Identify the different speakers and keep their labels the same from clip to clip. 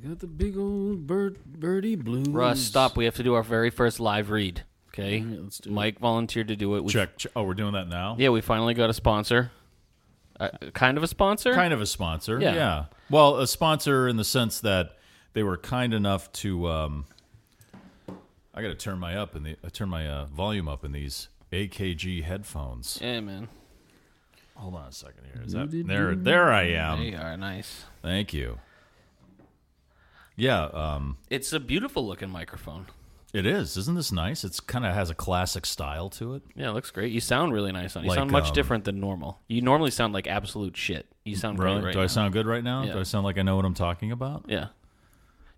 Speaker 1: I got the big old bird, birdie blues.
Speaker 2: Russ, stop. We have to do our very first live read. Okay. let's do Mike volunteered to do it. We,
Speaker 3: Check. che- Oh, we're doing that now.
Speaker 2: Yeah, we finally got a sponsor. Uh, kind of a sponsor.
Speaker 3: Kind of a sponsor.
Speaker 2: Yeah.
Speaker 3: Yeah. Well, a sponsor in the sense that they were kind enough to. Um, I got to turn my up in the uh, turn my uh, volume up in these AKG headphones.
Speaker 2: Yeah, man.
Speaker 3: Hold on a second here. Is that there? There I am.
Speaker 2: They are nice.
Speaker 3: Thank you. Yeah, um,
Speaker 2: It's a beautiful looking microphone.
Speaker 3: it is. Isn't this nice? It's kind of has a classic style to it.
Speaker 2: Yeah, it looks great. You sound really nice on. it. You
Speaker 3: Like,
Speaker 2: sound much
Speaker 3: um,
Speaker 2: different than normal. You normally sound like absolute shit. You sound
Speaker 3: Really?
Speaker 2: great right
Speaker 3: Do
Speaker 2: now.
Speaker 3: I sound good right now?
Speaker 2: Yeah.
Speaker 3: Do I sound like I know what I'm talking about?
Speaker 2: Yeah.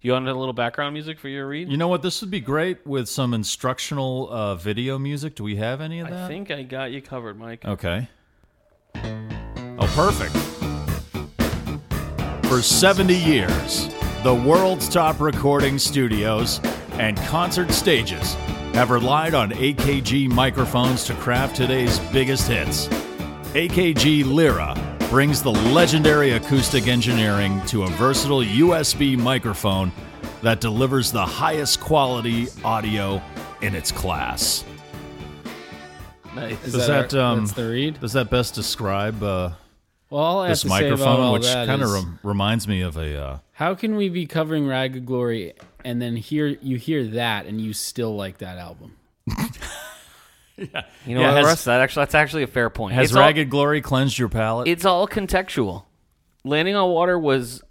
Speaker 2: You want a little background music for your read?
Speaker 3: You know what? This would be great with some instructional uh, video music. Do we have any of that?
Speaker 2: I think I got you covered, Mike.
Speaker 3: Okay. Oh, perfect. For 70 years, the world's top recording studios and concert stages have relied on AKG microphones to craft today's biggest hits. AKG Lyra brings the legendary acoustic engineering to a versatile USB microphone that delivers the highest quality audio in its class.
Speaker 2: Nice.
Speaker 1: Is
Speaker 3: Does
Speaker 1: that,
Speaker 3: that,
Speaker 1: our-
Speaker 3: um,
Speaker 1: that's the read?
Speaker 3: Does that best describe uh,
Speaker 1: Well, all I have
Speaker 3: this
Speaker 1: to say about
Speaker 3: microphone,
Speaker 1: all
Speaker 3: which
Speaker 1: that
Speaker 3: kind of
Speaker 1: is,
Speaker 3: rem- reminds me of a. Uh,
Speaker 1: how can we be covering Rag of Glory and then hear you hear that and you still like that album?
Speaker 2: You know
Speaker 3: Yeah,
Speaker 2: what,
Speaker 3: has-
Speaker 2: Russ? That actually, that's actually a fair point.
Speaker 3: has
Speaker 2: It's all-
Speaker 3: Ragged Glory cleansed your palate?
Speaker 2: it's all contextual. Landing on Water was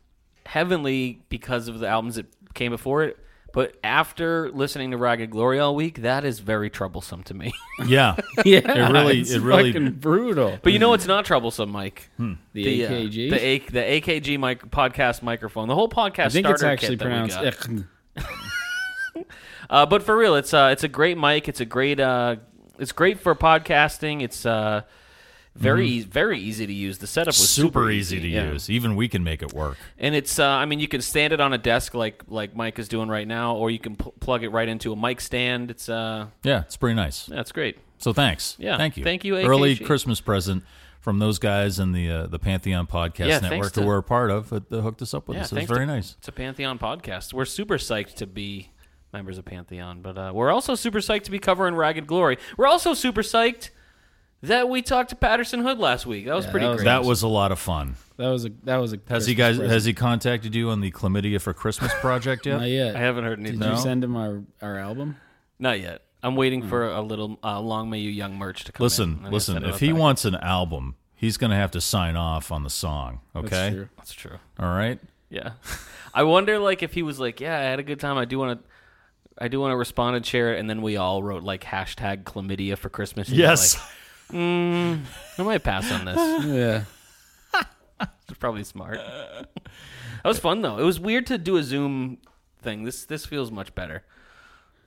Speaker 2: heavenly because of the albums that came before it, but after listening to Ragged Glory all week, that is very troublesome to me.
Speaker 3: yeah,
Speaker 1: Yeah,
Speaker 3: It really-
Speaker 1: it's
Speaker 3: it really-
Speaker 1: fucking brutal.
Speaker 2: but you know what's not troublesome, Mike?
Speaker 1: The,
Speaker 2: The uh,
Speaker 1: AKG.
Speaker 2: the, A- the AKG mic- podcast microphone, the whole podcast.
Speaker 1: I think
Speaker 2: starter
Speaker 1: it's actually
Speaker 2: kit that we
Speaker 1: pronounced.
Speaker 2: got.
Speaker 1: Ech.
Speaker 2: Uh, but for real, it's uh, it's a great mic. It's a great uh, it's great for podcasting. It's uh, very
Speaker 1: Mm-hmm.
Speaker 2: eas- very easy to use. The setup was super,
Speaker 3: super easy to
Speaker 2: yeah.
Speaker 3: use. Even we can make it work.
Speaker 2: And it's uh, I mean you can stand it on a desk like like Mike is doing right now, or you can pl- plug it right into a mic stand. It's uh,
Speaker 3: Yeah, it's pretty nice.
Speaker 2: that's great.
Speaker 3: So thanks.
Speaker 2: Yeah,
Speaker 3: thank you.
Speaker 2: thank you,
Speaker 3: Early
Speaker 2: AKG.
Speaker 3: Christmas present from those guys in the uh, the Pantheon Podcast
Speaker 2: Yeah, thanks
Speaker 3: Network
Speaker 2: to-
Speaker 3: that we're a part of. That that hooked us up with
Speaker 2: Yeah,
Speaker 3: this. It was
Speaker 2: thanks
Speaker 3: very
Speaker 2: to-
Speaker 3: nice.
Speaker 2: It's a Pantheon podcast. We're super psyched to be members of Pantheon, but uh, we're also super psyched to be covering Ragged Glory. We're also super psyched that we talked to Patterson Hood last week. That was pretty
Speaker 1: that was-
Speaker 2: great.
Speaker 3: That was a lot of fun.
Speaker 1: That was a that was a.
Speaker 3: Has he
Speaker 1: Christmas
Speaker 3: guys?
Speaker 1: present.
Speaker 3: Has he contacted you on the chlamydia for Christmas project yet?
Speaker 1: Not yet.
Speaker 2: I haven't heard anything.
Speaker 1: Did you send him our our album?
Speaker 2: Not yet. I'm waiting for a little uh, Long May You Young merch to come. in. I'm
Speaker 3: Hmm. Listen,
Speaker 2: gonna
Speaker 3: listen.
Speaker 2: send it
Speaker 3: If
Speaker 2: out
Speaker 3: he
Speaker 2: back.
Speaker 3: wants an album, he's going to have to sign off on the song. Okay.
Speaker 1: That's true.
Speaker 2: that's true.
Speaker 3: All right.
Speaker 2: Yeah, I wonder like if he was like, yeah, I had a good time. I do want to. I do want to respond and share it, and then we all wrote like hashtag chlamydia for Christmas. and he's
Speaker 3: Yes.
Speaker 2: like, I might pass on this.
Speaker 1: Yeah.
Speaker 2: It's probably smart. that was fun though. It was weird to do a Zoom thing. This this feels much better.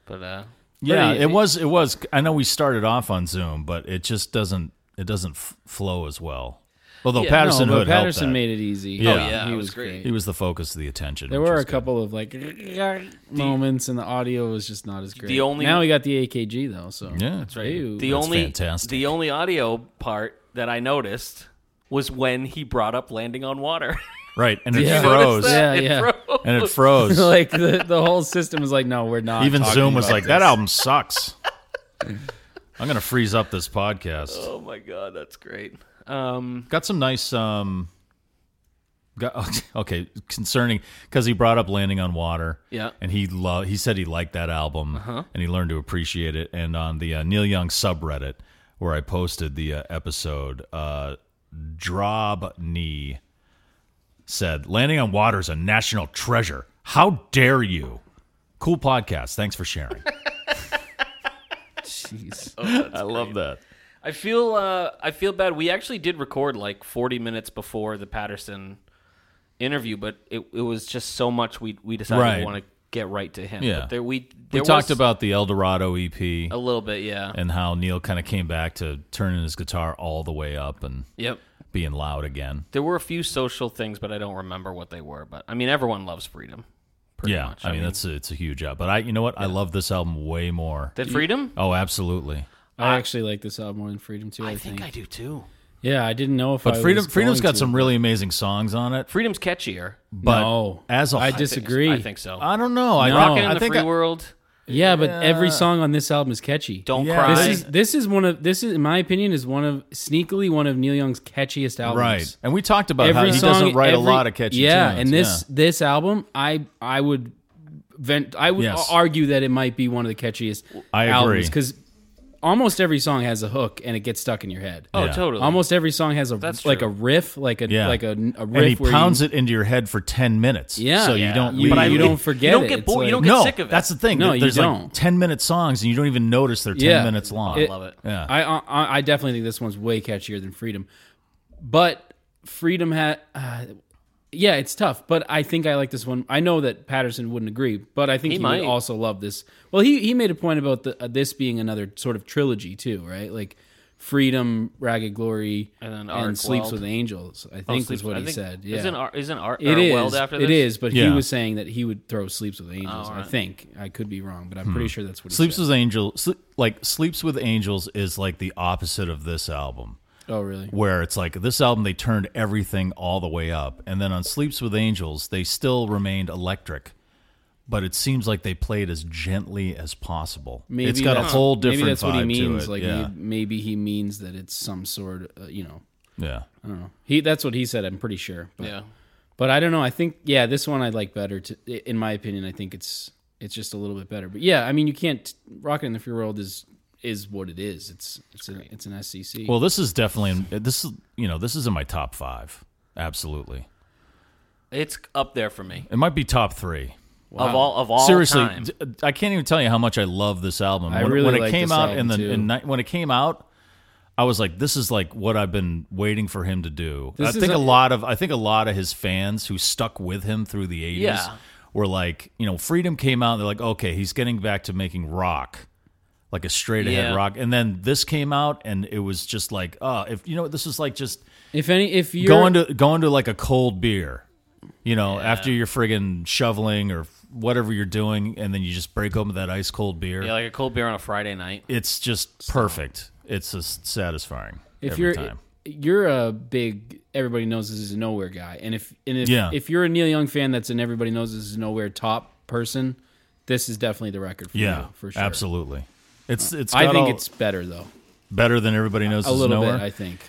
Speaker 2: But uh,
Speaker 3: Yeah,
Speaker 1: Pretty-
Speaker 3: it was. It was. I know we started off on Zoom, but it just doesn't. It doesn't f- flow as well. Although
Speaker 2: Yeah,
Speaker 3: Patterson
Speaker 1: no, but
Speaker 3: Hood
Speaker 1: Patterson
Speaker 3: helped that.
Speaker 1: made it easy.
Speaker 3: Yeah. Oh,
Speaker 2: yeah,
Speaker 1: he
Speaker 2: it
Speaker 1: was,
Speaker 2: was great.
Speaker 1: great.
Speaker 3: He was the focus of the attention.
Speaker 1: There
Speaker 3: which
Speaker 1: were
Speaker 3: was
Speaker 1: a couple of like moments, and the audio was just not as great.
Speaker 2: only-
Speaker 1: now we got the AKG though, so
Speaker 3: Yeah. That's right.
Speaker 1: Ew.
Speaker 2: the
Speaker 3: That's
Speaker 2: only
Speaker 3: fantastic.
Speaker 2: the only audio part that I noticed was when he brought up landing on water.
Speaker 3: Good. Right, and it
Speaker 1: Yeah.
Speaker 3: froze,
Speaker 1: Notice Yeah,
Speaker 2: It
Speaker 1: yeah.
Speaker 2: froze.
Speaker 3: and it froze.
Speaker 1: like the, the whole system was like, no, we're not.
Speaker 3: Even
Speaker 1: talking
Speaker 3: Zoom was
Speaker 1: about
Speaker 3: like,
Speaker 1: this.
Speaker 3: "That album sucks." I'm gonna freeze up this podcast.
Speaker 2: Oh my god, that's great. Um,
Speaker 3: Got some nice um, Go- Okay, concerning because he brought up landing on water.
Speaker 2: Yeah. Uh-huh.
Speaker 3: and he loved. He said he liked that album, and he learned to appreciate it. And on the uh, Neil Young subreddit, where I posted the uh, episode, uh, Drob Knee said, "Landing on Water is a national treasure. How dare you!" Cool podcast. Thanks for sharing.
Speaker 1: Jeez.
Speaker 2: Oh,
Speaker 3: I love that.
Speaker 2: I feel uh, I feel bad. We actually did record like 40 minutes before the Patterson interview, but it, it was just so much we we decided
Speaker 3: Right.
Speaker 2: we want to get right to him.
Speaker 3: Yeah.
Speaker 2: but there, we
Speaker 3: We
Speaker 2: there
Speaker 3: talked
Speaker 2: was
Speaker 3: about the E El Dorado EP
Speaker 2: a little bit. Yeah.
Speaker 3: and how Neil kind of came back to turning his guitar all the way up and
Speaker 2: Yep.
Speaker 3: being loud again.
Speaker 2: There were a few social things, but I don't remember what they were. But I mean, everyone loves freedom. Pretty
Speaker 3: yeah,
Speaker 2: much.
Speaker 3: I, mean, that's a, it's a huge album. But I, you know what? I love this album way more.
Speaker 2: that freedom.
Speaker 3: oh, absolutely.
Speaker 1: I actually like this album more than Freedom too. I, think.
Speaker 2: I do too.
Speaker 1: Yeah, I didn't know if.
Speaker 3: But
Speaker 1: I
Speaker 3: Freedom,
Speaker 1: was
Speaker 3: Freedom's
Speaker 1: going
Speaker 3: got
Speaker 1: to.
Speaker 3: some really amazing songs on it.
Speaker 2: Freedom's catchier.
Speaker 3: But
Speaker 1: No.
Speaker 3: as a
Speaker 1: I
Speaker 3: whole-
Speaker 1: disagree.
Speaker 2: I think so.
Speaker 3: I don't know. I
Speaker 1: No.
Speaker 2: Rockin' in
Speaker 3: I
Speaker 2: the
Speaker 3: think
Speaker 2: free
Speaker 3: I-
Speaker 2: world.
Speaker 1: Yeah, but every song on this album is catchy.
Speaker 2: Don't
Speaker 3: Yeah.
Speaker 2: cry.
Speaker 1: This is this is one of this is in my opinion is one of sneakily one of Neil Young's catchiest albums.
Speaker 3: right, and we talked about how he doesn't write a
Speaker 1: every-
Speaker 3: lot of catchy
Speaker 1: yeah,
Speaker 3: tunes.
Speaker 1: and this
Speaker 3: yeah.
Speaker 1: this album, I I would vent. I would
Speaker 3: Yes.
Speaker 1: argue that it might be one of the catchiest
Speaker 3: I
Speaker 1: albums
Speaker 3: agree.
Speaker 1: because almost every song has a hook and it gets stuck in your head.
Speaker 2: oh,
Speaker 3: Yeah.
Speaker 2: totally.
Speaker 1: Almost every song has a
Speaker 2: That's
Speaker 1: like
Speaker 2: true.
Speaker 1: a riff, like a
Speaker 3: Yeah.
Speaker 1: like a, a riff
Speaker 3: and he
Speaker 1: where
Speaker 3: pounds
Speaker 1: you,
Speaker 3: it into your head for ten minutes.
Speaker 1: Yeah,
Speaker 3: so you
Speaker 1: yeah.
Speaker 3: don't.
Speaker 1: You-
Speaker 3: leave.
Speaker 1: but I- you don't forget
Speaker 2: You don't
Speaker 1: it.
Speaker 2: get
Speaker 1: It's
Speaker 2: bored.
Speaker 1: like-
Speaker 2: you don't get
Speaker 3: no,
Speaker 2: sick of it.
Speaker 3: that's the thing.
Speaker 1: No,
Speaker 3: There-
Speaker 1: you
Speaker 3: There's like
Speaker 1: don't.
Speaker 3: ten minute songs, and you don't even notice they're ten
Speaker 1: Yeah.
Speaker 3: minutes long.
Speaker 2: I love it.
Speaker 3: Yeah.
Speaker 1: I, I I definitely think this one's way catchier than Freedom, but Freedom had, uh, yeah, it's tough. But I think I like this one. I know that Patterson wouldn't agree, but I think
Speaker 2: He
Speaker 1: he,
Speaker 2: might.
Speaker 1: would also love this. Well, he he made a point about the, uh, this being another sort of trilogy too, right? Like Freedom, Ragged Glory,
Speaker 2: And then Arc
Speaker 1: and Sleeps
Speaker 2: Weld. Oh,
Speaker 1: with Angels. I think was
Speaker 2: Sleeps-
Speaker 1: what
Speaker 2: I
Speaker 1: he
Speaker 2: think-
Speaker 1: said. Yeah.
Speaker 2: Isn't art, isn't art
Speaker 1: it is.
Speaker 2: Weld after this?
Speaker 1: It
Speaker 2: Oh,
Speaker 1: is, but
Speaker 3: Yeah.
Speaker 1: he was saying that he would throw Sleeps with Angels. I think I could be wrong, but I'm pretty sure that's what he
Speaker 3: Hmm. Sleeps
Speaker 1: said.
Speaker 3: with Angels, sl- like Sleeps with Angels, is like the opposite of this album,
Speaker 1: Oh, really?
Speaker 3: where it's like this album they turned everything all the way up, and then on Sleeps with Angels they still remained electric, but it seems like they played as gently as possible.
Speaker 1: Maybe
Speaker 3: it's got a
Speaker 1: that's-
Speaker 3: whole different
Speaker 1: Maybe that's what he
Speaker 3: vibe
Speaker 1: means.
Speaker 3: to it.
Speaker 1: Like
Speaker 3: yeah,
Speaker 1: he- maybe he means that it's some sort. Of, uh, you know,
Speaker 3: yeah.
Speaker 1: I don't know. He that's what he said. I'm pretty sure. But,
Speaker 2: Yeah.
Speaker 1: but I don't know. I think yeah, this one I like better. To, in my opinion, I think it's it's just a little bit better. But yeah, I mean, you can't Rocket in the Free World is is what it is. It's it's a, it's an SCC.
Speaker 3: Well, this is definitely in, this is you know this is in my top five, absolutely.
Speaker 2: It's up there for me.
Speaker 3: It might be top three.
Speaker 2: Of all of all
Speaker 3: Seriously,
Speaker 2: time.
Speaker 3: d- I can't even tell you how much I love this album.
Speaker 1: I
Speaker 3: when,
Speaker 1: really
Speaker 3: when it
Speaker 1: like
Speaker 3: came
Speaker 1: this
Speaker 3: out in
Speaker 1: album,
Speaker 3: the
Speaker 1: too.
Speaker 3: in, ni- when it came out, I was like, this is like what I've been waiting for him to do.
Speaker 1: This
Speaker 3: I
Speaker 1: is
Speaker 3: think
Speaker 1: a-
Speaker 3: a, lot of I think a lot of his fans who stuck with him through the eighties
Speaker 2: Yeah.
Speaker 3: were like, you know, Freedom came out. and They're like, okay, he's getting back to making rock. Like a straight ahead
Speaker 2: Yeah.
Speaker 3: rock, and then this came out, and it was just like, oh, if you know, this is like just
Speaker 1: if any, if you're
Speaker 3: going to going to like a cold beer, you know, after you're friggin' shoveling or whatever you're doing, and then you just break open that ice cold beer.
Speaker 2: yeah, like a cold beer on a Friday night.
Speaker 3: it's just perfect. It's just satisfying
Speaker 1: if
Speaker 3: every
Speaker 1: you're
Speaker 3: time.
Speaker 1: you're a big everybody knows this is nowhere guy and if and if,
Speaker 3: Yeah.
Speaker 1: if you're a neil young fan that's an everybody knows this is nowhere top person this is definitely the record for
Speaker 3: yeah,
Speaker 1: you for sure
Speaker 3: absolutely. It's it's.
Speaker 1: i
Speaker 3: got
Speaker 1: think
Speaker 3: all-
Speaker 1: it's better though
Speaker 3: better than everybody knows.
Speaker 1: a
Speaker 3: is
Speaker 1: little
Speaker 3: nowhere.
Speaker 1: bit i think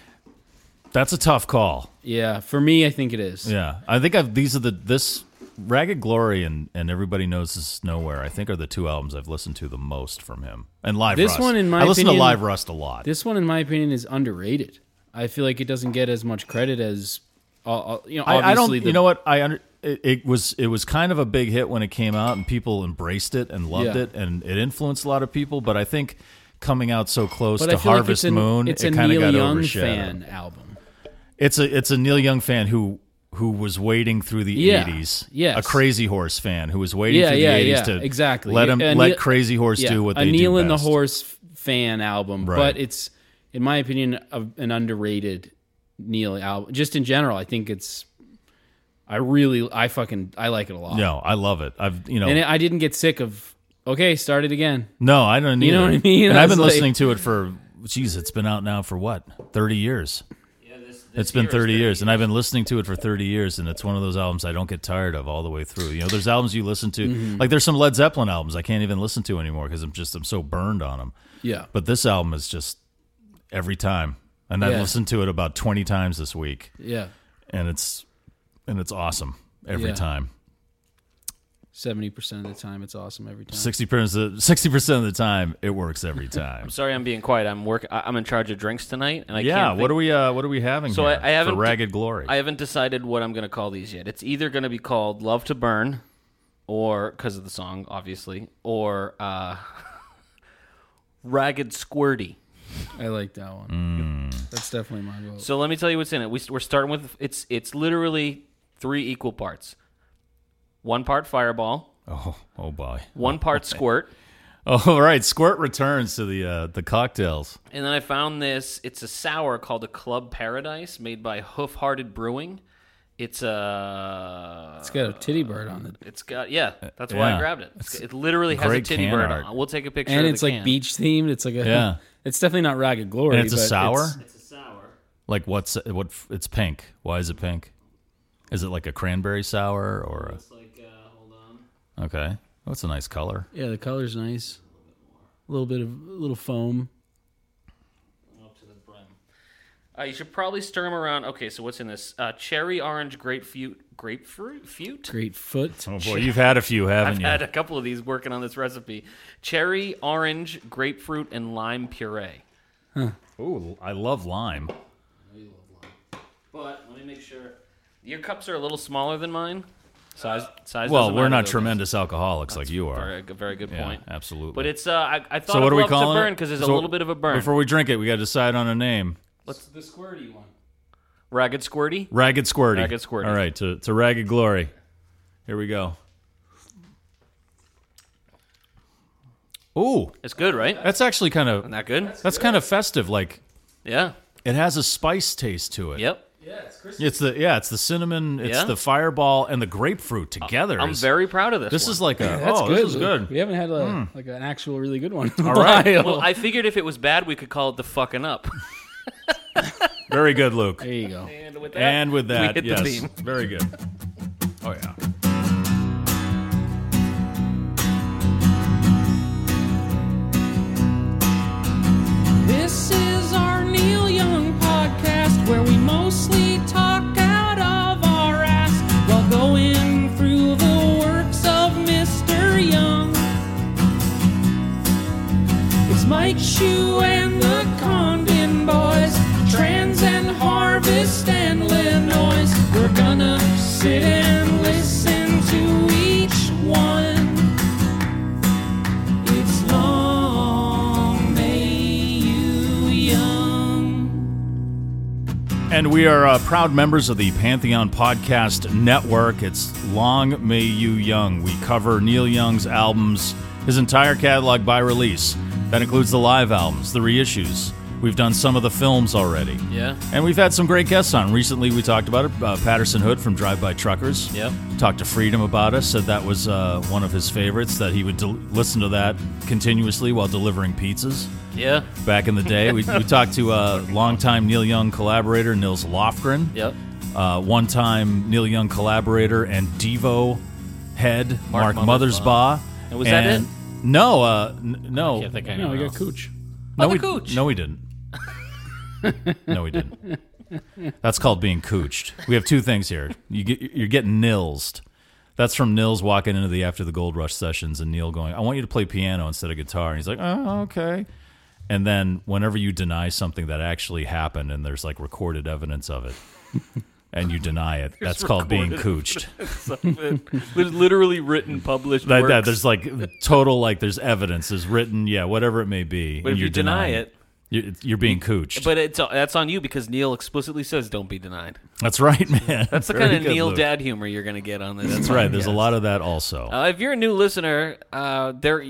Speaker 3: That's a tough call.
Speaker 1: yeah for me i think it is
Speaker 3: Yeah, I think I've these are the this Ragged Glory and and everybody knows this is nowhere. I think are the two albums I've listened to the most from him and Live.
Speaker 1: This
Speaker 3: Rust.
Speaker 1: one, in my
Speaker 3: I listen to
Speaker 1: opinion-
Speaker 3: Live Rust a lot.
Speaker 1: this one in my opinion is underrated i feel like it doesn't get as much credit as uh, you know obviously
Speaker 3: I, I don't.
Speaker 1: the,
Speaker 3: you know what? I under, it, it was it was kind of a big hit when it came out, and people embraced it and loved
Speaker 1: Yeah.
Speaker 3: it, and it influenced a lot of people. But I think coming out so close
Speaker 1: but
Speaker 3: to
Speaker 1: I feel like
Speaker 3: Harvest
Speaker 1: it's, an,
Speaker 3: Moon,
Speaker 1: it's
Speaker 3: it
Speaker 1: a
Speaker 3: kind of
Speaker 1: Neil
Speaker 3: got
Speaker 1: Young
Speaker 3: overshadowed.
Speaker 1: fan album.
Speaker 3: It's a it's a Neil Young fan who who was waiting through the
Speaker 1: Yeah.
Speaker 3: eighties.
Speaker 1: Yes.
Speaker 3: a Crazy Horse fan who was waiting
Speaker 1: Yeah,
Speaker 3: through
Speaker 1: yeah,
Speaker 3: the eighties
Speaker 1: yeah,
Speaker 3: to
Speaker 1: exactly.
Speaker 3: let him
Speaker 1: A
Speaker 3: let
Speaker 1: Neil-
Speaker 3: Crazy Horse
Speaker 1: yeah,
Speaker 3: do what
Speaker 1: a
Speaker 3: they
Speaker 1: Neil
Speaker 3: do
Speaker 1: and the
Speaker 3: best.
Speaker 1: Horse f- fan album,
Speaker 3: Right.
Speaker 1: but it's in my opinion a, an underrated Neil album. Just in general, I think it's. I really, I fucking, I like it a lot.
Speaker 3: No, I love it. I've you know
Speaker 1: and I didn't get sick of. Okay, start it again.
Speaker 3: no, I don't.
Speaker 1: You know
Speaker 3: either.
Speaker 1: what I mean?
Speaker 3: And
Speaker 1: I
Speaker 3: I've been
Speaker 1: was like-
Speaker 3: listening to it for. Jeez, it's been out now for what thirty years. it's been 30 years, and i've been listening to it for 30 years and it's one of those albums i don't get tired of all the way through you know there's albums you listen to
Speaker 1: Mm-hmm.
Speaker 3: like there's some led zeppelin albums i can't even listen to anymore because i'm just i'm so burned on them
Speaker 1: Yeah,
Speaker 3: but this album is just every time and i've
Speaker 1: Yeah.
Speaker 3: listened to it about 20 times this week
Speaker 1: yeah.
Speaker 3: and it's and it's awesome every
Speaker 1: Yeah.
Speaker 3: time.
Speaker 1: Seventy percent of the time, it's awesome every time.
Speaker 3: Sixty percent, sixty percent of the time, it works every time.
Speaker 2: I'm sorry, I'm being quiet. I'm work. I- I'm in charge of drinks tonight, and I
Speaker 3: yeah,
Speaker 2: Can't
Speaker 3: what
Speaker 2: think-
Speaker 3: are we? Uh, what are we having?
Speaker 2: So
Speaker 3: here
Speaker 2: I, I haven't
Speaker 3: for ragged glory.
Speaker 2: I haven't decided what I'm going to call these yet. It's either going to be called "Love to Burn," or because of the song, obviously, or uh, "Ragged Squirty."
Speaker 1: I like that one.
Speaker 3: Mm.
Speaker 1: That's definitely my vote.
Speaker 2: So let me tell you what's in it. We, we're starting with it's it's literally three equal parts. One part fireball,
Speaker 3: oh, oh boy.
Speaker 2: one part squirt,
Speaker 3: All Oh, right, Squirt returns to the uh, the cocktails.
Speaker 2: and then I found this. It's a sour called a Club Paradise, made by Hoof Hearted Brewing. It's a
Speaker 1: it's got a titty bird on it,
Speaker 2: It's got yeah. That's why
Speaker 3: yeah.
Speaker 2: I grabbed it. It's, it literally has a
Speaker 3: great
Speaker 2: titty
Speaker 3: can
Speaker 2: bird
Speaker 3: art.
Speaker 2: on. it. We'll take a picture.
Speaker 1: and
Speaker 2: of
Speaker 1: it's
Speaker 2: the
Speaker 1: like
Speaker 2: can.
Speaker 1: beach themed. It's like a
Speaker 3: Yeah.
Speaker 1: It's definitely not ragged glory.
Speaker 3: And it's a
Speaker 1: but
Speaker 3: sour?
Speaker 2: It's a sour.
Speaker 3: Like what's what? f- It's pink. Why is it pink? Is it like a cranberry sour or
Speaker 2: It's like uh, hold on.
Speaker 3: a, okay? That's a nice color.
Speaker 1: yeah, the color's nice. A little bit of a little foam.
Speaker 2: Up to the brim. Uh, you should probably stir them around. Okay, so what's in this? Uh, cherry, orange, grapefruit, grapefruit, Fruit?
Speaker 1: Great foot.
Speaker 3: Oh boy, you've had a few, haven't
Speaker 2: I've
Speaker 3: you?
Speaker 2: had a couple of these working on this recipe: cherry, orange, grapefruit, and lime puree.
Speaker 3: Ooh, I love lime.
Speaker 2: But let me make sure Uh, your cups are a little smaller than mine. Size, size.
Speaker 3: Well,
Speaker 2: doesn't
Speaker 3: we're
Speaker 2: matter,
Speaker 3: not
Speaker 2: though.
Speaker 3: tremendous alcoholics like you are.
Speaker 2: Very, good- very good
Speaker 3: Yeah,
Speaker 2: point.
Speaker 3: absolutely.
Speaker 2: But it's uh, I, I thought
Speaker 3: so what
Speaker 2: of
Speaker 3: are we
Speaker 2: Love to
Speaker 3: calling
Speaker 2: burn
Speaker 3: it?
Speaker 2: because there's
Speaker 3: So
Speaker 2: a little bit of a burn.
Speaker 3: Before we drink it, we got to decide on a name.
Speaker 1: What's the squirty one?
Speaker 2: Ragged Squirty.
Speaker 3: Ragged Squirty.
Speaker 2: Ragged Squirty.
Speaker 3: All right, to, to Ragged Glory. Here we go. Ooh,
Speaker 2: It's good, right?
Speaker 3: that's actually kind of
Speaker 2: Isn't that good?
Speaker 3: that's kind of festive. Like
Speaker 2: Yeah.
Speaker 3: it has a spice taste to it.
Speaker 2: Yep.
Speaker 3: It's the yeah, it's the cinnamon, it's
Speaker 2: Yeah.
Speaker 3: the fireball, and the grapefruit together.
Speaker 2: I'm
Speaker 3: is-
Speaker 2: very proud of this.
Speaker 3: This
Speaker 2: one.
Speaker 3: is like a
Speaker 1: That's
Speaker 3: oh,
Speaker 1: good.
Speaker 3: this is good. Hmm.
Speaker 1: We haven't had a, like an actual really good one. All
Speaker 3: right.
Speaker 2: Well, I figured if it was bad, we could call it the fucking up.
Speaker 3: Very good, Luke.
Speaker 1: there you go.
Speaker 2: and with
Speaker 3: And with that,
Speaker 2: hit the
Speaker 3: yes,
Speaker 2: theme.
Speaker 3: very good. Oh yeah.
Speaker 4: This is our Neil Young podcast where we mostly talk out of our ass while going through the works of Mr. Young. It's Mike Shue and the Condon Boys, Trans and Harvest and Illinois. We're gonna sit and listen to each one. It's long may you young.
Speaker 3: And we are uh, proud members of the Pantheon Podcast Network. It's Long May You Young. We cover Neil Young's albums, his entire catalog by release. That includes the live albums, the reissues. We've done some of the films already.
Speaker 2: Yeah.
Speaker 3: And we've had some great guests on. Recently, we talked about it. Uh, Patterson Hood from Drive By Truckers.
Speaker 2: Yep.
Speaker 3: Talked to Freedom about us. Said that was uh, one of his favorites, that he would del- listen to that continuously while delivering pizzas
Speaker 2: Yeah.
Speaker 3: back in the day. We, we talked to uh, longtime Neil Young collaborator Nils Lofgren.
Speaker 2: Yep.
Speaker 3: Uh, one time Neil Young collaborator and Devo head Mark,
Speaker 2: Mark
Speaker 3: Mothersbaugh.
Speaker 2: And was that it?
Speaker 3: No, uh, n- no.
Speaker 2: Can't think of
Speaker 1: No,
Speaker 2: anyone
Speaker 1: we got
Speaker 2: else.
Speaker 1: Cooch.
Speaker 3: no,
Speaker 2: Oh, the
Speaker 3: we,
Speaker 2: cooch.
Speaker 3: no, we didn't. no, we didn't. That's called being cooched. We have two things here. You get, you're getting nilsed. That's from Nils walking into the after the gold rush sessions and Neil going, I want you to play piano instead of guitar. And he's like, oh, okay. And then whenever you deny something that actually happened and there's like recorded evidence of it and you deny it, that's called being cooched.
Speaker 2: There's literally written, published.
Speaker 3: That, that,
Speaker 2: works.
Speaker 3: there's like total, like there's evidence, there's written, yeah, whatever it may be.
Speaker 2: but
Speaker 3: and
Speaker 2: if
Speaker 3: you're
Speaker 2: you deny
Speaker 3: denying
Speaker 2: it,
Speaker 3: You're, you're being cooched.
Speaker 2: but it's that's on you because Neil explicitly says don't be denied.
Speaker 3: That's right, man.
Speaker 2: That's the
Speaker 3: Very
Speaker 2: kind of
Speaker 3: good,
Speaker 2: Neil
Speaker 3: Luke.
Speaker 2: dad humor you're gonna get on this.
Speaker 3: That's right. There's a lot of that also.
Speaker 2: Uh, if you're a new listener, uh, there,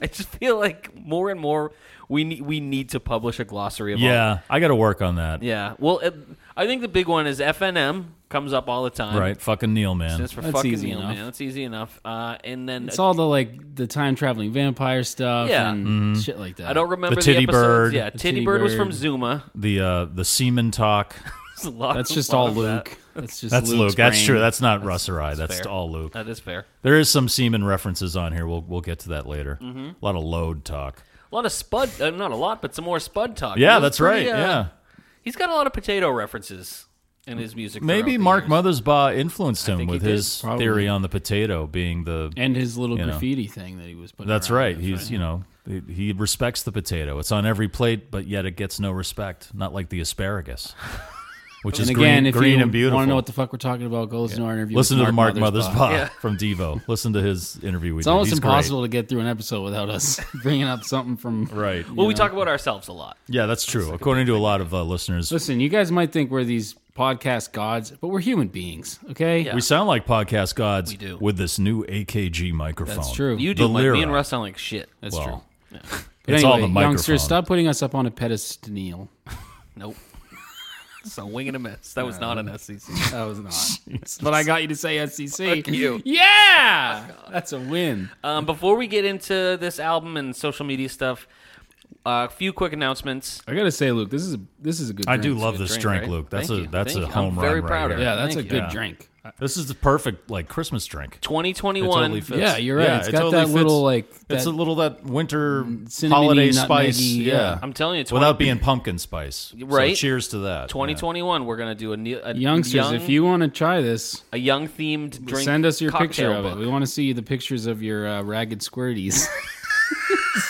Speaker 2: I just feel like more and more we need we need to publish a glossary of all
Speaker 3: yeah, I got to work on that.
Speaker 2: Yeah. Well, it, I think the big one is FNM comes up all the time.
Speaker 3: Right, fucking Neil, man.
Speaker 2: That's for
Speaker 1: That's
Speaker 2: fucking
Speaker 1: easy
Speaker 2: Neil,
Speaker 1: enough.
Speaker 2: man. That's easy enough. Uh, and then
Speaker 1: It's all the like the time traveling vampire stuff
Speaker 2: Yeah.
Speaker 1: and
Speaker 3: Mm-hmm.
Speaker 1: shit like that.
Speaker 2: I don't remember
Speaker 3: The
Speaker 2: the,
Speaker 3: titty
Speaker 2: episodes.
Speaker 3: bird.
Speaker 2: Yeah,
Speaker 1: The
Speaker 2: titty,
Speaker 1: titty
Speaker 2: bird, was from
Speaker 1: bird.
Speaker 2: Zuma.
Speaker 3: The uh, the semen talk.
Speaker 2: There's a lot-
Speaker 1: That's
Speaker 2: a
Speaker 1: just
Speaker 2: lot
Speaker 1: all
Speaker 2: of
Speaker 1: Luke.
Speaker 2: That.
Speaker 1: That's just
Speaker 3: That's
Speaker 1: Luke's
Speaker 3: Luke. That's
Speaker 1: brain.
Speaker 3: true. That's not Russ or I. That's
Speaker 2: fair.
Speaker 3: all Luke.
Speaker 2: That is fair.
Speaker 3: There is some semen references on here. We'll we'll get to that later.
Speaker 2: Mm-hmm.
Speaker 3: A lot of load talk.
Speaker 2: A lot of spud, uh, not a lot, but some more spud talk.
Speaker 3: Yeah,
Speaker 2: He was
Speaker 3: that's
Speaker 2: pretty,
Speaker 3: right.
Speaker 2: uh,
Speaker 3: yeah.
Speaker 2: he's got a lot of potato references. in his music.
Speaker 3: Maybe
Speaker 2: throughout the
Speaker 3: Mark
Speaker 2: years.
Speaker 3: Mothersbaugh influenced him
Speaker 2: think he
Speaker 3: with
Speaker 2: did,
Speaker 3: his
Speaker 1: probably.
Speaker 3: theory on the potato being the.
Speaker 1: and his little
Speaker 3: You know.
Speaker 1: graffiti thing that he was putting.
Speaker 3: that's
Speaker 1: around.
Speaker 3: right. He's you know he he respects the potato. It's on every plate, but yet it gets no respect. Not like the asparagus, which is
Speaker 1: and again,
Speaker 3: green,
Speaker 1: if
Speaker 3: green
Speaker 1: you
Speaker 3: and beautiful.
Speaker 1: want to know what the fuck we're talking about, go listen to our interview.
Speaker 3: Listen
Speaker 1: with
Speaker 3: to the Mark Mothersbaugh
Speaker 1: Mothersbaugh.
Speaker 3: from Devo. Listen to his interview. We
Speaker 1: It's
Speaker 3: did.
Speaker 1: almost
Speaker 3: He's great.
Speaker 1: impossible to get through an episode without us bringing up something from.
Speaker 3: Right.
Speaker 2: Well, we talk about ourselves a lot.
Speaker 3: Yeah, that's true. According to a lot of uh, listeners,
Speaker 1: Listen, you guys might think we're these podcast gods, but we're human beings. Okay,
Speaker 3: we sound like podcast gods
Speaker 2: We do.
Speaker 3: with this new AKG microphone.
Speaker 1: that's true.
Speaker 2: You
Speaker 3: The
Speaker 2: do. Like, me
Speaker 3: Lyra.
Speaker 2: and Russ sound like shit.
Speaker 1: that's
Speaker 3: Well,
Speaker 1: true. But
Speaker 3: It's all the microphone.
Speaker 1: youngsters, stop putting us up on a pedestal.
Speaker 2: Nope. it's a wing and a miss. That was not an SEC.
Speaker 1: That was not. but I got you to say SCC.
Speaker 2: Fuck you.
Speaker 1: Yeah, that's a win.
Speaker 2: Um, before we get into this album and social media stuff, a few quick announcements.
Speaker 1: I gotta say, Luke, this is a, this is a good.
Speaker 3: I
Speaker 1: drink.
Speaker 3: do love
Speaker 2: good
Speaker 3: this
Speaker 2: drink,
Speaker 3: drink,
Speaker 2: right?
Speaker 3: Luke. That's
Speaker 2: Thank
Speaker 3: a
Speaker 2: you.
Speaker 3: that's
Speaker 2: Thank
Speaker 3: a
Speaker 2: you.
Speaker 3: home
Speaker 2: I'm
Speaker 3: run
Speaker 2: very
Speaker 3: right
Speaker 2: proud of
Speaker 3: here.
Speaker 2: it.
Speaker 1: Yeah, that's a
Speaker 2: Thank you.
Speaker 1: good
Speaker 3: Yeah.
Speaker 1: drink.
Speaker 3: This is the perfect like Christmas drink.
Speaker 2: Twenty-twenty-one.
Speaker 3: It totally fits.
Speaker 1: Yeah, you're right. It's
Speaker 3: it
Speaker 1: got that little, like,
Speaker 3: it's
Speaker 1: that-
Speaker 3: a little that winter
Speaker 1: Cinnamony,
Speaker 3: holiday
Speaker 1: nutmeggy,
Speaker 3: spice.
Speaker 1: yeah.
Speaker 3: Yeah.
Speaker 2: I'm telling you, 20,
Speaker 3: without being pumpkin spice. So
Speaker 2: Right.
Speaker 3: cheers to that.
Speaker 2: 2021, we're gonna do a, ne- a
Speaker 1: Youngsters,
Speaker 2: young,
Speaker 1: if you want to try this,
Speaker 2: a young themed drink,
Speaker 1: send us your
Speaker 2: cocktail
Speaker 1: picture of
Speaker 2: book.
Speaker 1: it. We want to see the pictures of your uh, ragged squirties.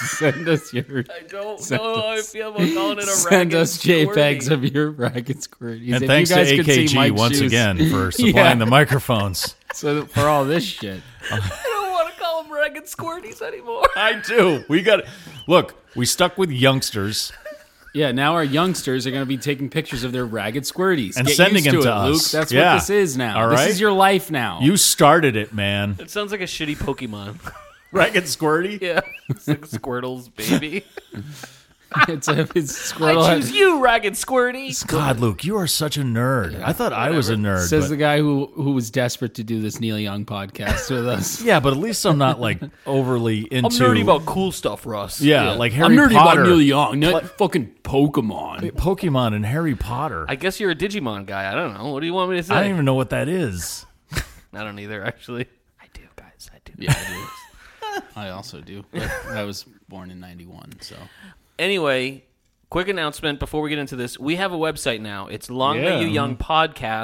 Speaker 1: send us your
Speaker 2: I don't
Speaker 1: Send
Speaker 2: know. how I
Speaker 1: us-
Speaker 2: feel about calling it a
Speaker 1: send
Speaker 2: ragged
Speaker 1: us JPEGs
Speaker 2: squirty.
Speaker 1: of your ragged squirties.
Speaker 3: Yeah.
Speaker 1: If
Speaker 3: And thanks
Speaker 1: you
Speaker 3: to
Speaker 1: guys could see
Speaker 3: AKG
Speaker 1: Mike's
Speaker 3: once
Speaker 1: shoes-
Speaker 3: again for supplying the microphones.
Speaker 1: So that- for all this shit,
Speaker 2: I don't want to call them ragged squirties anymore.
Speaker 3: I do. We got look. We stuck with youngsters.
Speaker 1: yeah. Now our youngsters are going to be taking pictures of their ragged squirties
Speaker 3: And
Speaker 1: Get
Speaker 3: sending
Speaker 1: used
Speaker 3: them
Speaker 1: to,
Speaker 3: to
Speaker 1: it,
Speaker 3: us.
Speaker 1: Luke. That's
Speaker 3: Yeah.
Speaker 1: what this is now.
Speaker 3: All
Speaker 1: This
Speaker 3: right?
Speaker 1: is your life now.
Speaker 3: You started it, man.
Speaker 2: It sounds like a shitty Pokemon.
Speaker 3: Ragged Squirty.
Speaker 2: yeah, it's like Squirtle's baby.
Speaker 1: it's a it's Squirtle.
Speaker 2: I choose you, ragged squirty.
Speaker 3: God, Luke, you are such a nerd. I thought I was a nerd.
Speaker 1: Says
Speaker 3: but-
Speaker 1: the guy who who was desperate to do this Neil Young podcast with us.
Speaker 3: yeah, but at least I'm not like overly into.
Speaker 2: I'm nerdy about cool stuff, Russ.
Speaker 3: Yeah, like Harry
Speaker 1: I'm nerdy
Speaker 3: Potter,
Speaker 1: about Neil Young, not fucking Pokemon.
Speaker 3: Pokemon, and Harry Potter.
Speaker 2: I
Speaker 3: I,
Speaker 2: guess you're a Digimon guy. I don't know. What do you want me to say?
Speaker 3: don't even know what that is.
Speaker 2: I don't either, actually. I do, guys. I do.
Speaker 1: Yeah, I do. I also do. But I was born in '91, so
Speaker 2: Anyway, quick announcement before we get into this. We have a website now. It's long may you young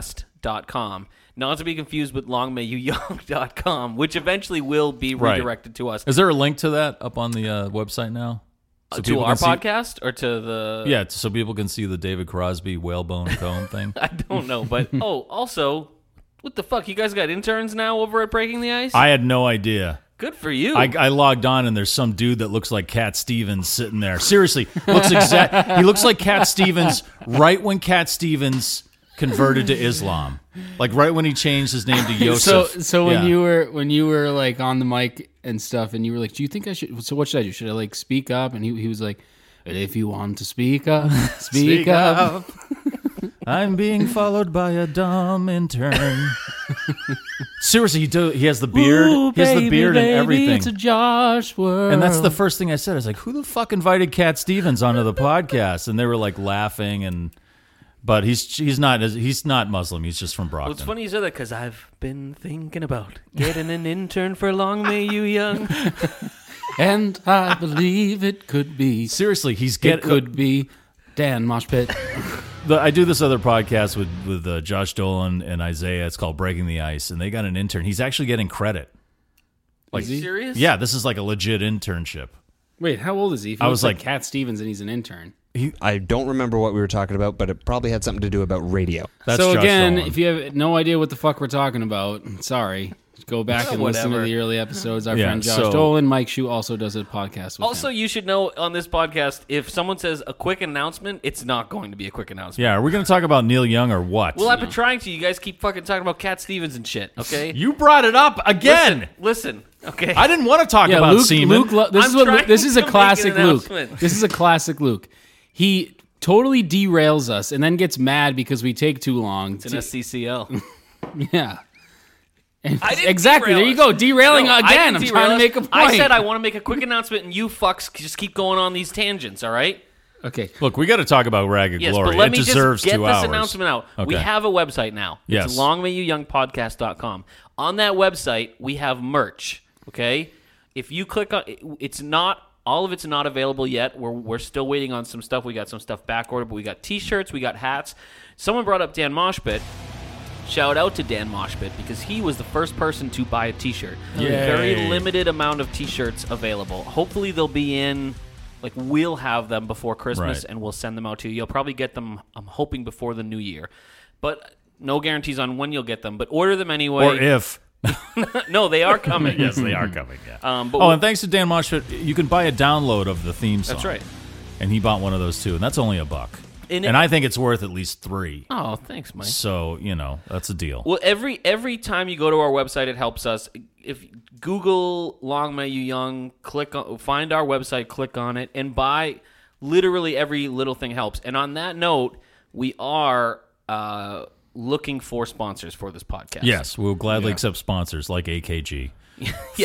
Speaker 2: podcast.com. Not to be confused with long may you young.com, which eventually will be
Speaker 3: Right.
Speaker 2: redirected to us.
Speaker 3: Is there a link to that up on the uh, website now?
Speaker 2: to
Speaker 3: So people
Speaker 2: our
Speaker 3: can see-
Speaker 2: podcast or to the
Speaker 3: Yeah, so people can see the David Crosby whalebone cone thing.
Speaker 2: I don't know, but oh, also, what the fuck? You guys got interns now over at Breaking the Ice?
Speaker 3: I had no idea.
Speaker 2: Good for you.
Speaker 3: I, I logged on and there's some dude that looks like Cat Stevens sitting there. Seriously, looks exact. he looks like Cat Stevens right when Cat Stevens converted to Islam, like right when he changed his name to
Speaker 1: so
Speaker 3: Yosef.
Speaker 1: so when
Speaker 3: Yeah.
Speaker 1: you were when you were like on the mic and stuff, and you were like, "Do you think I should? So what should I do? Should I like speak up?" And he he was like, "If you want to speak up, speak, up.
Speaker 3: I'm being followed by a dumb intern. Seriously, he do. He has the beard.
Speaker 1: Ooh,
Speaker 3: he has the
Speaker 1: baby,
Speaker 3: beard
Speaker 1: baby,
Speaker 3: and everything.
Speaker 1: It's a Josh world.
Speaker 3: and that's the first thing I said. I was like, "Who the fuck invited Cat Stevens onto the podcast?" And they were like laughing and. But he's he's not he's not Muslim. He's just from Brockton.
Speaker 2: Well, it's funny you said that because I've been thinking about getting an intern for long may you young.
Speaker 1: and I believe it could be.
Speaker 3: Seriously, he's
Speaker 1: It
Speaker 3: get
Speaker 1: could be Dan Moshpit.
Speaker 3: the- I do this other podcast with with uh, Josh Dolan and Isaiah. It's called Breaking the Ice, and they got an intern. He's actually getting credit.
Speaker 2: Are you serious?
Speaker 3: Yeah, this is like a legit internship.
Speaker 1: Wait, how old is he? If he
Speaker 3: I
Speaker 1: looks
Speaker 3: was like-
Speaker 1: Cat Stevens, and he's an intern.
Speaker 5: I don't remember what we were talking about, but it probably had something to do about radio.
Speaker 3: That's
Speaker 1: so
Speaker 3: Josh
Speaker 1: again,
Speaker 3: Dolan.
Speaker 1: if you have no idea what the fuck we're talking about, sorry. Just Go back and listen to
Speaker 2: Whatever.
Speaker 1: the early episodes. Our
Speaker 3: Yeah,
Speaker 1: friend Josh
Speaker 3: so-
Speaker 1: Dolan, Mike Shu also does a podcast with
Speaker 2: Also,
Speaker 1: him.
Speaker 2: you should know on this podcast if someone says a quick announcement, it's not going to be a quick announcement.
Speaker 3: yeah, are we going to talk about Neil Young or what?
Speaker 2: Well, I've been trying to. You guys keep fucking talking about Cat Stevens and shit. Okay.
Speaker 3: you brought it up again.
Speaker 2: Listen. Okay.
Speaker 3: I didn't want to talk
Speaker 1: yeah,
Speaker 3: about
Speaker 1: Luke,
Speaker 3: semen.
Speaker 1: Luke lo- this
Speaker 2: I'm
Speaker 1: is what Lu-
Speaker 2: trying
Speaker 1: this is
Speaker 2: to
Speaker 1: a
Speaker 2: make an
Speaker 1: classic Luke.
Speaker 2: announcement.
Speaker 1: This is a classic Luke. He totally derails us and then gets mad because we take too long.
Speaker 2: It's an
Speaker 1: to-
Speaker 2: SCCL.
Speaker 1: yeah.
Speaker 2: I didn't
Speaker 1: Exactly.
Speaker 2: derail
Speaker 1: There you
Speaker 2: us.
Speaker 1: go. Derailing
Speaker 2: No, I
Speaker 1: again. I'm
Speaker 2: didn't
Speaker 1: trying to
Speaker 2: derail
Speaker 1: make a
Speaker 2: us.
Speaker 1: point.
Speaker 2: I said I want to make a quick announcement, and you fucks just keep going on these tangents. All right.
Speaker 1: Okay.
Speaker 3: Look, we got to talk about Ragged
Speaker 2: Yes,
Speaker 3: Glory.
Speaker 2: but let
Speaker 3: it
Speaker 2: me
Speaker 3: deserves
Speaker 2: just get
Speaker 3: two
Speaker 2: this
Speaker 3: hours.
Speaker 2: announcement out. We
Speaker 3: Okay.
Speaker 2: have a website now.
Speaker 3: Yes.
Speaker 2: It's longmayyouyoungpodcast.com. On that website, we have merch, okay? If you click on it's not All of it's not available yet. We're, we're still waiting on some stuff. We got some stuff back ordered, but we got t shirts, we got hats. Someone brought up Dan Moshpit. Shout out to Dan Moshpit because he was the first person to buy a t shirt. Very limited amount of t shirts available. Hopefully, they'll be in. Like we'll have them before Christmas,
Speaker 3: Right.
Speaker 2: and we'll send them out to you. You'll probably get them. I'm hoping before the new year, but no guarantees on when you'll get them. But order them anyway.
Speaker 3: Or if.
Speaker 2: No, they are coming.
Speaker 3: yes, they are coming. Yeah.
Speaker 2: Um, but
Speaker 3: oh, and thanks to Dan Moshfit, you can buy a download of the theme song.
Speaker 2: that's right.
Speaker 3: And he bought one of those too, and that's only a buck.
Speaker 2: And
Speaker 3: And,
Speaker 2: it-
Speaker 3: I think it's worth at least three.
Speaker 2: Oh, thanks, Mike.
Speaker 3: So you know that's a deal.
Speaker 2: Well, every every time you go to our website, it helps us. If Google Long May You Young, click on, find our website, click on it, and buy. Literally every little thing helps. And on that note, we are uh, looking for sponsors for this podcast.
Speaker 3: yes, we'll gladly accept sponsors like AKG.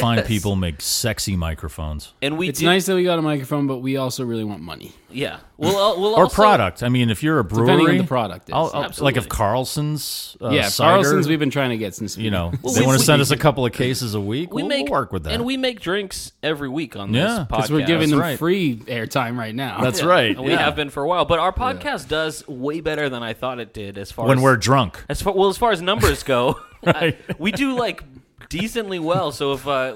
Speaker 3: Find people make sexy microphones
Speaker 2: and we
Speaker 1: It's
Speaker 2: do,
Speaker 1: nice that we got a microphone, but we also really want money.
Speaker 2: Yeah, we'll al- we'll
Speaker 3: or
Speaker 2: also,
Speaker 3: product. I mean, if you're a brewery,
Speaker 1: on the product is.
Speaker 3: I'll- I'll- like
Speaker 2: Absolutely.
Speaker 3: if Carlson's, uh,
Speaker 1: yeah,
Speaker 3: cider,
Speaker 1: Carlson's we've been trying to get since
Speaker 3: you know
Speaker 2: Well,
Speaker 3: they
Speaker 2: we-
Speaker 3: want
Speaker 2: we-
Speaker 3: to send us a couple of cases a week.
Speaker 2: We
Speaker 3: will
Speaker 2: make
Speaker 3: work with that.
Speaker 2: and we make drinks every week on
Speaker 3: Yeah,
Speaker 2: this podcast
Speaker 3: 'cause
Speaker 1: because we're giving them
Speaker 3: right.
Speaker 1: free airtime right now.
Speaker 3: that's right.
Speaker 2: And we
Speaker 3: yeah.
Speaker 2: have been for a while, but our podcast does way better than I thought it did as far
Speaker 3: when
Speaker 2: as
Speaker 3: we're drunk.
Speaker 2: As far well as far as numbers go,
Speaker 3: Right.
Speaker 2: I- we do like decently well. So if uh,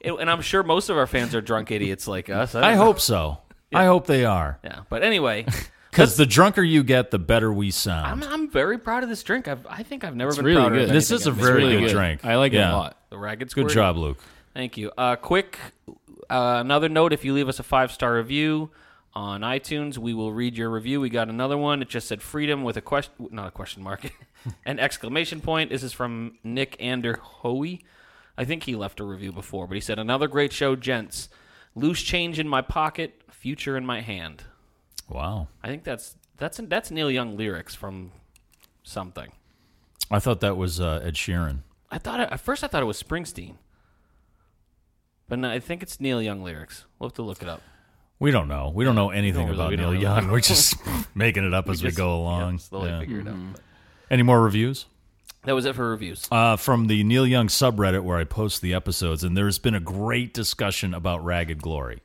Speaker 2: it- and I'm sure most of our fans are drunk idiots like us.
Speaker 3: I
Speaker 2: don't
Speaker 3: hope so. I hope they are.
Speaker 2: know. Yeah, but anyway,
Speaker 3: Because the drunker you get, the better we
Speaker 2: I'm
Speaker 3: sound.
Speaker 2: I'm very proud of this drink. I've, I think I've never
Speaker 1: It's
Speaker 2: been
Speaker 1: really
Speaker 2: prouder.
Speaker 1: good.
Speaker 2: Of
Speaker 3: This
Speaker 2: anything
Speaker 3: is a
Speaker 2: I've
Speaker 1: It's
Speaker 3: very
Speaker 1: really
Speaker 3: good drink.
Speaker 1: I like it
Speaker 3: Yeah.
Speaker 1: a lot.
Speaker 2: made. the ragged
Speaker 3: Good
Speaker 2: squirty.
Speaker 3: job, Luke.
Speaker 2: Thank you. Uh, quick, uh, another note: if you leave us a five star review on iTunes, we will read your review. We got another one. It just said "freedom" with a question, not a question mark, an exclamation point. This is from Nick Ander Hoey. I think he left a review before, but he said, "Another great show, gents. Loose change in my pocket, future in my hand."
Speaker 3: Wow.
Speaker 2: I think that's that's that's Neil Young lyrics from something.
Speaker 3: I thought that was uh, Ed Sheeran.
Speaker 2: I thought at first I thought it was Springsteen, but no, I think it's Neil Young lyrics. We'll have to look it up.
Speaker 3: We don't know. We don't know anything
Speaker 2: really-
Speaker 3: about
Speaker 2: we don't
Speaker 3: Neil
Speaker 2: know.
Speaker 3: Young. We're just making it up as we,
Speaker 2: just-
Speaker 3: go along.
Speaker 2: yeah, slowly
Speaker 3: Yeah.
Speaker 2: figure it out. But
Speaker 3: Any more reviews?
Speaker 2: That was it for reviews.
Speaker 3: Uh, from the Neil Young subreddit where I post the episodes, and there's been a great discussion about Ragged Glory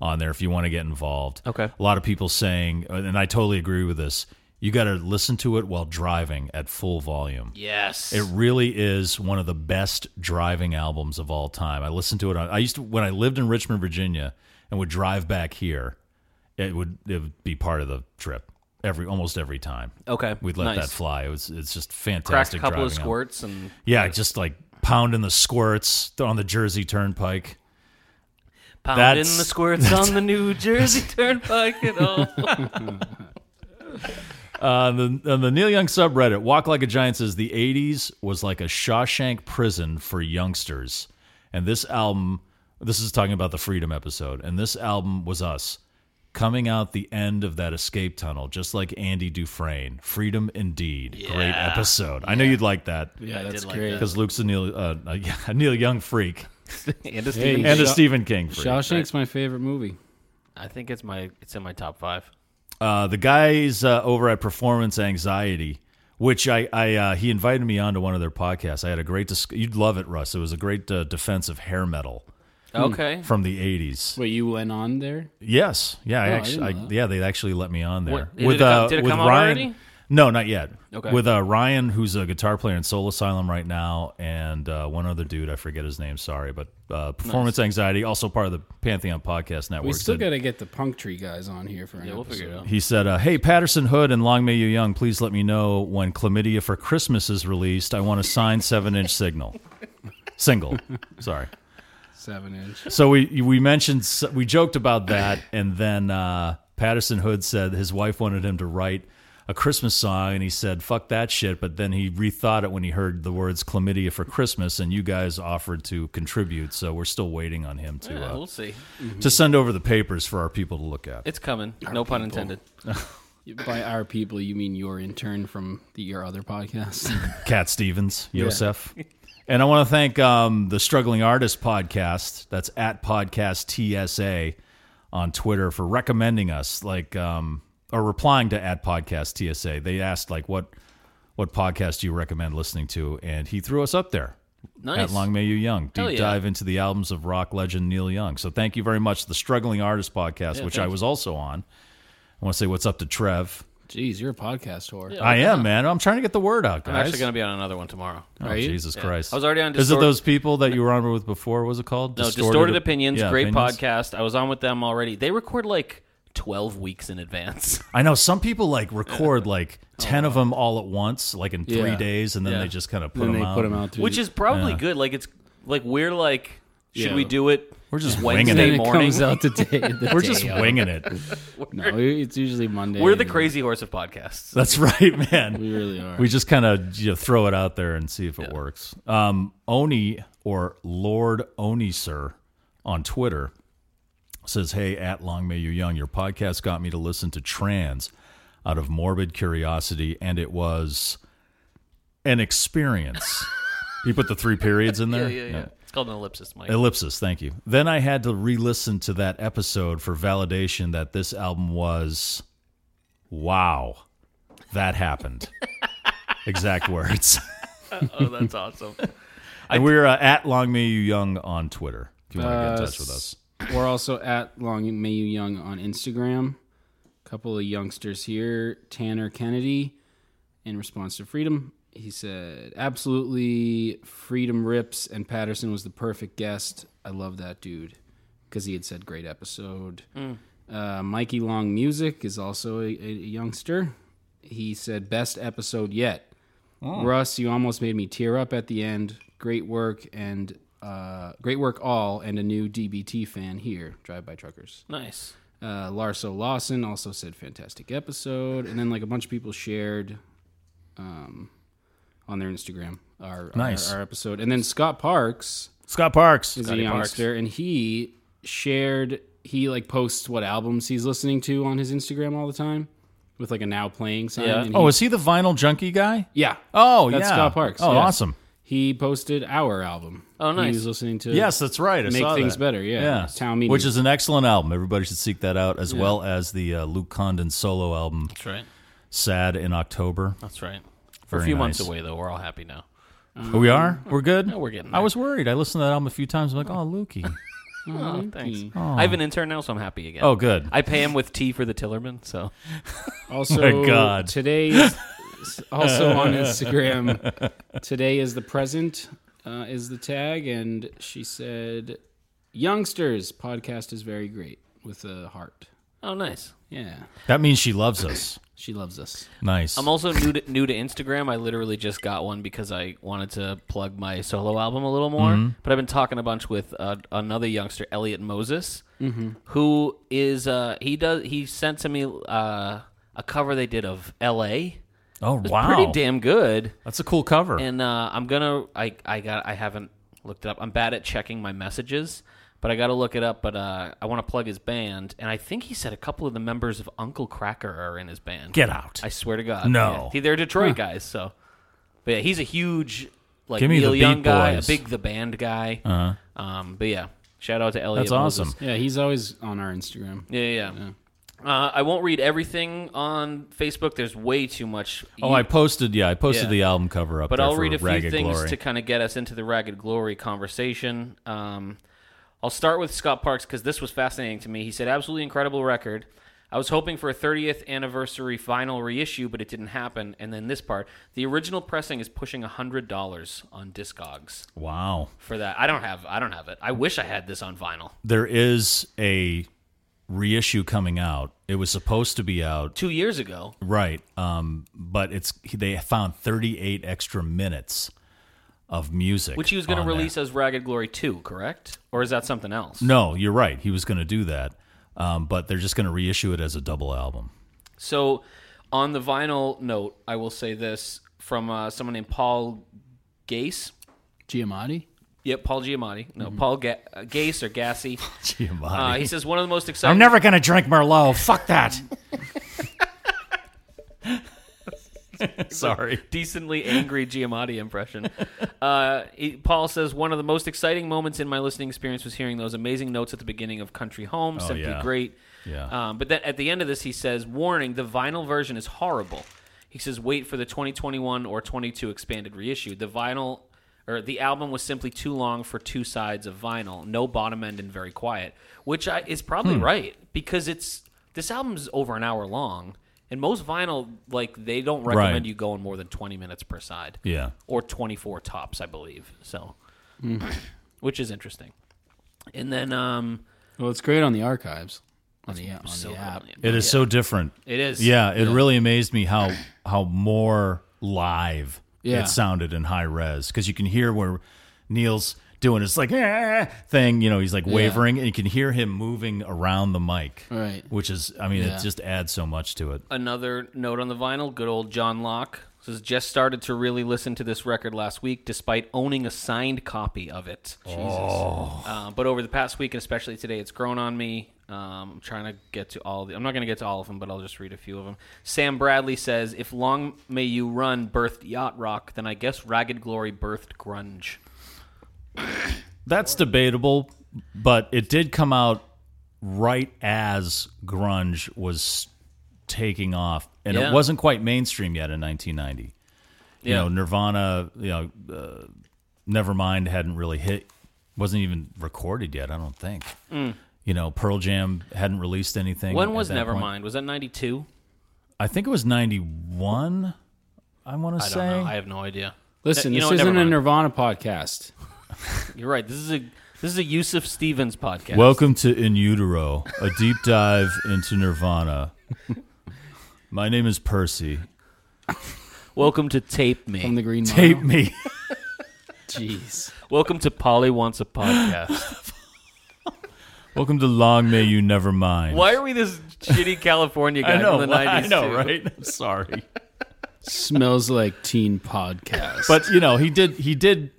Speaker 3: on there if you want to get involved.
Speaker 2: Okay.
Speaker 3: A lot of people saying, and I totally agree with this, you got to listen to it while driving at full volume.
Speaker 2: Yes.
Speaker 3: It really is one of the best driving albums of all time. I listened to it. On, I used to when I lived in Richmond, Virginia, and would drive back here. It would it would be part of the trip every almost every time.
Speaker 2: okay.
Speaker 3: We'd let
Speaker 2: nice.
Speaker 3: that fly. It was it's just
Speaker 2: Cracked
Speaker 3: fantastic.
Speaker 2: a couple of
Speaker 3: driving album.
Speaker 2: squirts and.
Speaker 3: Yeah, just like pounding the squirts on the Jersey Turnpike.
Speaker 2: Pounding
Speaker 3: That's-
Speaker 2: the squirts on the New Jersey Turnpike and all.
Speaker 3: Uh, the, on the Neil Young subreddit, Walk Like a Giant says the 80s was like a Shawshank prison for youngsters. And this album, this is talking about the Freedom episode, and this album was us coming out the end of that escape tunnel, just like Andy Dufresne. Freedom indeed. Great episode. I know you'd like that.
Speaker 1: Yeah, that's great.
Speaker 3: Because Luke's a Neil, uh, a Neil Young freak
Speaker 2: and a Stephen.
Speaker 3: and a
Speaker 1: Shaw-
Speaker 3: Stephen King freak.
Speaker 1: Shawshank's my favorite movie.
Speaker 2: I think it's my it's in my top five.
Speaker 3: Uh, the guys uh, over at Performance Anxiety, which I, I uh, he invited me onto one of their podcasts. I had a great dis- you'd love it, Russ. It was a great uh, defense of hair metal Hmm.
Speaker 2: Okay.
Speaker 3: from the '80s.
Speaker 1: Wait, you went on there?
Speaker 3: Yes, yeah,
Speaker 2: Oh,
Speaker 3: I
Speaker 1: I
Speaker 3: actually, I
Speaker 1: didn't know that.
Speaker 3: yeah, they actually let me on there uh,
Speaker 2: What- did it come- did it come out already?
Speaker 3: No, not yet.
Speaker 2: Okay.
Speaker 3: with uh, Ryan, who's a guitar player in Soul Asylum right now, and uh, one other dude, I forget his name. Sorry, but uh, Performance Anxiety, also part of the Pantheon Podcast Network.
Speaker 1: We still
Speaker 3: did-
Speaker 1: got to get the punk tree guys on here for an
Speaker 2: Yeah, we'll figure it out.
Speaker 3: He said, uh, "Hey, Patterson Hood and Long May You Young, please let me know when Chlamydia for Christmas is released. I want a signed seven-inch signal, single. Sorry."
Speaker 1: Seven inch.
Speaker 3: So we we mentioned we joked about that, and then uh, Patterson Hood said his wife wanted him to write a Christmas song, and he said, "Fuck that shit." But then he rethought it when he heard the words "Chlamydia for Christmas," and you guys offered to contribute. So we're still waiting on him to
Speaker 2: Yeah,
Speaker 3: uh,
Speaker 2: we'll see.
Speaker 3: to send over the papers for our people to look at.
Speaker 2: It's coming. no pun intended.
Speaker 1: By our people, you mean your intern from the your other podcast?
Speaker 3: Cat Stevens, Yosef. and I want to thank um, the Struggling Artist podcast. That's at Podcast TSA on Twitter for recommending us, like, um, or replying to at Podcast TSA. They asked, like, what what podcast do you recommend listening to? And he threw us up there.
Speaker 2: Nice.
Speaker 3: at Long May You Young. Deep
Speaker 2: Hell yeah.
Speaker 3: dive into the albums of rock legend Neil Young. So thank you very much. The Struggling Artist podcast,
Speaker 2: Yeah,
Speaker 3: which
Speaker 2: thank
Speaker 3: I was also on. I want to say what's up to Trev.
Speaker 1: Jeez, you're a podcast whore.
Speaker 3: I am, man. I'm trying to get the word out,
Speaker 2: Oh, I'm
Speaker 3: guys.
Speaker 2: actually going to be on another one tomorrow.
Speaker 3: Oh,
Speaker 1: Are you?
Speaker 3: Jesus Christ.
Speaker 2: I was already on
Speaker 3: Is it
Speaker 2: Distort-
Speaker 3: those people that you were on with before? What was it called?
Speaker 2: No, distorted, opinions.
Speaker 3: yeah,
Speaker 2: great
Speaker 3: Opinions.
Speaker 2: podcast. I was on with them already. They record like twelve weeks in advance.
Speaker 3: I know some people like record like 10 of them all at once, like in three
Speaker 1: Yeah.
Speaker 3: days, and then
Speaker 2: Oh, Yeah.
Speaker 3: they just kind of put
Speaker 1: And
Speaker 3: them
Speaker 1: they
Speaker 3: out.
Speaker 1: put them out to
Speaker 2: which is probably good. Like it's like we're like, should
Speaker 1: Yeah.
Speaker 2: we do it?
Speaker 3: We're just winging
Speaker 2: Wednesday
Speaker 3: it.
Speaker 1: then it
Speaker 2: morning.
Speaker 1: comes out the day. The
Speaker 3: We're
Speaker 1: day
Speaker 3: just
Speaker 1: of.
Speaker 3: winging it.
Speaker 1: No, it's usually Monday.
Speaker 2: We're the crazy horse of podcasts.
Speaker 3: That's right, man.
Speaker 1: We really are.
Speaker 3: We just kind of you know, throw it out there and see if it works. Um, Oni or Lord Oni Sir on Twitter says, "Hey, at Long May You Young, your podcast got me to listen to Trans out of morbid curiosity, and it was an experience." he put the three periods in there.
Speaker 2: Yeah, yeah. It's called an ellipsis, Mike.
Speaker 3: Ellipsis, thank you. Then I had to re listen to that episode for validation that this album was wow, that happened. exact words.
Speaker 2: oh, that's awesome.
Speaker 3: And we're uh, at Long May You Young on Twitter if you want to get
Speaker 1: Uh,
Speaker 3: in touch with us.
Speaker 1: We're also at Long May You Young on Instagram. couple of youngsters here. Tanner Kennedy, in response to Freedom, he said, Absolutely, Freedom rips, and Patterson was the perfect guest. I love that dude because he had said, Great episode. Uh, Mikey Long Music is also a, a youngster. He said, Best episode yet. Russ, you almost made me tear up at the end. Great work and uh, great work all, and a new DBT fan here, Drive By Truckers.
Speaker 2: Nice.
Speaker 1: Uh, Larso Lawson also said fantastic episode, and then like a bunch of people shared um, on their Instagram our,
Speaker 3: Nice.
Speaker 1: our our episode, and then Scott Parks
Speaker 3: Scott Parks.
Speaker 1: is a youngster, and he shared he like posts what albums he's listening to on his Instagram all the time with like a now playing sign.
Speaker 2: Yeah.
Speaker 1: and he-
Speaker 3: Oh, is he the vinyl junkie guy?
Speaker 1: yeah.
Speaker 3: Oh,
Speaker 1: That's
Speaker 3: yeah.
Speaker 1: Scott Parks.
Speaker 3: Oh,
Speaker 1: yeah.
Speaker 3: awesome.
Speaker 1: He posted our album.
Speaker 2: Oh, nice.
Speaker 1: He was listening to
Speaker 3: Yes, that's right. I
Speaker 1: Make
Speaker 3: saw
Speaker 1: Things
Speaker 3: that.
Speaker 1: Better, yeah.
Speaker 3: Yeah.
Speaker 1: Town Meeting.
Speaker 3: Which is an excellent album. Everybody should seek that out, as well as the uh, Luke Condon solo album,
Speaker 2: That's right.
Speaker 3: Sad in October.
Speaker 2: That's right. We're
Speaker 3: Very
Speaker 2: a few
Speaker 3: nice.
Speaker 2: months away though. We're all happy now.
Speaker 3: We are. We're good.
Speaker 2: Mm-hmm. we're getting
Speaker 3: I
Speaker 2: there.
Speaker 3: was worried. I listened to that album a few times. I'm like, oh, Lukey.
Speaker 2: Oh, thanks. I have an intern now, so I'm happy again.
Speaker 3: Oh, good.
Speaker 2: I pay him with tea for the Tillerman, so
Speaker 1: Also,
Speaker 3: My God.
Speaker 1: today is also on Instagram. Today is the present uh, is the tag, and she said, "Youngsters podcast is very great with a heart."
Speaker 2: oh nice.
Speaker 1: Yeah,
Speaker 3: That means she loves us.
Speaker 1: she loves us.
Speaker 3: Nice.
Speaker 2: I'm also new to, new to Instagram. I literally just got one because I wanted to plug my solo album a little more. But I've been talking a bunch with uh, another youngster, Elliot Moses, who is uh, he does he sent to me uh, a cover they did of L.A.
Speaker 3: oh,
Speaker 2: It was
Speaker 3: wow.
Speaker 2: pretty damn good.
Speaker 3: That's a cool cover.
Speaker 2: And uh, I'm gonna I I got I haven't looked it up. I'm bad at checking my messages, but I got to look it up. But uh, I want to plug his band, and I think he said a couple of the members of Uncle Cracker are in his band.
Speaker 3: Get out.
Speaker 2: I swear to God.
Speaker 3: No.
Speaker 2: Yeah. See, They're Detroit guys, so. But yeah, he's a huge, like,
Speaker 3: Give me
Speaker 2: Neil
Speaker 3: the
Speaker 2: Young
Speaker 3: Beat
Speaker 2: guy, a
Speaker 3: Boys.
Speaker 2: big The Band guy. Uh-huh. Um, but yeah, shout out to Elliot.
Speaker 3: That's
Speaker 2: Moses.
Speaker 3: awesome.
Speaker 1: Yeah, he's always on our Instagram.
Speaker 2: Yeah, yeah. yeah. Uh, I won't read everything on Facebook. There's way too much.
Speaker 3: Oh, I posted. Yeah, I posted
Speaker 2: E Yeah.
Speaker 3: the album cover up.
Speaker 2: but
Speaker 3: there
Speaker 2: I'll
Speaker 3: for
Speaker 2: read a few
Speaker 3: Ragged
Speaker 2: things
Speaker 3: Glory.
Speaker 2: to kind of get us into the Ragged Glory conversation. Um, I'll start with Scott Parks because this was fascinating to me. He said, absolutely incredible record. I was hoping for a 30th anniversary vinyl reissue, but it didn't happen. And then this part the original pressing is pushing $100 on Discogs
Speaker 3: Wow,
Speaker 2: for that. I don't have I don't have it. I wish I had this on vinyl.
Speaker 3: there is a reissue coming out. It was supposed to be out,
Speaker 2: 2 years ago.
Speaker 3: right? Um, but it's they found 38 extra minutes of music,
Speaker 2: Which he was going to
Speaker 3: on there.
Speaker 2: release as Ragged Glory 2, correct? Or is that something else?
Speaker 3: No, you're right. He was going to do that, um, but they're just going to reissue it as a double album.
Speaker 2: So, on the vinyl note, I will say this from uh, someone named Paul Gase.
Speaker 1: Giamatti.
Speaker 2: Yep, Paul Giamatti. No, Paul Ga- uh, Gase or Gassy. Uh,
Speaker 3: Mm-hmm. Giamatti.
Speaker 2: he says one of the most exciting.
Speaker 3: I'm never going to drink Merlot. Fuck that. Sorry.
Speaker 2: decently angry Giamatti impression. Uh, he- Paul says one of the most exciting moments in my listening experience was hearing those amazing notes at the beginning of "Country Home." simply
Speaker 3: Oh, yeah.
Speaker 2: great.
Speaker 3: Yeah.
Speaker 2: Um, but then at the end of this, he says, "Warning: the vinyl version is horrible." He says, "Wait for the 2021 or 22 expanded reissue. The vinyl or the album was simply too long for two sides of vinyl, no bottom end and very quiet, which I, is probably
Speaker 3: Hmm.
Speaker 2: right because it's this album's over an hour long, and most vinyl like they don't recommend
Speaker 3: Right.
Speaker 2: you going more than twenty minutes per side,
Speaker 3: Yeah.
Speaker 2: or twenty four tops, I believe. So, which is interesting. And then um,
Speaker 1: Well, it's great on the archives. On the, on
Speaker 2: so
Speaker 1: the app.
Speaker 3: It is so different.
Speaker 2: It is.
Speaker 3: Yeah, it really amazed me how how more live
Speaker 1: Yeah.
Speaker 3: it sounded in high res because you can hear where Neil's doing his like "Ah," thing. You know, he's like wavering, and you can hear him moving around the mic.
Speaker 1: Right.
Speaker 3: Which is, I mean,
Speaker 1: Yeah.
Speaker 3: it just adds so much to it.
Speaker 2: another note on the vinyl, good old John Locke says just started to really listen to this record last week, despite owning a signed copy of it. Jesus.
Speaker 3: Oh.
Speaker 2: Uh, but over the past week, and especially today, it's grown on me. Um, I'm trying to get to all the. I'm not going to get to all of them, but I'll just read a few of them. Sam Bradley says, "If Long May You Run birthed yacht rock, then I guess Ragged Glory birthed grunge."
Speaker 3: That's debatable, but it did come out right as grunge was taking off, and
Speaker 2: Yeah.
Speaker 3: it wasn't quite mainstream yet in 1990. You
Speaker 2: Yeah.
Speaker 3: know, Nirvana, you know, uh, Nevermind hadn't really hit, wasn't even recorded yet. I don't think. You know, Pearl Jam hadn't released anything.
Speaker 2: Mm. When
Speaker 3: at
Speaker 2: was
Speaker 3: that point.
Speaker 2: Nevermind? Was that '92?
Speaker 3: I think it was 91. I want to
Speaker 2: I
Speaker 3: say.
Speaker 2: don't know. I have no idea.
Speaker 1: Listen,
Speaker 2: You
Speaker 1: this
Speaker 2: know what,
Speaker 1: isn't
Speaker 2: never
Speaker 1: a
Speaker 2: mind.
Speaker 1: Nirvana podcast.
Speaker 2: You're right. This is a this is a Yusuf Stevens podcast.
Speaker 3: Welcome to In Utero, a deep dive into Nirvana. My name is Percy.
Speaker 2: Welcome to Tape Me.
Speaker 1: From the Green Mile.
Speaker 3: Tape me.
Speaker 1: Jeez.
Speaker 2: Welcome to Polly Wants a Podcast.
Speaker 3: Welcome to Long May You Never Mind.
Speaker 2: Why are we this shitty California guy
Speaker 3: I know.
Speaker 2: from the 90s?
Speaker 3: I know,
Speaker 2: too?
Speaker 3: right? I'm sorry.
Speaker 1: Smells like teen podcast.
Speaker 3: But you know, he did he did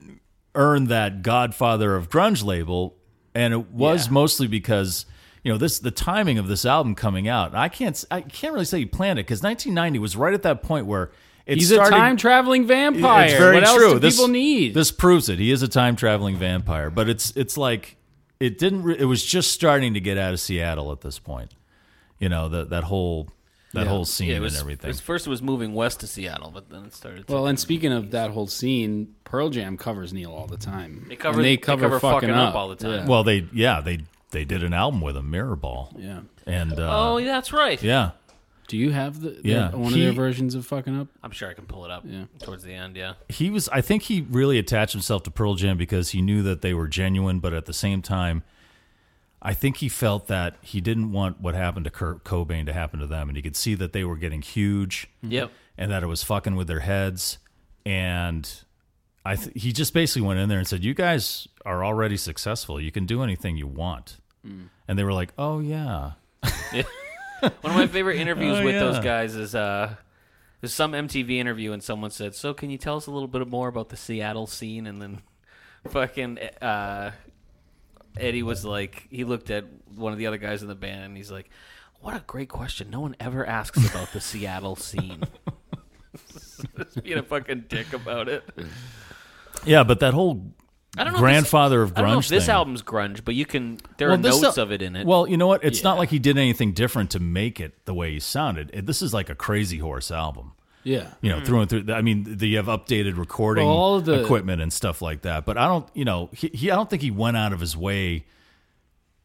Speaker 3: earn that Godfather of Grunge label, and it was mostly because you know this the timing of this album coming out. I can't s- I can't really say he planned it because 1990 was right at that point where it
Speaker 1: He's
Speaker 3: started,
Speaker 1: a time traveling vampire.
Speaker 3: It's very
Speaker 1: what else
Speaker 3: true.
Speaker 1: do
Speaker 3: this,
Speaker 1: people need?
Speaker 3: This proves it. He is a time traveling vampire, but it's it's like it didn't. Re- it was just starting to get out of Seattle at this point. You know that that whole that whole scene
Speaker 2: Yeah, it was,
Speaker 3: and everything.
Speaker 2: it's- first, it was moving west to Seattle, but then it started. To,
Speaker 1: well, and speaking of that whole scene, Pearl Jam covers Neil all the time.
Speaker 2: They cover-
Speaker 1: And
Speaker 2: they cover fucking up all the time.
Speaker 3: well, they yeah they they did an album with him, Mirrorball,
Speaker 1: Yeah. yeah.
Speaker 3: and uh,
Speaker 2: oh, yeah, that's right.
Speaker 3: yeah,
Speaker 1: Do you have the, the-
Speaker 3: Yeah.
Speaker 1: one
Speaker 3: He-
Speaker 1: of their versions of fucking up?
Speaker 2: I'm sure I can pull it up towards the end. Yeah,
Speaker 3: he was. I think he really attached himself to Pearl Jam because he knew that they were genuine, but at the same time. I think he felt that he didn't want what happened to Kurt Cobain to happen to them, and he could see that they were getting huge.
Speaker 2: yep.
Speaker 3: and that it was fucking with their heads. And I, th- he just basically went in there and said, "You guys are already successful. You can do anything you want."
Speaker 2: Mm.
Speaker 3: And they were like, "Oh yeah,
Speaker 2: One of my favorite interviews
Speaker 3: Oh,
Speaker 2: with
Speaker 3: yeah.
Speaker 2: those guys is uh, there's some MTV interview, and someone said, "So, can you tell us a little bit more about the Seattle scene?" And then fucking uh, Eddie was like, he looked at one of the other guys in the band, and he's like, "What a great question! No one ever asks about the Seattle scene." Just being a fucking dick about it.
Speaker 3: yeah." But that whole
Speaker 2: I don't know.
Speaker 3: grandfather
Speaker 2: if
Speaker 3: of
Speaker 2: this, I
Speaker 3: grunge
Speaker 2: don't know if this
Speaker 3: thing-
Speaker 2: album's grunge, but you can. There are
Speaker 3: this
Speaker 2: notes
Speaker 3: al-
Speaker 2: of it in it.
Speaker 3: Well, you know what? It's not like he did anything different to make it the way he sounded. It- this is like a Crazy Horse album.
Speaker 1: Yeah.
Speaker 3: you know, through and through. I mean, the, you have updated recording
Speaker 1: Mm-hmm. Well, all of the-
Speaker 3: equipment and stuff like that. But I don't, you know, he, he I don't think he went out of his way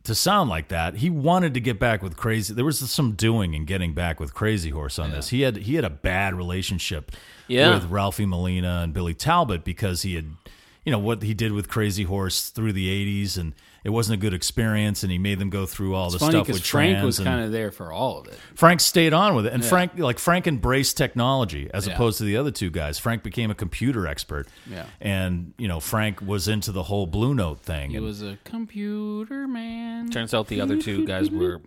Speaker 3: to sound like that. He wanted to get back with Crazy. There was some doing and getting back with Crazy Horse on this. He had he had a bad relationship
Speaker 2: Yeah.
Speaker 3: with Ralphie Molina and Billy Talbot because he had, you know, what he did with Crazy Horse through the '80s and. It wasn't a good experience, and he made them go through all the
Speaker 1: Funny
Speaker 3: stuff
Speaker 1: because
Speaker 3: with
Speaker 1: Frank
Speaker 3: trans
Speaker 1: was
Speaker 3: and-
Speaker 1: kind of there for all of it.
Speaker 3: Frank stayed on with it, and Frank like Frank embraced technology as opposed to the other two guys. Frank became a computer expert,
Speaker 1: Yeah.
Speaker 3: and you know Frank was into the whole Blue Note thing.
Speaker 1: He
Speaker 3: and-
Speaker 1: was a computer man.
Speaker 2: Turns out the other two guys were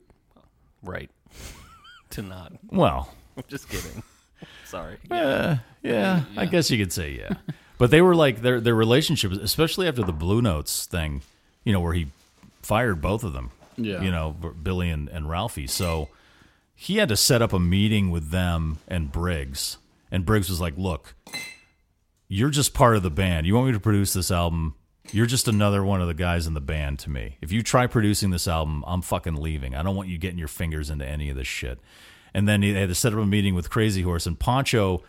Speaker 2: right to not.
Speaker 3: well,
Speaker 2: Just kidding. Sorry.
Speaker 3: yeah, I guess you could say yeah, but they were like their their relationship, especially after the Blue Notes thing, you know, where he fired both of them,
Speaker 1: Yeah.
Speaker 3: you know, B- Billy and, and Ralphie. So he had to set up a meeting with them and Briggs, and Briggs was like, "Look, you're just part of the band. You want me to produce this album? You're just another one of the guys in the band to me. If you try producing this album, I'm fucking leaving. I don't want you getting your fingers into any of this shit. And then they had to set up a meeting with Crazy Horse, and Poncho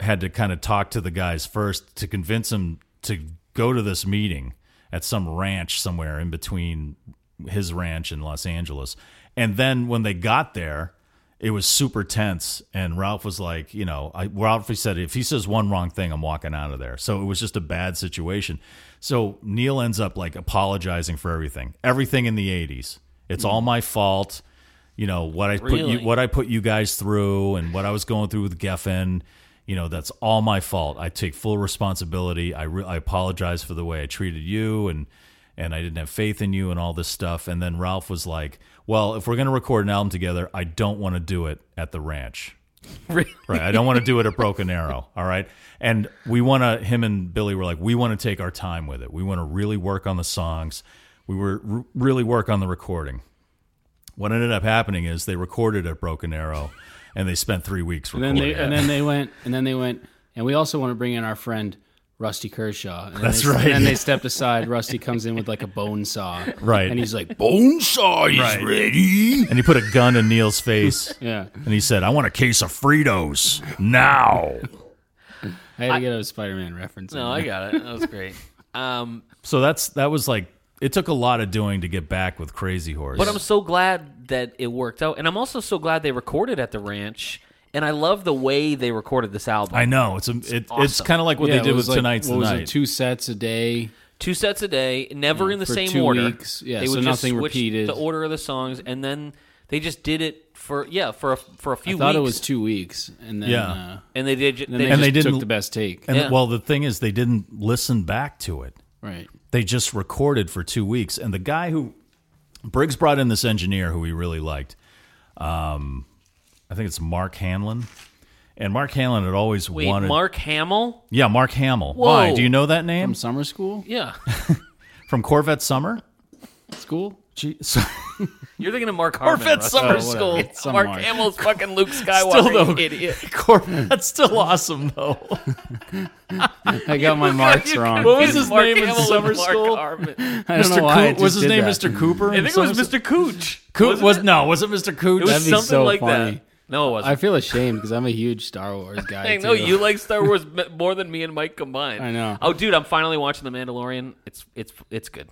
Speaker 3: had to kind of talk to the guys first to convince him to go to this meeting at some ranch somewhere in between his ranch in Los Angeles. And then when they got there, it was super tense. And Ralph was like, you know, I, Ralph he said, if he says one wrong thing, I'm walking out of there. So it was just a bad situation. So Neil ends up like apologizing for everything, everything in the 80s. It's all my fault. You know what I put you
Speaker 2: Really?
Speaker 3: what I put you guys through and what I was going through with Geffen. You know that's all my fault. I take full responsibility. I re- I apologize for the way I treated you and and I didn't have faith in you and all this stuff. And then Ralph was like, "Well, if we're going to record an album together, I don't want to do it at the ranch. Right? I don't want to do it at Broken Arrow. All right? And we want to. Him and Billy were like, we want to take our time with it. We want to really work on the songs. We were r- really work on the recording. What ended up happening is they recorded at Broken Arrow, and they spent three weeks
Speaker 1: And then
Speaker 3: recording.
Speaker 1: they and
Speaker 3: it.
Speaker 1: then they went and then they went and we also want to bring in our friend Rusty Kershaw. And then
Speaker 3: That's
Speaker 1: they,
Speaker 3: right.
Speaker 1: And then they stepped aside. Rusty comes in with like a bone saw.
Speaker 3: Right.
Speaker 1: And he's like,
Speaker 3: Bonesaw is ready. And he put a gun in Neil's face.
Speaker 1: yeah,
Speaker 3: And he said, I want a case of Fritos now.
Speaker 1: I had to get a Spider Man reference. in
Speaker 2: No,
Speaker 1: there.
Speaker 2: I got it. That was great. Um,
Speaker 3: so that's that was like it took a lot of doing to get back with Crazy Horse.
Speaker 2: but I'm so glad that it worked out, and I'm also so glad they recorded at the ranch. And I love the way they recorded this album.
Speaker 3: I know it's a, it, it's
Speaker 2: awesome.
Speaker 3: kind of like what
Speaker 1: Yeah,
Speaker 3: they
Speaker 1: it
Speaker 3: did
Speaker 1: was
Speaker 3: with
Speaker 1: like-
Speaker 3: tonight's
Speaker 1: what
Speaker 3: the
Speaker 1: was it,
Speaker 3: night.
Speaker 1: two sets a day.
Speaker 2: two sets a day, never in the
Speaker 1: for
Speaker 2: same
Speaker 1: two
Speaker 2: order.
Speaker 1: weeks. Yeah,
Speaker 2: they
Speaker 1: so
Speaker 2: would just
Speaker 1: nothing
Speaker 2: switch
Speaker 1: repeated.
Speaker 2: The order of the songs, and then they just did it for yeah for a, for a few.
Speaker 1: I thought
Speaker 2: weeks,
Speaker 1: it was two weeks, and then
Speaker 3: Yeah.
Speaker 1: uh,
Speaker 2: and they did. ju-
Speaker 1: then
Speaker 2: they
Speaker 1: they
Speaker 3: And
Speaker 1: just
Speaker 3: they didn't-
Speaker 1: took the best take.
Speaker 3: and
Speaker 2: yeah.
Speaker 3: well, the thing is, they didn't listen back to it.
Speaker 1: right.
Speaker 3: They just recorded for two weeks, and the guy who Briggs brought in this engineer who he really liked. Um, I think it's Mark Hanlon, and Mark Hanlon had always
Speaker 2: wait,
Speaker 3: wanted.
Speaker 2: Mark Hamill.
Speaker 3: yeah, Mark Hamill. Why
Speaker 2: Whoa.
Speaker 3: do you know that name
Speaker 1: From summer school?
Speaker 2: Yeah,
Speaker 3: from Corvette Summer?
Speaker 1: School?
Speaker 3: Gee, so-
Speaker 2: you're thinking of Mark Harmon.
Speaker 3: Fitz
Speaker 2: Russ.
Speaker 3: Summer
Speaker 2: Oh,
Speaker 1: School.
Speaker 2: whatever.
Speaker 1: Some
Speaker 2: Mark
Speaker 1: Mark.
Speaker 2: Hamill's fucking Luke
Speaker 3: Still
Speaker 2: Skywalker,
Speaker 3: though.
Speaker 2: you idiot.
Speaker 3: Corvette's still awesome though.
Speaker 1: I got my marks
Speaker 2: You
Speaker 1: wrong.
Speaker 3: What was
Speaker 2: confused
Speaker 3: his
Speaker 2: Mark
Speaker 3: name in
Speaker 2: Hamill and
Speaker 3: summer
Speaker 2: Mark
Speaker 3: school?
Speaker 2: Harmon.
Speaker 1: I don't know why I just
Speaker 3: was his
Speaker 1: did
Speaker 3: name
Speaker 1: that.
Speaker 3: Mr. Cooper?
Speaker 2: I think it was Mr. Cooch.
Speaker 3: Cooch
Speaker 2: wasn't
Speaker 3: was
Speaker 2: it?
Speaker 3: no, was it Mr. Cooch?
Speaker 2: It was
Speaker 1: That'd be
Speaker 2: something
Speaker 1: so
Speaker 2: like
Speaker 1: funny.
Speaker 2: that. No, it
Speaker 1: I
Speaker 2: wasn't.
Speaker 1: feel ashamed because I'm a huge Star Wars guy.
Speaker 2: I know
Speaker 1: too.
Speaker 2: you like Star Wars m- more than me and Mike combined.
Speaker 1: I know.
Speaker 2: Oh, dude, I'm finally watching The Mandalorian. It's it's it's good.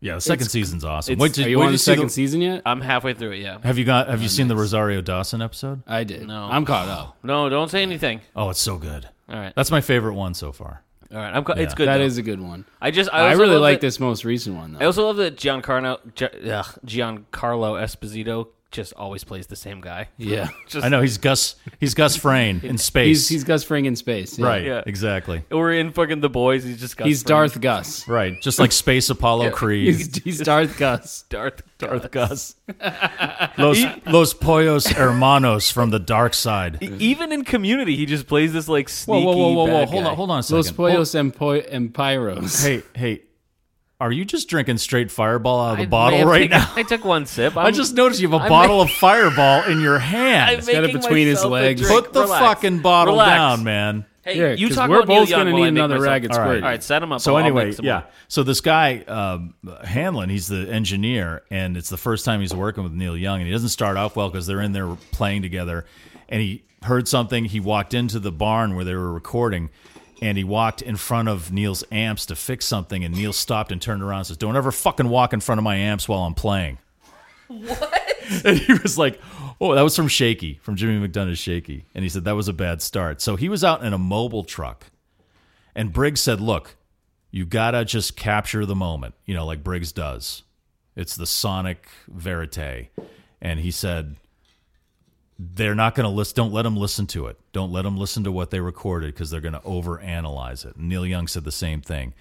Speaker 3: yeah, the second season's awesome.
Speaker 2: it's-
Speaker 3: Wait, did,
Speaker 1: Are you
Speaker 3: wait,
Speaker 1: on
Speaker 3: did
Speaker 1: the
Speaker 3: see
Speaker 1: second season Oh, yet?
Speaker 2: I'm halfway through it. Yeah.
Speaker 3: Have you got? Have you seen the Rosario Dawson episode?
Speaker 1: I did.
Speaker 2: No.
Speaker 1: I'm caught up.
Speaker 2: No, don't say anything.
Speaker 3: Oh, it's so good.
Speaker 2: All right.
Speaker 3: That's my favorite one so far.
Speaker 2: All right. I'm. Co- It's
Speaker 3: Yeah.
Speaker 2: good.
Speaker 1: That
Speaker 2: though.
Speaker 1: is a good one.
Speaker 2: I just.
Speaker 1: I,
Speaker 2: I, also
Speaker 1: really
Speaker 2: love
Speaker 1: like
Speaker 2: that-
Speaker 1: this most recent one
Speaker 2: I
Speaker 1: though.
Speaker 2: also love that Giancarlo Gi- ugh, Giancarlo Esposito just always plays the same guy.
Speaker 1: yeah,
Speaker 3: I know he's Gus. He's Gus Frayne in
Speaker 1: he's
Speaker 3: space.
Speaker 1: he's Gus Fring in space. yeah.
Speaker 3: right.
Speaker 2: Yeah.
Speaker 3: Exactly.
Speaker 2: We're in fucking the boys. He's just got
Speaker 1: He's
Speaker 2: friends.
Speaker 1: Darth Gus.
Speaker 3: Right. Just like space Apollo Creed.
Speaker 1: He's, he's Darth Gus.
Speaker 2: Darth
Speaker 3: Darth Gus. Los, los pollos hermanos from the dark side.
Speaker 2: E, Even in Community, he just plays this like
Speaker 3: Whoa,
Speaker 2: sneaky.
Speaker 3: whoa, whoa, whoa, whoa!
Speaker 2: bad
Speaker 3: Hold
Speaker 2: guy.
Speaker 3: on, hold on a second.
Speaker 1: Los
Speaker 3: Hold-
Speaker 1: Pollos Empo- Empiros.
Speaker 3: Hey, hey, are you just drinking straight Fireball out of the
Speaker 2: I may
Speaker 3: bottle
Speaker 2: have
Speaker 3: right
Speaker 2: taken-
Speaker 3: now?
Speaker 2: I took one sip.
Speaker 3: I
Speaker 2: I'm-
Speaker 3: just noticed you have a
Speaker 2: I'm
Speaker 3: bottle of Fireball in your hand.
Speaker 2: I'm
Speaker 1: got it
Speaker 2: making
Speaker 1: between his
Speaker 2: myself a
Speaker 1: legs.
Speaker 2: drink.
Speaker 3: Put the
Speaker 2: Relax.
Speaker 3: fucking bottle
Speaker 2: Relax.
Speaker 3: down, man.
Speaker 2: Hey,
Speaker 1: Yeah,
Speaker 2: you
Speaker 1: 'cause
Speaker 2: talk
Speaker 1: we're
Speaker 2: about Neil
Speaker 1: both gonna
Speaker 2: Young while
Speaker 1: need
Speaker 2: I make
Speaker 1: another
Speaker 2: myself-
Speaker 1: ragged
Speaker 2: All right.
Speaker 1: squirt.
Speaker 2: All right, set him up.
Speaker 3: So
Speaker 2: I'll- I'll
Speaker 3: anyway,
Speaker 2: make some
Speaker 3: yeah.
Speaker 2: more.
Speaker 3: So this guy um, Hanlon, he's the engineer, and it's the first time he's working with Neil Young, and he doesn't start off well because they're in there playing together, and he heard something. He walked into the barn where they were recording. And he walked in front of Neil's amps to fix something, and Neil stopped and turned around and says, "Don't ever fucking walk in front of my amps while I'm playing." What? And he was like, "Oh, that was from Shaky, from Jimmy McDonough's Shaky," and he said that was a bad start. So he was out in a mobile truck, and Briggs said, "Look, you gotta just capture the moment, you know, like Briggs does. It's the sonic verite. And he said, they're not gonna listen. Don't let them listen to it. Don't let them listen to what they recorded because they're gonna overanalyze it. And Neil Young said the same thing.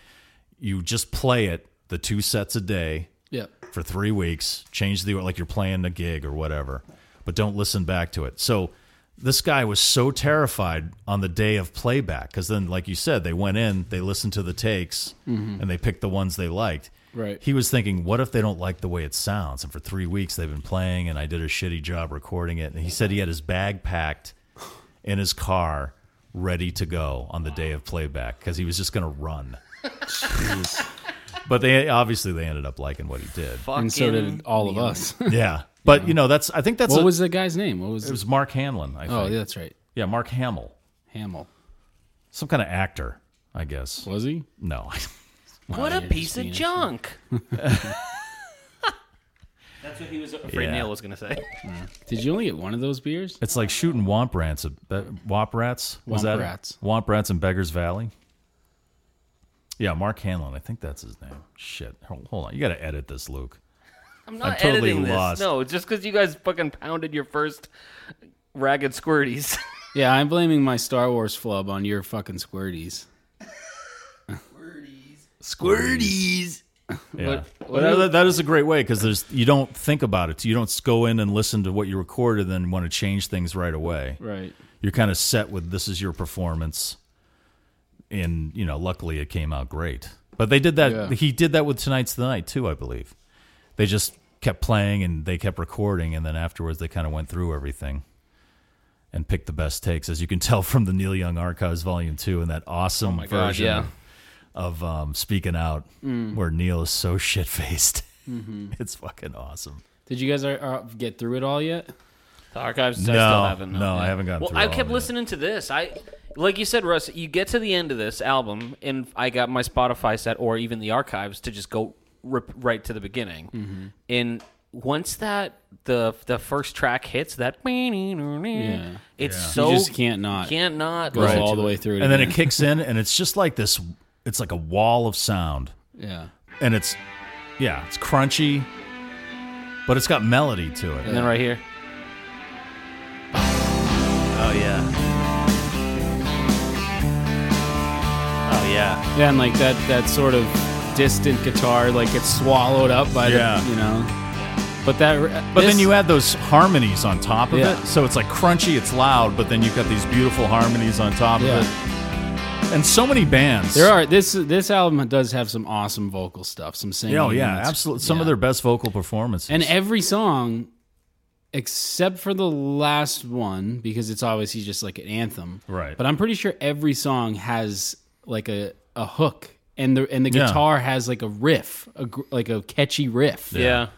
Speaker 3: You just play it the two sets a day
Speaker 1: Yeah.
Speaker 3: for three weeks, change the like you're playing a gig or whatever, but don't listen back to it. So this guy was so terrified on the day of playback because then, like you said, they went in, they listened to the takes, and they picked the ones they liked.
Speaker 1: Right.
Speaker 3: He was thinking, what if they don't like the way it sounds? And for three weeks they've been playing, and I did a shitty job recording it. And he said he had his bag packed in his car, ready to go on the day of playback because he was just going to run. But they obviously they ended up liking what he did.
Speaker 1: And so
Speaker 2: Oh,
Speaker 1: did all of us.
Speaker 3: Yeah, but you know that's. I think that's.
Speaker 1: what
Speaker 3: a-
Speaker 1: was Oh, the guy's name? What was?
Speaker 3: it? Was Mark Hanlon? I think.
Speaker 1: oh, yeah, that's right.
Speaker 3: Yeah, Mark Hamill,
Speaker 1: Hamill.
Speaker 3: some kind of actor. I guess.
Speaker 1: Was he?
Speaker 3: No.
Speaker 2: What a piece of
Speaker 1: Christina.
Speaker 2: junk. That's what he was afraid
Speaker 3: Yeah.
Speaker 2: Neil was going to say.
Speaker 1: Did you only get one of those beers?
Speaker 3: It's like shooting womp rats. At, uh, womp rats? Was
Speaker 1: Womp
Speaker 3: that it?
Speaker 1: rats.
Speaker 3: Womp rats in Beggar's Valley. Yeah, Mark Hanlon. I think that's his name. Shit. Hold, hold on. You got to edit this, Luke.
Speaker 2: I'm not
Speaker 3: I'm totally
Speaker 2: editing this.
Speaker 3: lost.
Speaker 2: No, just because you guys fucking pounded your first ragged squirties.
Speaker 1: Yeah, I'm blaming my Star Wars flub on your fucking squirties.
Speaker 2: Squirties.
Speaker 3: Yeah. Well, that, that is a great way because there's you don't think about it. You don't s- go in and listen to what you record and then want to change things right away.
Speaker 1: Right.
Speaker 3: You're kind of set with this is your performance, and you know, luckily it came out great. But they did that.
Speaker 1: Yeah.
Speaker 3: He did that with tonight's the night too, I believe. They just kept playing and they kept recording, and then afterwards they kind of went through everything and picked the best takes, as you can tell from the Neil Young Archives Volume Two and that awesome
Speaker 2: God,
Speaker 3: version
Speaker 2: yeah.
Speaker 3: of um, speaking out where Neil is so shit faced. it's fucking awesome.
Speaker 1: Did you guys uh, uh, get through it all yet?
Speaker 2: The archives I
Speaker 3: No,
Speaker 2: still haven't.
Speaker 3: no, I haven't gotten
Speaker 2: Well,
Speaker 3: through
Speaker 2: I
Speaker 3: all of
Speaker 2: kept
Speaker 3: it.
Speaker 2: listening to this. I, like you said, Russ, you get to the end of this album, and I got my Spotify set or even the archives to just go rip right to the beginning.
Speaker 3: Mm-hmm.
Speaker 2: And once that the the first track hits, that it's so
Speaker 1: you just can't not
Speaker 2: can't not
Speaker 1: go
Speaker 2: listen
Speaker 1: all
Speaker 2: to
Speaker 1: the
Speaker 2: it.
Speaker 1: way through it.
Speaker 3: And then it
Speaker 1: again.
Speaker 3: kicks in, and it's just like this. It's like a wall of sound,
Speaker 1: yeah.
Speaker 3: and it's yeah, it's crunchy, but it's got melody to it.
Speaker 2: And then right here. Oh yeah. Oh yeah.
Speaker 1: Yeah, and like that that sort of distant guitar like gets swallowed up by
Speaker 3: Yeah.
Speaker 1: the you know. But that
Speaker 3: But then you add those harmonies on top of
Speaker 1: Yeah.
Speaker 3: it, so it's like crunchy, it's loud, but then you've got these beautiful harmonies on top
Speaker 1: Yeah.
Speaker 3: of it, and so many bands.
Speaker 1: there are this this album does have some awesome vocal stuff, some singing.
Speaker 3: Oh yeah,
Speaker 1: and it's-
Speaker 3: absolutely. Some
Speaker 1: yeah.
Speaker 3: of their best vocal performances.
Speaker 1: And every song, except for the last one, because it's obviously just like an anthem.
Speaker 3: Right.
Speaker 1: But I'm pretty sure every song has like a, a hook, and the and the
Speaker 3: Yeah.
Speaker 1: guitar has like a riff, a, gr- like a catchy riff.
Speaker 2: Yeah.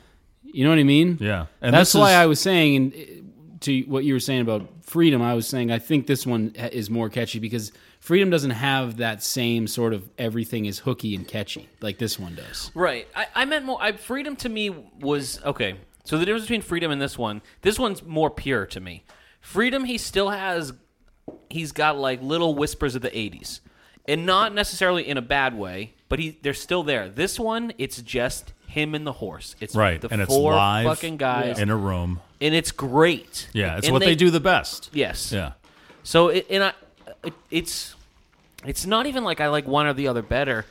Speaker 1: You know what I mean?
Speaker 3: yeah, and
Speaker 1: And that's
Speaker 3: this
Speaker 1: why
Speaker 3: is-
Speaker 1: I was saying and uh, to what you were saying about freedom. I was saying I think this one ha- is more catchy because freedom doesn't have that same sort of everything is hooky and catchy like this one does.
Speaker 2: Right. I, I meant more. I, freedom to me was okay. So the difference between freedom and this one, this one's more pure to me. Freedom, he still has, he's got like little whispers of the '80s, and not necessarily in a bad way, but he they're still there. This one, it's just him and the horse. It's
Speaker 3: right,
Speaker 2: the
Speaker 3: and it's
Speaker 2: four
Speaker 3: live
Speaker 2: fucking guys,
Speaker 3: in a room.
Speaker 2: and it's great.
Speaker 3: Yeah, it's
Speaker 2: And
Speaker 3: what they, do the best.
Speaker 2: Yes.
Speaker 3: Yeah.
Speaker 2: So it, and I, it, it's it's not even like I like one or the other better.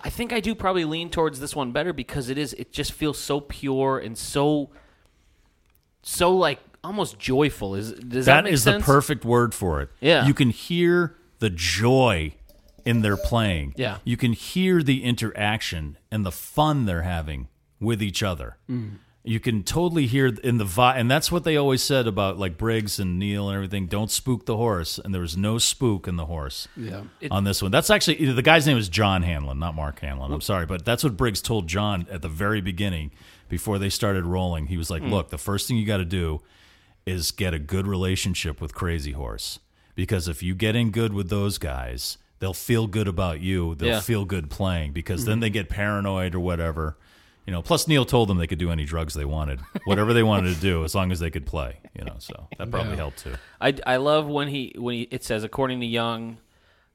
Speaker 2: I think I do probably lean towards this one better because it is it just feels so pure and so so like almost joyful. Is does that,
Speaker 3: that
Speaker 2: make
Speaker 3: is
Speaker 2: sense?
Speaker 3: the perfect word for it.
Speaker 2: Yeah.
Speaker 3: You can hear the joy in their playing.
Speaker 2: Yeah.
Speaker 3: You can hear the interaction and the fun they're having with each other.
Speaker 2: Mm.
Speaker 3: You can totally hear in the vibe, and that's what they always said about like Briggs and Neil and everything. Don't spook the horse, and there was no spook in the horse. Yeah, on this one, that's actually the guy's name is John Hanlon, not Mark Hanlon. I'm sorry, but that's what Briggs told John at the very beginning before they started rolling. He was
Speaker 2: Mm.
Speaker 3: like, "Look, the first thing you got to do is get a good relationship with Crazy Horse. Because if you get in good with those guys, they'll feel good about you. They'll
Speaker 2: Yeah.
Speaker 3: feel good playing because
Speaker 2: Mm-hmm.
Speaker 3: then they get paranoid or whatever. You know, plus Neil told them they could do any drugs they wanted, whatever they wanted to do, as long as they could play. You know, so that probably helped too.
Speaker 2: I, I love when he when he, it says according to Young,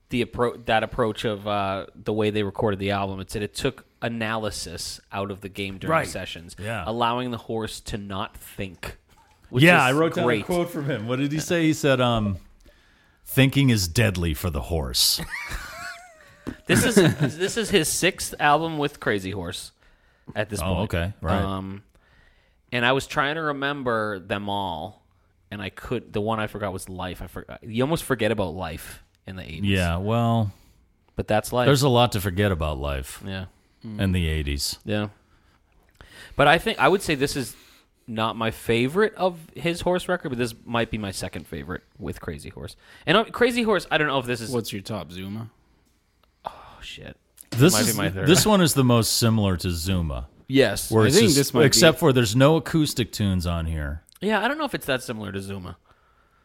Speaker 2: the appro- that approach of uh, the way they recorded the album. It said it took analysis out of the game during
Speaker 3: Right.
Speaker 2: sessions,
Speaker 3: Yeah.
Speaker 2: allowing the horse to not think. Which
Speaker 3: yeah,
Speaker 2: is
Speaker 3: I wrote down a
Speaker 2: great.
Speaker 3: quote from him. What did he say? He said, um, "Thinking is deadly for the horse."
Speaker 2: This is this is his sixth album with Crazy Horse at this
Speaker 3: Oh,
Speaker 2: point.
Speaker 3: okay, right.
Speaker 2: Um, and I was trying to remember them all, and I could. The one I forgot was Life. I forgot. You almost forget about Life in the eighties.
Speaker 3: yeah, well,
Speaker 2: but that's Life.
Speaker 3: there's a lot to forget about life
Speaker 2: yeah, Mm.
Speaker 3: in the '80s.
Speaker 2: yeah. But I think I would say this is not my favorite of his horse record, but this might be my second favorite with Crazy Horse. And uh, Crazy Horse, I don't know if this is
Speaker 1: What's your top Zuma?
Speaker 2: oh, shit.
Speaker 3: This
Speaker 2: Might be
Speaker 3: is-
Speaker 2: my third.
Speaker 3: this one is the most similar to Zuma.
Speaker 2: Yes.
Speaker 3: Where
Speaker 1: I
Speaker 3: it's
Speaker 1: think
Speaker 3: just-
Speaker 1: this might be-
Speaker 3: except for there's no acoustic tunes on here.
Speaker 2: Yeah, I don't know if it's that similar to Zuma.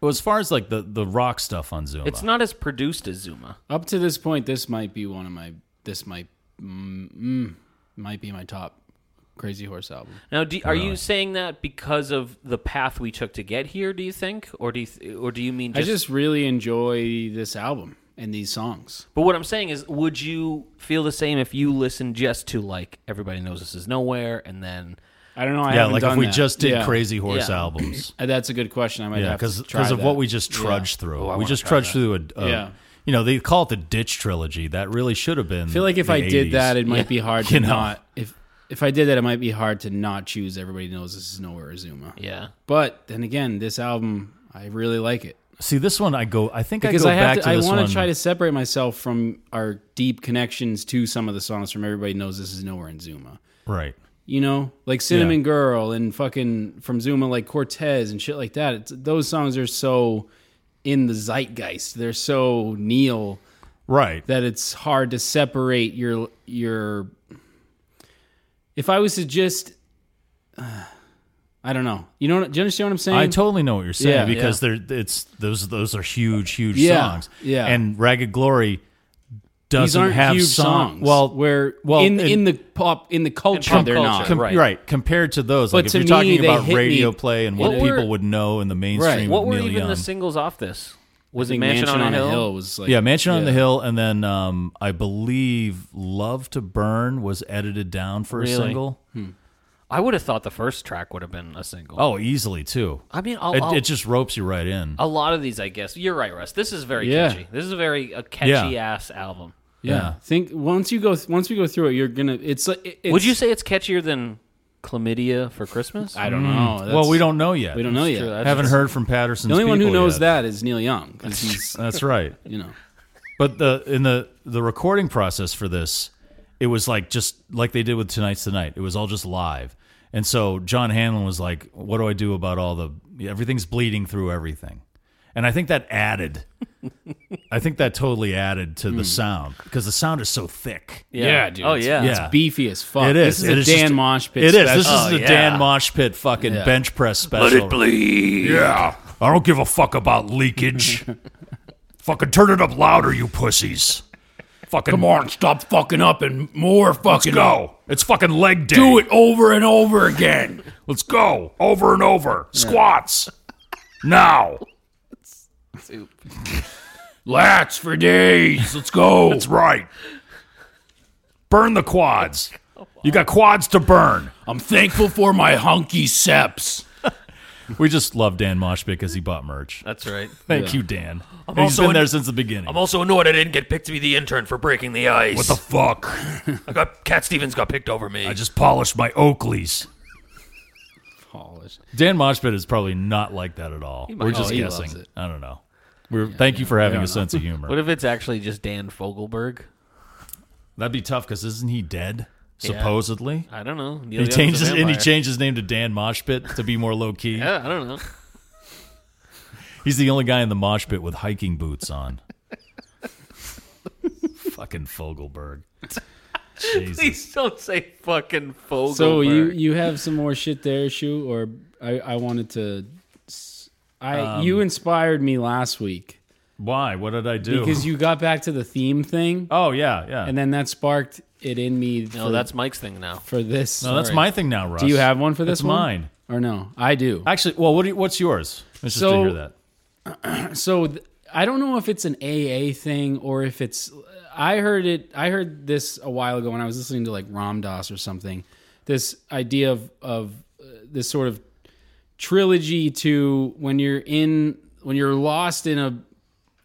Speaker 3: Well, as far as like the, the rock stuff on Zuma,
Speaker 2: It's not as produced as Zuma.
Speaker 1: Up to this point, this might be one of my. This might mm, mm, might be my top Crazy Horse album.
Speaker 2: Now, do, are you saying that because of the path we took to get here? Do you think, or do you, th- or do you mean
Speaker 1: I just really enjoy this album and these songs.
Speaker 2: But what I'm saying is, would you feel the same if you listened just to like everybody knows this is nowhere, and then
Speaker 1: I don't know. I
Speaker 3: yeah,
Speaker 1: haven't
Speaker 3: like if
Speaker 1: done
Speaker 3: we
Speaker 1: that.
Speaker 3: just did
Speaker 1: Yeah.
Speaker 3: Crazy Horse
Speaker 2: Yeah.
Speaker 3: albums.
Speaker 1: Uh, That's a good question. I might
Speaker 3: Yeah,
Speaker 1: have
Speaker 3: because
Speaker 1: to try
Speaker 3: of
Speaker 1: that. Oh,
Speaker 3: what we just trudged through. we just trudged through a, a
Speaker 1: Yeah.
Speaker 3: you know, they call it the ditch trilogy. That really should have been.
Speaker 1: I feel like if I did that, it might be hard to
Speaker 3: know.
Speaker 1: not. If if I did that, it might be hard to not choose. Everybody knows this is nowhere or Zuma.
Speaker 2: yeah,
Speaker 1: But then again, this album, I really like it
Speaker 3: see this one, I go. I think
Speaker 1: because
Speaker 3: I
Speaker 1: I,
Speaker 3: go back
Speaker 1: have to.
Speaker 3: to
Speaker 1: I
Speaker 3: this
Speaker 1: want
Speaker 3: one.
Speaker 1: to try to separate myself from our deep connections to some of the songs from Everybody Knows This Is Nowhere in Zuma.
Speaker 3: right.
Speaker 1: You know, like Cinnamon Girl and fucking from Zuma, like Cortez and shit like that. It's, those songs are so in the zeitgeist. They're so Neil
Speaker 3: Right.
Speaker 1: that it's hard to separate your your if i was to just i don't know you know what, do you understand what i'm saying
Speaker 3: I totally know what you're saying
Speaker 1: Yeah.
Speaker 3: because they're it's those those are huge huge
Speaker 1: Yeah,
Speaker 3: songs.
Speaker 1: yeah.
Speaker 3: And Ragged Glory doesn't
Speaker 1: these aren't
Speaker 3: have
Speaker 1: huge
Speaker 3: song-
Speaker 1: songs
Speaker 3: Well,
Speaker 1: where
Speaker 3: well,
Speaker 1: in
Speaker 3: and-
Speaker 1: in the pop in the culture
Speaker 2: pop
Speaker 1: they're
Speaker 2: culture,
Speaker 1: not
Speaker 2: com-
Speaker 3: right.
Speaker 2: Right.
Speaker 3: compared to those.
Speaker 1: Uh, But
Speaker 3: like if
Speaker 1: to
Speaker 3: you're
Speaker 1: me,
Speaker 3: talking
Speaker 1: they
Speaker 3: about
Speaker 1: hit me-
Speaker 3: radio play and what,
Speaker 2: What were-
Speaker 3: people would know in the mainstream.
Speaker 1: Right.
Speaker 2: what were
Speaker 3: Neil
Speaker 2: even
Speaker 3: Young.
Speaker 2: the singles off this?
Speaker 1: I
Speaker 2: Was it
Speaker 1: think
Speaker 2: Mansion, on, a Hill?
Speaker 1: was like
Speaker 3: Yeah, Mansion on the Hill, and then um, I believe Love to Burn was edited down for a
Speaker 2: Really?
Speaker 3: single.
Speaker 2: I would have thought the first track would have been a single.
Speaker 3: Oh, easily too.
Speaker 2: I mean, I'll,
Speaker 3: it,
Speaker 2: I'll-
Speaker 3: it just ropes you right in.
Speaker 2: a lot of these, I guess. You're right, Russ. This is very
Speaker 1: Yeah.
Speaker 2: catchy. This is a very a catchy ass album.
Speaker 1: yeah.
Speaker 3: Yeah.
Speaker 1: think once you go th- once we go through it you're gonna it's like it- it's,
Speaker 2: Would you say it's catchier than chlamydia for Christmas?
Speaker 1: i don't know
Speaker 3: well,
Speaker 1: That's-
Speaker 3: we don't know yet.
Speaker 1: we don't know yet
Speaker 2: true. That's-
Speaker 3: Haven't heard from Patterson.
Speaker 1: the only one who knows that is neil young 'cause he's
Speaker 3: That's right.
Speaker 1: you know
Speaker 3: But the in the the recording process for this, it was like just like they did with Tonight's the Night. It was all just live. And so John Hanlon was like, "What do I do about all the everything's bleeding through everything?" And I think that added I think that totally added to the sound because the sound is so thick.
Speaker 2: Yeah,
Speaker 1: dude
Speaker 2: Oh
Speaker 1: it's-
Speaker 2: yeah.
Speaker 3: Yeah.
Speaker 1: it's beefy as fuck
Speaker 3: It is.
Speaker 1: this is
Speaker 3: It
Speaker 1: a
Speaker 3: is
Speaker 1: dan
Speaker 3: just-
Speaker 1: mosh pit
Speaker 3: It is. This
Speaker 1: special.
Speaker 3: is the
Speaker 2: yeah.
Speaker 3: Dan Mosh Pit fucking
Speaker 1: Yeah.
Speaker 3: bench press special. Let it bleed. Yeah. I don't give a fuck about leakage. fucking turn it up louder, you pussies. Fucking Come on, stop fucking up and more fucking Let's go. It's fucking leg day. Do it over and over again. Let's go. Over and over. Squats. Now. Lats for days. Let's go. That's right. Burn the quads. You got quads to burn. I'm thankful for my hunky seps. we just love Dan Mosh because he bought merch.
Speaker 2: That's right.
Speaker 3: Thank you, Dan. And he's
Speaker 6: also
Speaker 3: been
Speaker 6: in-
Speaker 3: there since the beginning.
Speaker 6: I'm also annoyed I didn't get picked to be the intern for breaking the ice.
Speaker 3: what the fuck?
Speaker 6: I got Cat Stevens got picked over me.
Speaker 3: I just polished my Oakleys.
Speaker 1: Polished.
Speaker 3: Dan Moshpit is probably not like that at all. We're
Speaker 1: Oh,
Speaker 3: just
Speaker 1: he loves
Speaker 3: guessing.
Speaker 1: it.
Speaker 3: I don't know. We're, thank you for having a sense of
Speaker 2: What
Speaker 3: humor.
Speaker 2: if it's actually just Dan Fogelberg?
Speaker 3: That'd be tough because isn't he dead? Supposedly,
Speaker 2: I don't know. Neil
Speaker 3: he
Speaker 2: Young's a
Speaker 3: changes and he
Speaker 2: vampire.
Speaker 3: changed his name to Dan Moshpit to be more low key.
Speaker 2: Yeah, I don't know.
Speaker 3: He's the only guy in the mosh pit with hiking boots on. Fucking Fogelberg. Jesus.
Speaker 2: Please don't say fucking Fogelberg.
Speaker 1: So you you have some more shit there, Shu, or I I wanted to. s- I
Speaker 2: Um,
Speaker 1: you inspired me last week
Speaker 3: Why? What did I do?
Speaker 1: because you got back to the theme thing,
Speaker 3: oh yeah, yeah.
Speaker 1: and then that sparked it in me.
Speaker 2: no,
Speaker 1: for,
Speaker 2: that's Mike's thing now.
Speaker 1: for this.
Speaker 3: no, that's my thing now, Russ.
Speaker 1: Do you have one for this
Speaker 3: That's
Speaker 1: one?
Speaker 3: mine.
Speaker 1: or no? I do.
Speaker 3: Actually, well, what do you, what's yours? Let's just
Speaker 1: So-
Speaker 3: hear that.
Speaker 1: so th- I don't know if it's an AA thing or if it's. I heard it. I heard this a while ago when I was listening to like Ram Dass or something. This idea of of uh, this sort of trilogy to when you're in when you're lost in a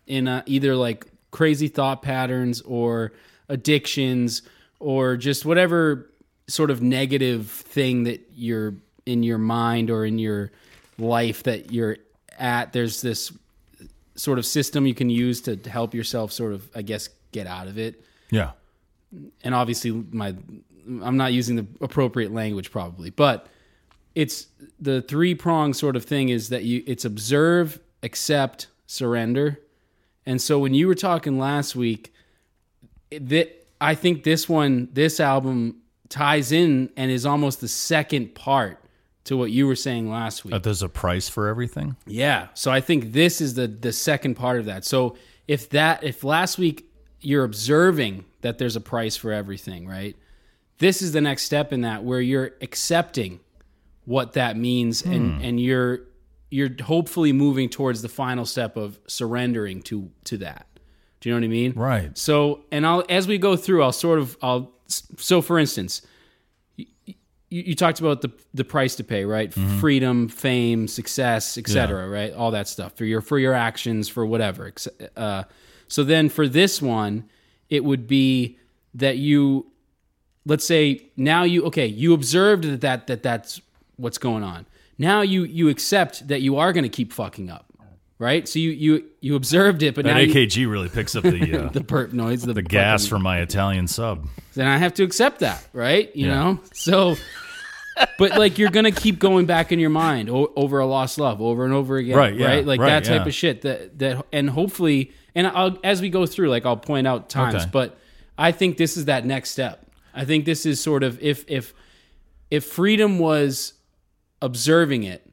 Speaker 1: in a, either like crazy thought patterns or addictions or just whatever sort of negative thing that you're in your mind or in your life that you're at there's this sort of system you can use to help yourself sort of i guess get out of it
Speaker 3: Yeah.
Speaker 1: and obviously my I'm not using the appropriate language probably, but it's the three prong sort of thing is that you it's observe, accept, surrender. And so when you were talking last week, that I think this one, this album ties in and is almost the second part to what you were saying last week.
Speaker 3: That Uh, there's a price for everything.
Speaker 1: Yeah. So I think this is the the second part of that. So if that if last week you're observing that there's a price for everything, right? This is the next step in that where you're accepting what that means and and you're you're hopefully moving towards the final step of surrendering to to that. Do you know what I mean?
Speaker 3: Right.
Speaker 1: So, and I'll as we go through, I'll sort of I'll so for instance, you, you talked about the the price to pay, right? Freedom, fame, success, etc. Right, all that stuff for your for your actions, for whatever. ex- Uh, so then for this one, it would be that you, let's say now you okay, you observed that that, that that's what's going on. Now you you accept that you are going to keep fucking up, right? So you you you observed it, but
Speaker 3: That
Speaker 1: now you,
Speaker 3: AKG really picks up the uh,
Speaker 1: the burp noise, the,
Speaker 3: the gas for my Italian sub.
Speaker 1: then I have to accept that, right? You
Speaker 3: Yeah.
Speaker 1: know? So, but like you're going to keep going back in your mind o- over a lost love over and over again.
Speaker 3: Right, yeah,
Speaker 1: Like
Speaker 3: right,
Speaker 1: that type
Speaker 3: yeah.
Speaker 1: of shit that, that, and hopefully, and I'll, as we go through, like I'll point out times,
Speaker 3: Okay.
Speaker 1: but I think this is that next step. I think this is sort of if, if, if freedom was observing it,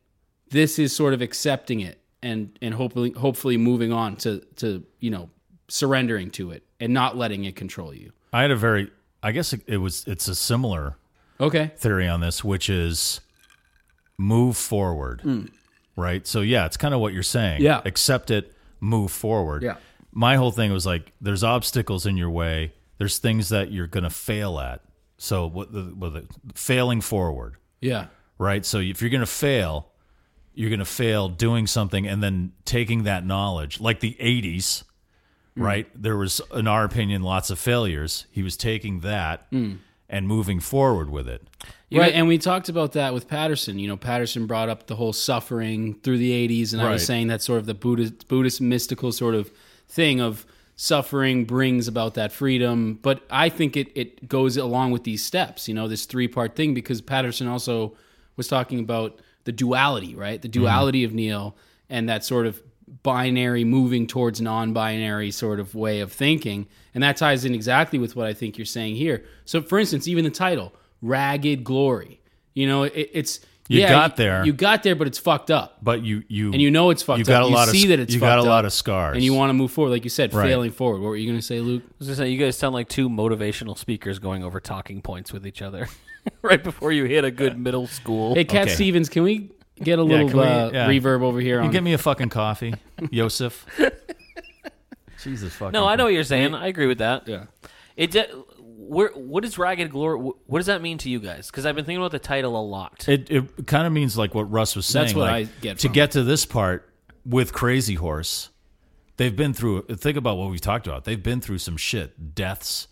Speaker 1: this is sort of accepting it and and hopefully hopefully moving on to to you know surrendering to it and not letting it control you.
Speaker 3: I had a very, I guess it, it was, it's a similar
Speaker 1: Okay.
Speaker 3: theory on this, which is move forward, right? So yeah, it's kind of what you're saying.
Speaker 1: Hmm. Yeah.
Speaker 3: accept it, move forward.
Speaker 1: Yeah.
Speaker 3: My whole thing was like, there's obstacles in your way. There's things that you're gonna fail at. So what the, what the failing forward,
Speaker 1: Yeah.
Speaker 3: right? So if you're going to fail, you're going to fail doing something and then taking that knowledge, like the 80s,
Speaker 1: Mm.
Speaker 3: right? There was, in our opinion, lots of failures. He was taking that
Speaker 1: Mm.
Speaker 3: and moving forward with it.
Speaker 1: right, and we talked about that with Patterson. You know, Patterson brought up the whole suffering through the '80s, and I was
Speaker 3: Right.
Speaker 1: saying that sort of the Buddhist, Buddhist mystical sort of thing of suffering brings about that freedom. But I think it it goes along with these steps. You know, this three part thing because Patterson also was talking about the duality, right? The duality of Neil and that sort of binary moving towards non-binary sort of way of thinking and that ties in exactly with what i think you're saying here so for instance even the title ragged glory you know it, it's
Speaker 3: You
Speaker 1: yeah,
Speaker 3: got there.
Speaker 1: you got there but it's fucked up
Speaker 3: But you, you,
Speaker 1: and you know it's fucked
Speaker 3: you got
Speaker 1: up
Speaker 3: a lot
Speaker 1: you
Speaker 3: of,
Speaker 1: see
Speaker 3: sc-
Speaker 1: that it's
Speaker 3: you got a
Speaker 1: fucked
Speaker 3: lot
Speaker 1: up,
Speaker 3: of scars.
Speaker 1: and you want to move forward like you said
Speaker 3: Right.
Speaker 1: failing forward what were you going to say luke
Speaker 2: I was gonna say you guys sound like two motivational speakers going over talking points with each other right before you hit a good middle school.
Speaker 1: hey cat
Speaker 3: Okay.
Speaker 1: stevens can we get a little
Speaker 3: can we-
Speaker 1: uh,
Speaker 3: yeah.
Speaker 1: reverb over here
Speaker 3: You
Speaker 1: on
Speaker 3: get me a fucking coffee, Yosef. Jesus fucking.
Speaker 2: no, I know what you're saying. I agree with that.
Speaker 1: yeah
Speaker 2: It de- where what is ragged glory? wh- What does that mean to you guys? Because I've been thinking about the title a lot.
Speaker 3: It, it kind of means like what Russ was saying.
Speaker 1: That's what
Speaker 3: like,
Speaker 1: I get
Speaker 3: to
Speaker 1: from
Speaker 3: get to this part with Crazy Horse. They've been through. Think about what we've talked about. They've been through some shit, deaths,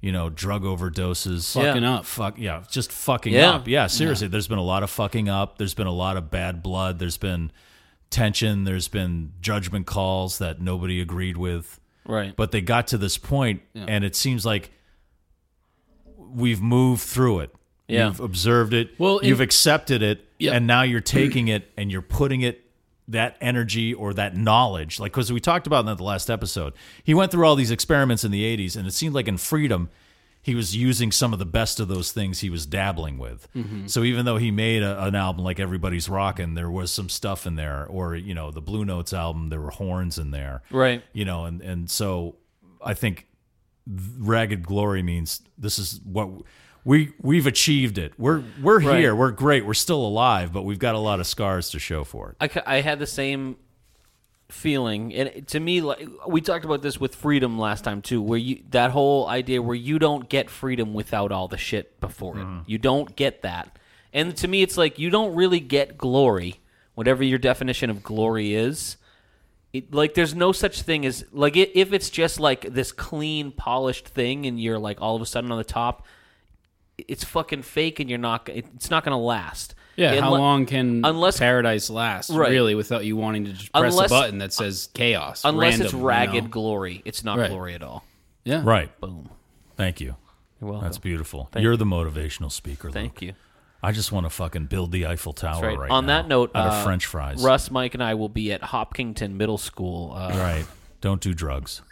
Speaker 3: you know, drug overdoses,
Speaker 1: Fucking
Speaker 3: yeah.
Speaker 1: up.
Speaker 3: fuck yeah, just fucking
Speaker 2: Yeah.
Speaker 3: up. Yeah, seriously. There's been a lot of fucking up. There's been a lot of bad blood. There's been tension. There's been judgment calls that nobody agreed with.
Speaker 2: right.
Speaker 3: But they got to this point, and it seems like we've moved through it.
Speaker 2: Yeah.
Speaker 3: You've observed it.
Speaker 1: Well, in-
Speaker 3: you've accepted it,
Speaker 1: Yep.
Speaker 3: and now you're taking it and you're putting it that energy or that knowledge, like because we talked about in the last episode. He went through all these experiments in the '80s, and it seemed like in Freedom, he was using some of the best of those things he was dabbling with.
Speaker 2: Mm-hmm.
Speaker 3: So even though he made a, an album like Everybody's Rockin', there was some stuff in there, or you know, the Blue Notes album, there were horns in there,
Speaker 2: Right.
Speaker 3: you know, and and so I think ragged glory means this is what we we've achieved it. We're we're here. We're great. We're still alive, but we've got a lot of scars to show for it.
Speaker 2: I, ca- I had the same feeling and it- to me like we talked about this with freedom last time too where you that whole idea where you don't get freedom without all the shit before
Speaker 1: Mm-hmm.
Speaker 2: it you don't get that and to me it's like you don't really get glory whatever your definition of glory is it, like there's no such thing as like i if it's just like this clean polished thing and you're like all of a sudden on the top it's fucking fake and you're not it- it's not gonna last
Speaker 1: yeah how
Speaker 2: Unle-
Speaker 1: long can
Speaker 2: unless-
Speaker 1: paradise last
Speaker 2: Right.
Speaker 1: really without you wanting to just press
Speaker 2: Unless-
Speaker 1: a button that says chaos
Speaker 2: unless
Speaker 1: random,
Speaker 2: it's
Speaker 1: you know?
Speaker 2: ragged glory it's not
Speaker 1: Right.
Speaker 2: glory at all
Speaker 1: yeah
Speaker 3: Right.
Speaker 2: boom
Speaker 3: Thank you.
Speaker 2: you're welcome
Speaker 3: That's beautiful. You're the motivational speaker. Luke.
Speaker 2: thank you
Speaker 3: I just want to fucking build the Eiffel Tower
Speaker 2: That's right.
Speaker 3: right,
Speaker 2: on
Speaker 3: now
Speaker 2: that note
Speaker 3: out
Speaker 2: uh,
Speaker 3: of French fries.
Speaker 2: russ mike and i will be at hopkington middle school uh,
Speaker 3: Right. Don't do drugs.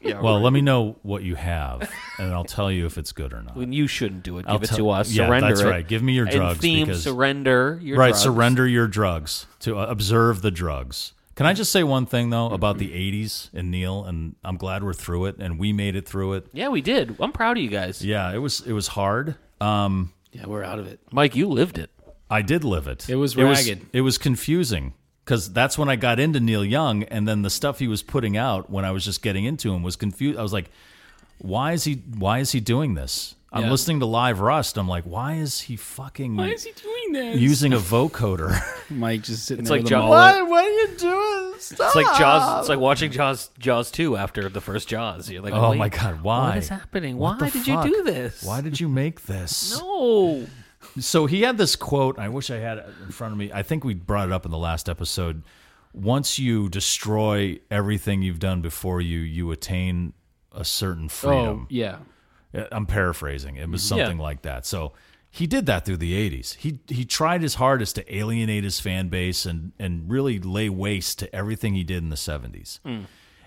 Speaker 2: Yeah,
Speaker 3: Well, let me know what you have, and I'll tell you if it's good or not.
Speaker 2: when you shouldn't do it, give
Speaker 3: I'll
Speaker 2: it
Speaker 3: tell-
Speaker 2: to us.
Speaker 3: yeah,
Speaker 2: surrender
Speaker 3: that's
Speaker 2: it.
Speaker 3: right. Give me your
Speaker 2: And
Speaker 3: drugs
Speaker 2: Theme
Speaker 3: because-
Speaker 2: surrender your
Speaker 3: right,
Speaker 2: drugs.
Speaker 3: surrender your drugs to uh, observe the drugs. Can I just say one thing though about the '80s and Neil? And I'm glad we're through it, and we made it through it.
Speaker 2: Yeah, we did. I'm proud of you guys.
Speaker 3: Yeah, it was it was hard. Um,
Speaker 2: Yeah, we're out of it. Mike, you lived it.
Speaker 3: I did live it.
Speaker 1: It was
Speaker 3: It was,
Speaker 1: ragged.
Speaker 3: confusing because that's when I got into Neil Young, and then the stuff he was putting out when I was just getting into him was confused. I was like, why is he? Why is he doing this? I'm
Speaker 1: Yeah.
Speaker 3: listening to Live Rust. I'm like, why is he fucking
Speaker 1: he doing this?
Speaker 3: using a vocoder?
Speaker 1: Mike just sitting
Speaker 2: It's
Speaker 1: there
Speaker 2: like
Speaker 1: with a
Speaker 2: John-
Speaker 1: mullet.
Speaker 3: what are you doing? Stop.
Speaker 2: It's like Jaws. It's like watching Jaws Jaws two after the first Jaws. You're like,
Speaker 3: Oh
Speaker 2: wait,
Speaker 3: my god! Why?
Speaker 2: What is happening?
Speaker 3: What
Speaker 2: why
Speaker 3: the
Speaker 2: did
Speaker 3: fuck?
Speaker 2: you do this?
Speaker 3: Why did you make this?
Speaker 2: no?
Speaker 3: So he had this quote. I wish I had it in front of me. I think we brought it up in the last episode. Once you destroy everything you've done before you, you attain a certain
Speaker 1: Oh,
Speaker 3: freedom.
Speaker 1: yeah.
Speaker 3: Uh, I'm paraphrasing. It was
Speaker 2: Yeah.
Speaker 3: something like that. So he did that through the 80s. He he tried his hardest to alienate his fan base and and really lay waste to everything he did in the 70s. And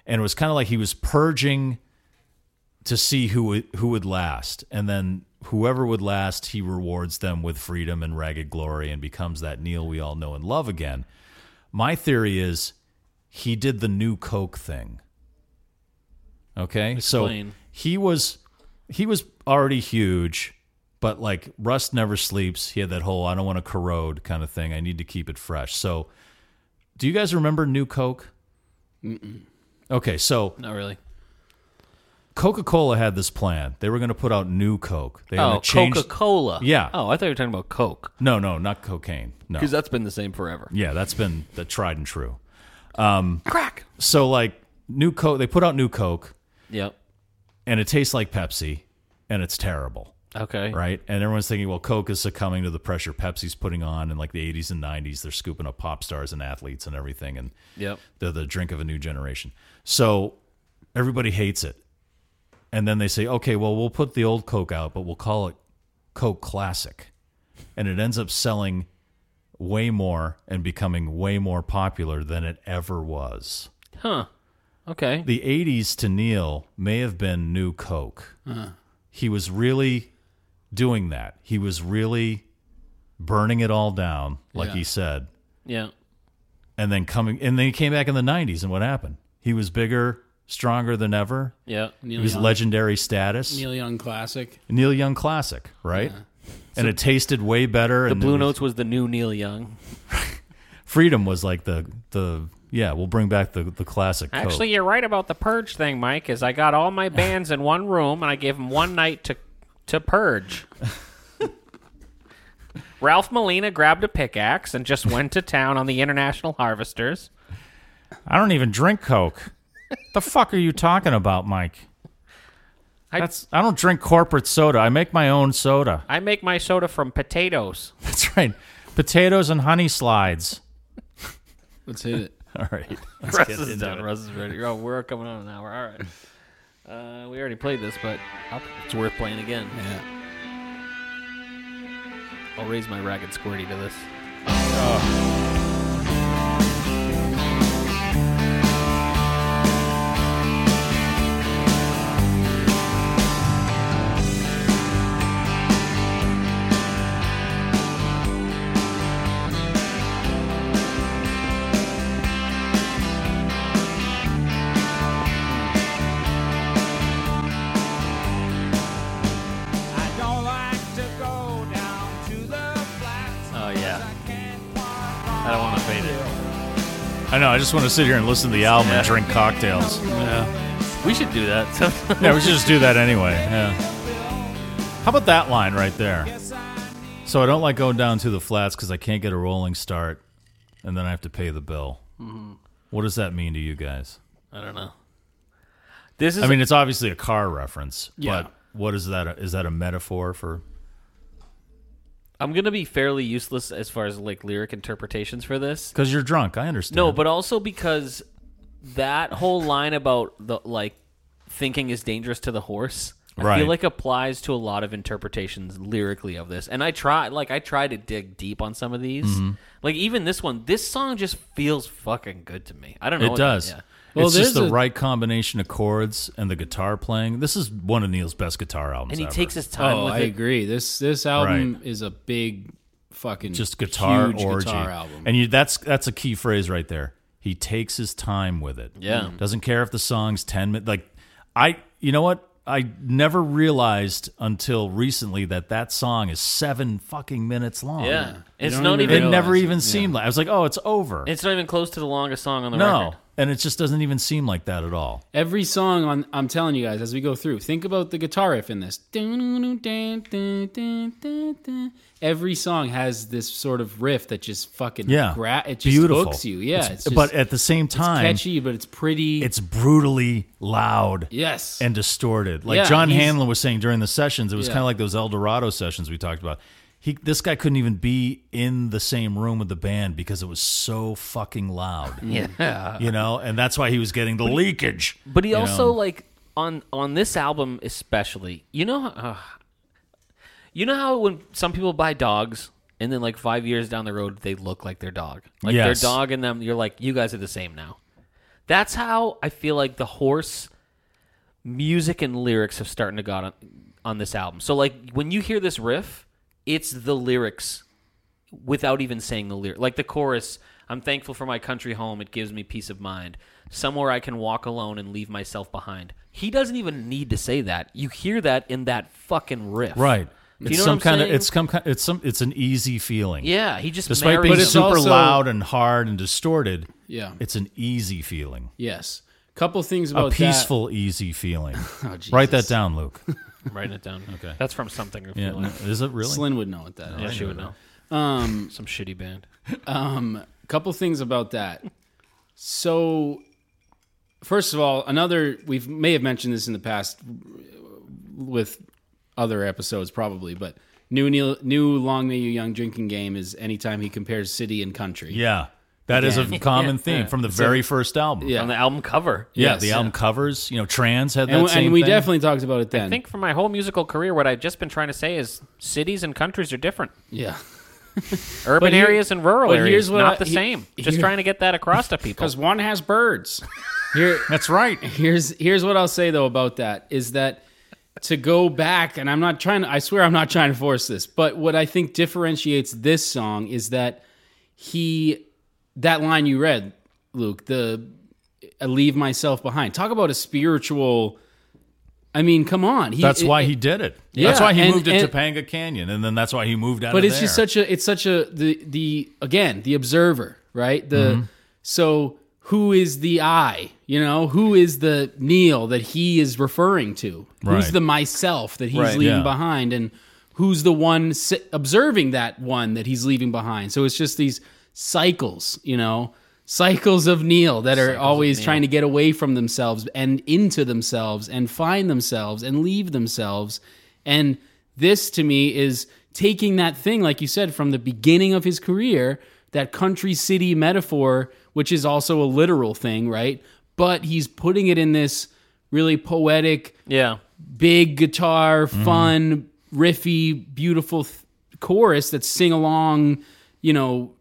Speaker 3: it was kind of like he was purging to see who would, who would last, and then whoever would last, he rewards them with freedom and ragged glory, and becomes that Neil we all know and love again. My theory is he did the new Coke thing. Okay,
Speaker 2: Explain.
Speaker 3: so he was he was already huge, but like rust never sleeps. He had that whole "I don't want to corrode" kind of thing. I need to keep it fresh. So, do you guys remember New Coke? Mm-mm. Okay, so
Speaker 2: Not really.
Speaker 3: Coca Cola had this plan. They were going to put out New Coke. They were
Speaker 2: Oh,
Speaker 3: gonna change-
Speaker 2: Coca Cola.
Speaker 3: Yeah.
Speaker 2: Oh, I thought you were talking about Coke
Speaker 3: No, no, not cocaine. No,
Speaker 2: because that's been the same forever.
Speaker 3: yeah, that's been the tried and true. Um, Crack. So like New Coke, they put out New Coke,
Speaker 2: Yep.
Speaker 3: and it tastes like Pepsi, and it's terrible.
Speaker 2: Okay.
Speaker 3: right? And everyone's thinking, well, Coke is succumbing to the pressure Pepsi's putting on in like the 80s and 90s. They're scooping up pop stars and athletes and everything, and
Speaker 2: Yep.
Speaker 3: they're the drink of a new generation. So everybody hates it. And then they say, okay, well, we'll put the old Coke out, but we'll call it Coke Classic. And it ends up selling way more and becoming way more popular than it ever was.
Speaker 2: Huh. Okay.
Speaker 3: The 80s to Neil may have been new Coke. He was really doing that. He was really burning it all down, like he said.
Speaker 2: Yeah.
Speaker 3: And then coming, and then he came back in the 90s, and what happened? He was bigger, stronger than ever.
Speaker 2: Yeah.
Speaker 3: He
Speaker 1: Neil
Speaker 3: was
Speaker 1: Young,
Speaker 3: legendary status. Neil,
Speaker 1: Neil Young classic.
Speaker 3: Young Classic, right? And it tasted way better.
Speaker 2: The
Speaker 3: and it
Speaker 2: Blue
Speaker 3: was-
Speaker 2: Notes was the new Neil Young.
Speaker 3: Freedom was like the, the yeah, we'll bring back the, the classic
Speaker 2: Actually,
Speaker 3: Coke.
Speaker 2: you're right about the purge thing, Mike. Is I got all my bands in one room and I gave them one night to to purge. Ralph Molina grabbed a pickaxe and just went to town on the international harvesters.
Speaker 3: I don't even drink Coke. the fuck are you talking about, Mike?
Speaker 2: I,
Speaker 3: That's I don't drink corporate soda. I make my own soda.
Speaker 2: I make my soda from potatoes.
Speaker 3: That's right. Potatoes and honey slides.
Speaker 1: Let's hit it.
Speaker 3: All right. Let's
Speaker 2: Russ
Speaker 3: get
Speaker 2: is
Speaker 3: into
Speaker 2: done.
Speaker 3: it.
Speaker 2: Russ is ready. Oh, we're coming on an hour. All right. Uh, we already played this, but I'll- it's worth playing again.
Speaker 1: Yeah.
Speaker 2: I'll raise my ragged squirty to this. Oh yeah. I don't want to fade it.
Speaker 3: I know. I just want to sit here and listen to the album and drink cocktails.
Speaker 2: We should do that.
Speaker 3: Yeah, we should just do that anyway. Yeah. How about that line right there? So I don't like going down to the flats because I can't get a rolling start, and then I have to pay the bill. What does that mean to you guys?
Speaker 2: I don't know. This is
Speaker 3: I mean, it's obviously a car reference,
Speaker 1: Yeah.
Speaker 3: but what is that? Is that a metaphor for?
Speaker 2: I'm gonna be fairly useless as far as like lyric interpretations for this.
Speaker 3: Because you're drunk. I understand.
Speaker 2: No, but also because that whole line about the like thinking is dangerous to the horse, I
Speaker 3: Right.
Speaker 2: feel like applies to a lot of interpretations lyrically of this. And I try like I try to dig deep on
Speaker 3: Mm-hmm.
Speaker 2: some of these. Like even this one, this song just feels fucking good to me. I don't know.
Speaker 3: It
Speaker 2: what-
Speaker 3: does.
Speaker 2: yeah.
Speaker 1: Well,
Speaker 3: it's just
Speaker 1: there's
Speaker 3: the
Speaker 1: a-
Speaker 3: right combination of chords and the guitar playing. This is one of Neil's best guitar albums.
Speaker 2: and he
Speaker 3: ever.
Speaker 2: takes his time
Speaker 1: Oh,
Speaker 2: with
Speaker 1: I
Speaker 2: it.
Speaker 1: agree. This this album is a big fucking
Speaker 3: just guitar
Speaker 1: huge
Speaker 3: orgy.
Speaker 1: guitar album.
Speaker 3: And you that's that's a key phrase right there. He takes his time with it.
Speaker 2: Yeah.
Speaker 1: Mm.
Speaker 3: Doesn't care if the song's 10 minutes. Like I you know what? I never realized until recently that that song is 7 fucking minutes long.
Speaker 2: yeah, it's
Speaker 1: don't even
Speaker 2: not
Speaker 3: It
Speaker 2: even.
Speaker 1: realize
Speaker 3: never
Speaker 1: it,
Speaker 3: even
Speaker 1: yeah.
Speaker 3: seemed like I was like, "Oh, it's over."
Speaker 2: It's not even close to the longest song on the
Speaker 3: no.
Speaker 2: record.
Speaker 3: And it just doesn't even seem like that at all.
Speaker 1: Every song on I'm telling you guys as we go through, think about the guitar riff in this. Every song has this sort of riff that just fucking
Speaker 3: Yeah.
Speaker 1: gra- it just
Speaker 3: Beautiful.
Speaker 1: hooks you. Yeah, it's, just,
Speaker 3: but at the same time,
Speaker 1: it's catchy, but it's pretty.
Speaker 3: it's brutally loud.
Speaker 1: yes,
Speaker 3: and distorted. Like
Speaker 1: Yeah,
Speaker 3: John
Speaker 1: he's-
Speaker 3: Hanlon was saying during the sessions, it was
Speaker 1: Yeah.
Speaker 3: kind of like those El Dorado sessions we talked about. He, this guy couldn't even be in the same room with the band because it was so fucking loud. Yeah, you know, and that's why he was getting the leakage.
Speaker 2: But he
Speaker 3: you
Speaker 2: also
Speaker 3: know?
Speaker 2: like on on this album especially. You know, uh, you know how when some people buy dogs and then like five years down the road they look like their dog, like
Speaker 3: Yes.
Speaker 2: their dog and them. You're like, you guys are the same now. That's how I feel like the horse music and lyrics have starting to got on, on this album. So like when you hear this riff, it's the lyrics without even saying the lyric. Like the chorus, I'm thankful for my country home, it gives me peace of mind. Somewhere I can walk alone and leave myself behind. He doesn't even need to say that. You hear that in that fucking riff.
Speaker 3: right.
Speaker 2: Do you
Speaker 3: it's
Speaker 2: know
Speaker 3: some
Speaker 2: what I'm
Speaker 3: kind
Speaker 2: saying?
Speaker 3: of it's come it's some it's an easy feeling.
Speaker 2: Yeah, he just
Speaker 3: Despite
Speaker 2: marries
Speaker 3: being
Speaker 2: them.
Speaker 3: super
Speaker 1: also-
Speaker 3: loud and hard and distorted,
Speaker 1: yeah,
Speaker 3: it's an easy feeling.
Speaker 1: yes. Couple things
Speaker 3: A
Speaker 1: about that.
Speaker 3: peaceful, easy feeling. Write that down, Luke.
Speaker 2: I'm writing it down. Okay. That's from something. I
Speaker 3: Yeah,
Speaker 2: feel like.
Speaker 3: is it really?
Speaker 1: Slynn would know what that is.
Speaker 2: Yeah, she would know. Um, Some shitty band.
Speaker 1: couple things about that. So, first of all, another we have may have mentioned this in the past with other episodes probably, but new Neil, new Long May You Young drinking game is anytime he compares city and country.
Speaker 3: Yeah, that is a common theme from the very first album.
Speaker 1: Yeah.
Speaker 2: On the album cover.
Speaker 3: Yeah,
Speaker 1: Yes.
Speaker 3: the album covers. You know, Trans had that
Speaker 1: and,
Speaker 3: same
Speaker 1: and we
Speaker 3: thing.
Speaker 1: definitely talked about it then.
Speaker 2: I think for my whole musical career, what I've just been trying to say is cities and countries are different.
Speaker 1: yeah,
Speaker 2: Urban
Speaker 1: But here-
Speaker 2: areas and rural
Speaker 1: but
Speaker 2: areas,
Speaker 1: here's what
Speaker 2: not
Speaker 1: I-
Speaker 2: the
Speaker 1: he-
Speaker 2: same. Just
Speaker 1: here-
Speaker 2: trying to get that across to people.
Speaker 1: because one has birds. Here,
Speaker 3: That's right.
Speaker 1: here's here's what I'll say though about that is that to go back and I'm not trying to I swear I'm not trying to force this, but what I think differentiates this song is that he that line you read, Luke, the I leave myself behind. Talk about a spiritual I mean, come on. He,
Speaker 3: That's
Speaker 1: it-
Speaker 3: why
Speaker 1: it-
Speaker 3: he did it.
Speaker 1: Yeah,
Speaker 3: that's why he
Speaker 1: and-
Speaker 3: moved to
Speaker 1: and-
Speaker 3: Topanga Canyon, and then that's why he moved out.
Speaker 1: but
Speaker 3: of
Speaker 1: it's just
Speaker 3: there.
Speaker 1: such a it's such a the the again the observer right the
Speaker 3: Mm-hmm.
Speaker 1: so who is the i you know who is the neil that he is referring to who's
Speaker 3: Right.
Speaker 1: the myself that he's
Speaker 3: Right,
Speaker 1: leaving
Speaker 3: yeah.
Speaker 1: behind and who's the one si- observing that one that he's leaving behind so it's just these cycles you know cycles of neil that are always trying to get away from themselves and into themselves and find themselves and leave themselves and this to me is taking that thing, like you said, from the beginning of his career, that country city metaphor, which is also a literal thing, right? But he's putting it in this really poetic,
Speaker 2: yeah.
Speaker 1: big guitar,
Speaker 3: Mm-hmm.
Speaker 1: fun, riffy, beautiful th- chorus that's sing along, you know,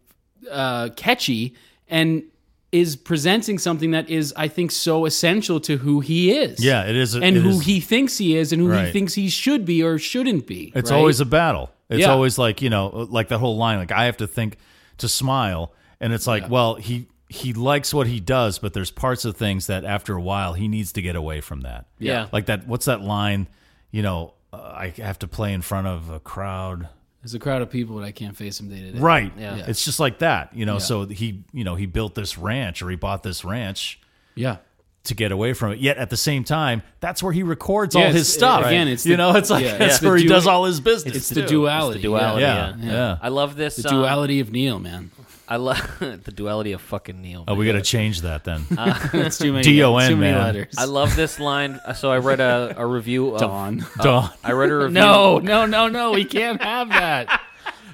Speaker 1: uh, catchy, and is presenting something that is, I think, so essential to who he is.
Speaker 3: yeah, it is, a-
Speaker 1: And
Speaker 3: it
Speaker 1: who
Speaker 3: is-
Speaker 1: he thinks he is, and who he
Speaker 3: Right.
Speaker 1: thinks he should be or shouldn't be.
Speaker 3: It's
Speaker 1: right?
Speaker 3: always a battle. It's
Speaker 1: Yeah.
Speaker 3: always like you know, like that whole line, like I have to think to smile, and it's like, well, he he likes what he does, but there's parts of things that after a while he needs to get away from that.
Speaker 2: Yeah.
Speaker 3: like that. What's that line? You know, uh, I have to play in front of a crowd.
Speaker 1: There's a crowd of people, but I can't face them day to day.
Speaker 3: Right. Yeah. It's just like that, you know. So he, you know, he built this ranch or he bought this ranch
Speaker 1: Yeah.
Speaker 3: to get away from it. Yet at the same time, that's where he records all
Speaker 1: Yes,
Speaker 3: his stuff.
Speaker 1: again, it's
Speaker 3: you
Speaker 1: the-
Speaker 3: know, it's like
Speaker 1: yeah,
Speaker 3: that's
Speaker 1: it's the
Speaker 3: where he
Speaker 1: du-
Speaker 3: does all his business.
Speaker 1: It's the duality.
Speaker 2: The duality.
Speaker 3: Yeah,
Speaker 2: Yeah.
Speaker 3: yeah.
Speaker 2: I love this.
Speaker 1: The
Speaker 2: um,
Speaker 1: duality of Neil, man.
Speaker 2: I love the duality of fucking Neil.
Speaker 3: Oh, we got to change that then.
Speaker 1: Uh, That's too many,
Speaker 3: D.O.N.,
Speaker 1: too many
Speaker 3: man.
Speaker 1: letters.
Speaker 2: I love this line. So I read a, a review of
Speaker 1: Dawn.
Speaker 3: Dawn,
Speaker 2: I read a review.
Speaker 1: No, no, no, no. We can't have that.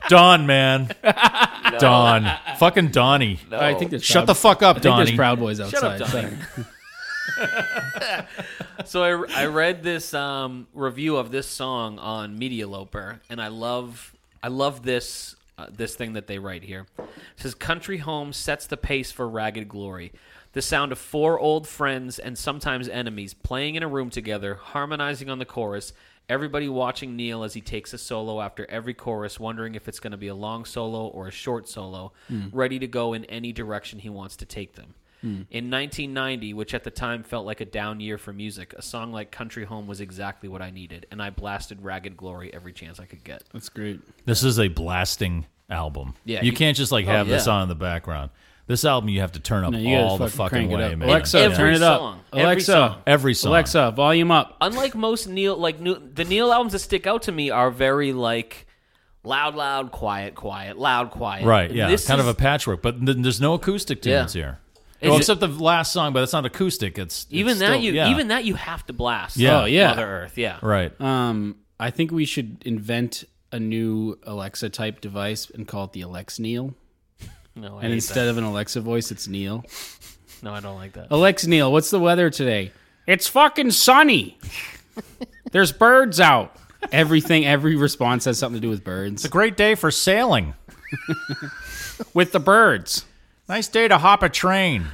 Speaker 3: Dawn, man, Dawn, fucking Donnie.
Speaker 1: I think there's
Speaker 3: Shut
Speaker 1: Proud-
Speaker 3: the fuck up,
Speaker 1: I think
Speaker 3: Donnie.
Speaker 1: there's Proud Boys outside.
Speaker 2: Shut up, Donnie. So I, I read this um, review of this song on Media Loper, and I love I love this uh, this thing that they write here. It says country home sets the pace for ragged glory. The sound of four old friends and sometimes enemies playing in a room together, harmonizing on the chorus, everybody watching Neil as he takes a solo after every chorus, wondering if it's going to be a long solo or a short solo, ready to go in any direction he wants to take them.
Speaker 3: Hmm.
Speaker 2: In 1990, which at the time felt like a down year for music, a song like Country Home was exactly what I needed, and I blasted Ragged Glory every chance I could get.
Speaker 1: That's great.
Speaker 3: This is a blasting album.
Speaker 2: Yeah,
Speaker 3: you
Speaker 2: you-
Speaker 3: can't just like
Speaker 2: Oh,
Speaker 3: have this
Speaker 2: yeah.
Speaker 3: on in the background. This album you have to turn up
Speaker 1: No, you gotta
Speaker 3: all the
Speaker 1: fucking
Speaker 3: fucking
Speaker 1: crank it
Speaker 3: way,
Speaker 1: up.
Speaker 3: man.
Speaker 1: Alexa,
Speaker 3: Yeah.
Speaker 1: turn it up.
Speaker 2: song. Every
Speaker 1: Alexa,
Speaker 2: song.
Speaker 3: Every song.
Speaker 1: Alexa, volume up.
Speaker 2: unlike most Neil, like new, the Neil albums that stick out to me are very like loud, loud, quiet, quiet, loud, quiet.
Speaker 3: Right, yeah.
Speaker 2: This
Speaker 3: kind
Speaker 2: is-
Speaker 3: of a patchwork, but th- there's no acoustic
Speaker 2: Yeah.
Speaker 3: tunes here.
Speaker 2: Is
Speaker 3: well,
Speaker 2: it-
Speaker 3: except the last song, but it's not acoustic. It's, it's
Speaker 2: even that
Speaker 3: still-
Speaker 2: you
Speaker 3: yeah.
Speaker 2: even that you have to blast.
Speaker 3: Yeah.
Speaker 1: Oh, yeah.
Speaker 2: Mother Earth. Yeah,
Speaker 3: right.
Speaker 1: Um, I think we should invent a new Alexa type device and call it the Alex Neil.
Speaker 2: no, I
Speaker 1: And
Speaker 2: hate
Speaker 1: instead of an Alexa voice, it's Neil.
Speaker 2: that. no, I don't like
Speaker 3: Oh.
Speaker 2: that.
Speaker 1: Alex Neil, what's the weather today? It's fucking sunny. There's birds out. Everything, every response has something to do with birds.
Speaker 3: Great day for sailing.
Speaker 1: With the birds
Speaker 3: Nice day to hop a train.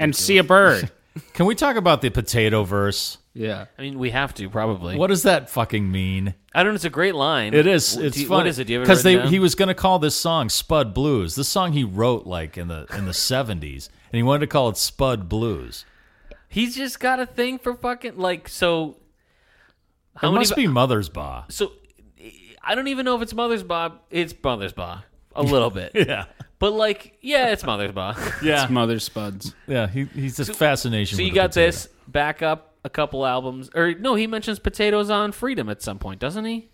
Speaker 1: and see a bird.
Speaker 3: Can we talk about the potato verse?
Speaker 1: Yeah.
Speaker 2: I mean, we have to probably.
Speaker 3: What does that fucking mean?
Speaker 2: I don't. know. It's a great line.
Speaker 3: It is.
Speaker 2: Do
Speaker 3: It's
Speaker 2: you-
Speaker 3: funny.
Speaker 2: What is it? Because
Speaker 3: Because they he was going to call this song Spud Blues. This song he wrote like in the in the seventies, and he wanted to call it Spud Blues.
Speaker 2: he's just got a thing for fucking like so. How
Speaker 3: it
Speaker 2: many?
Speaker 3: must be Mother's Ba.
Speaker 2: so I don't even know if it's Mother's Bob. It's Mother's Bob. A little bit.
Speaker 3: Yeah,
Speaker 2: But like, yeah, it's Mother's Bob.
Speaker 3: yeah,
Speaker 1: It's mother spuds.
Speaker 3: yeah. He, he's this fascination.
Speaker 2: So
Speaker 3: with
Speaker 2: you
Speaker 3: the
Speaker 2: got
Speaker 3: potato.
Speaker 2: this back up a couple albums, or no? He mentions potatoes on Freedom at some point, doesn't he?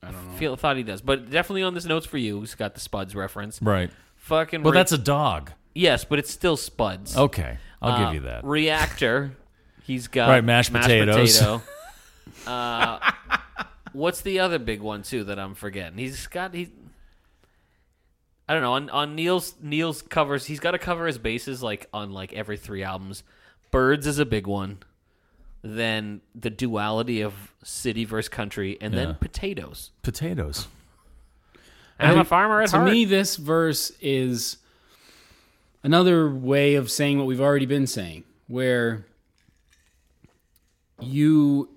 Speaker 2: I don't know. Feel thought he does, but definitely on this notes for you. He's got the Spuds reference.
Speaker 3: right?
Speaker 2: Fucking.
Speaker 3: Well,
Speaker 2: re-
Speaker 3: that's a Oh, dog.
Speaker 2: yes, but it's still Spuds.
Speaker 3: Okay, I'll
Speaker 2: Uh,
Speaker 3: give you that.
Speaker 2: Reactor. He's got
Speaker 3: Right, mashed potatoes.
Speaker 2: potato. Uh, what's the other big one too that I'm forgetting? He's got he. I don't know on on Neil's Neil's covers. He's got to cover his bases like on like every three albums. Birds is a big one. Then the duality of city versus country, and
Speaker 3: Yeah.
Speaker 2: then potatoes.
Speaker 3: Potatoes.
Speaker 2: I'm a farmer at
Speaker 1: to
Speaker 2: heart.
Speaker 1: me, this verse is another way of saying what we've already been saying, where you,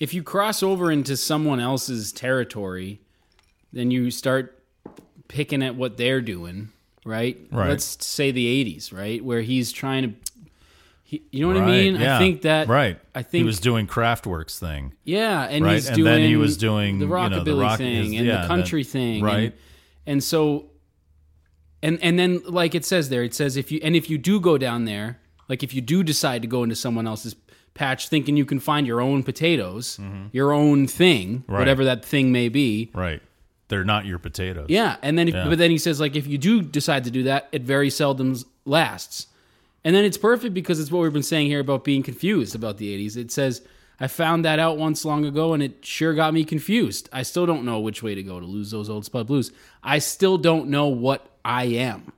Speaker 1: if you cross over into someone else's territory, then you start picking at what they're doing, right?
Speaker 3: Right.
Speaker 1: Let's say the 80s, right? Where he's trying to. He, you know what I
Speaker 3: Right,
Speaker 1: mean?
Speaker 3: yeah.
Speaker 1: I think that
Speaker 3: right.
Speaker 1: I think
Speaker 3: he was doing Kraftwerks thing.
Speaker 1: yeah, and
Speaker 3: Right,
Speaker 1: he's
Speaker 3: and
Speaker 1: doing
Speaker 3: then he was doing,
Speaker 1: the
Speaker 3: you know,
Speaker 1: rockabilly
Speaker 3: the rock-
Speaker 1: thing
Speaker 3: his-
Speaker 1: and
Speaker 3: yeah,
Speaker 1: the
Speaker 3: the-
Speaker 1: country thing, and-
Speaker 3: right.
Speaker 1: And, so, and and then like it says there, it says if you and if you do go down there, like if you do decide to go into someone else's patch, thinking you can find your own potatoes, your own thing,
Speaker 3: Mm-hmm. Right.
Speaker 1: whatever that thing may be.
Speaker 3: Right. They're not your potatoes.
Speaker 1: Yeah, and then if, but then he says like if you do decide to do that, it very seldom lasts. And then it's perfect because it's what we've been saying here about being confused about the 80s. It says, I found that out once long ago and it sure got me confused. I still don't know which way to go to lose those old spud blues. I still don't know what I am.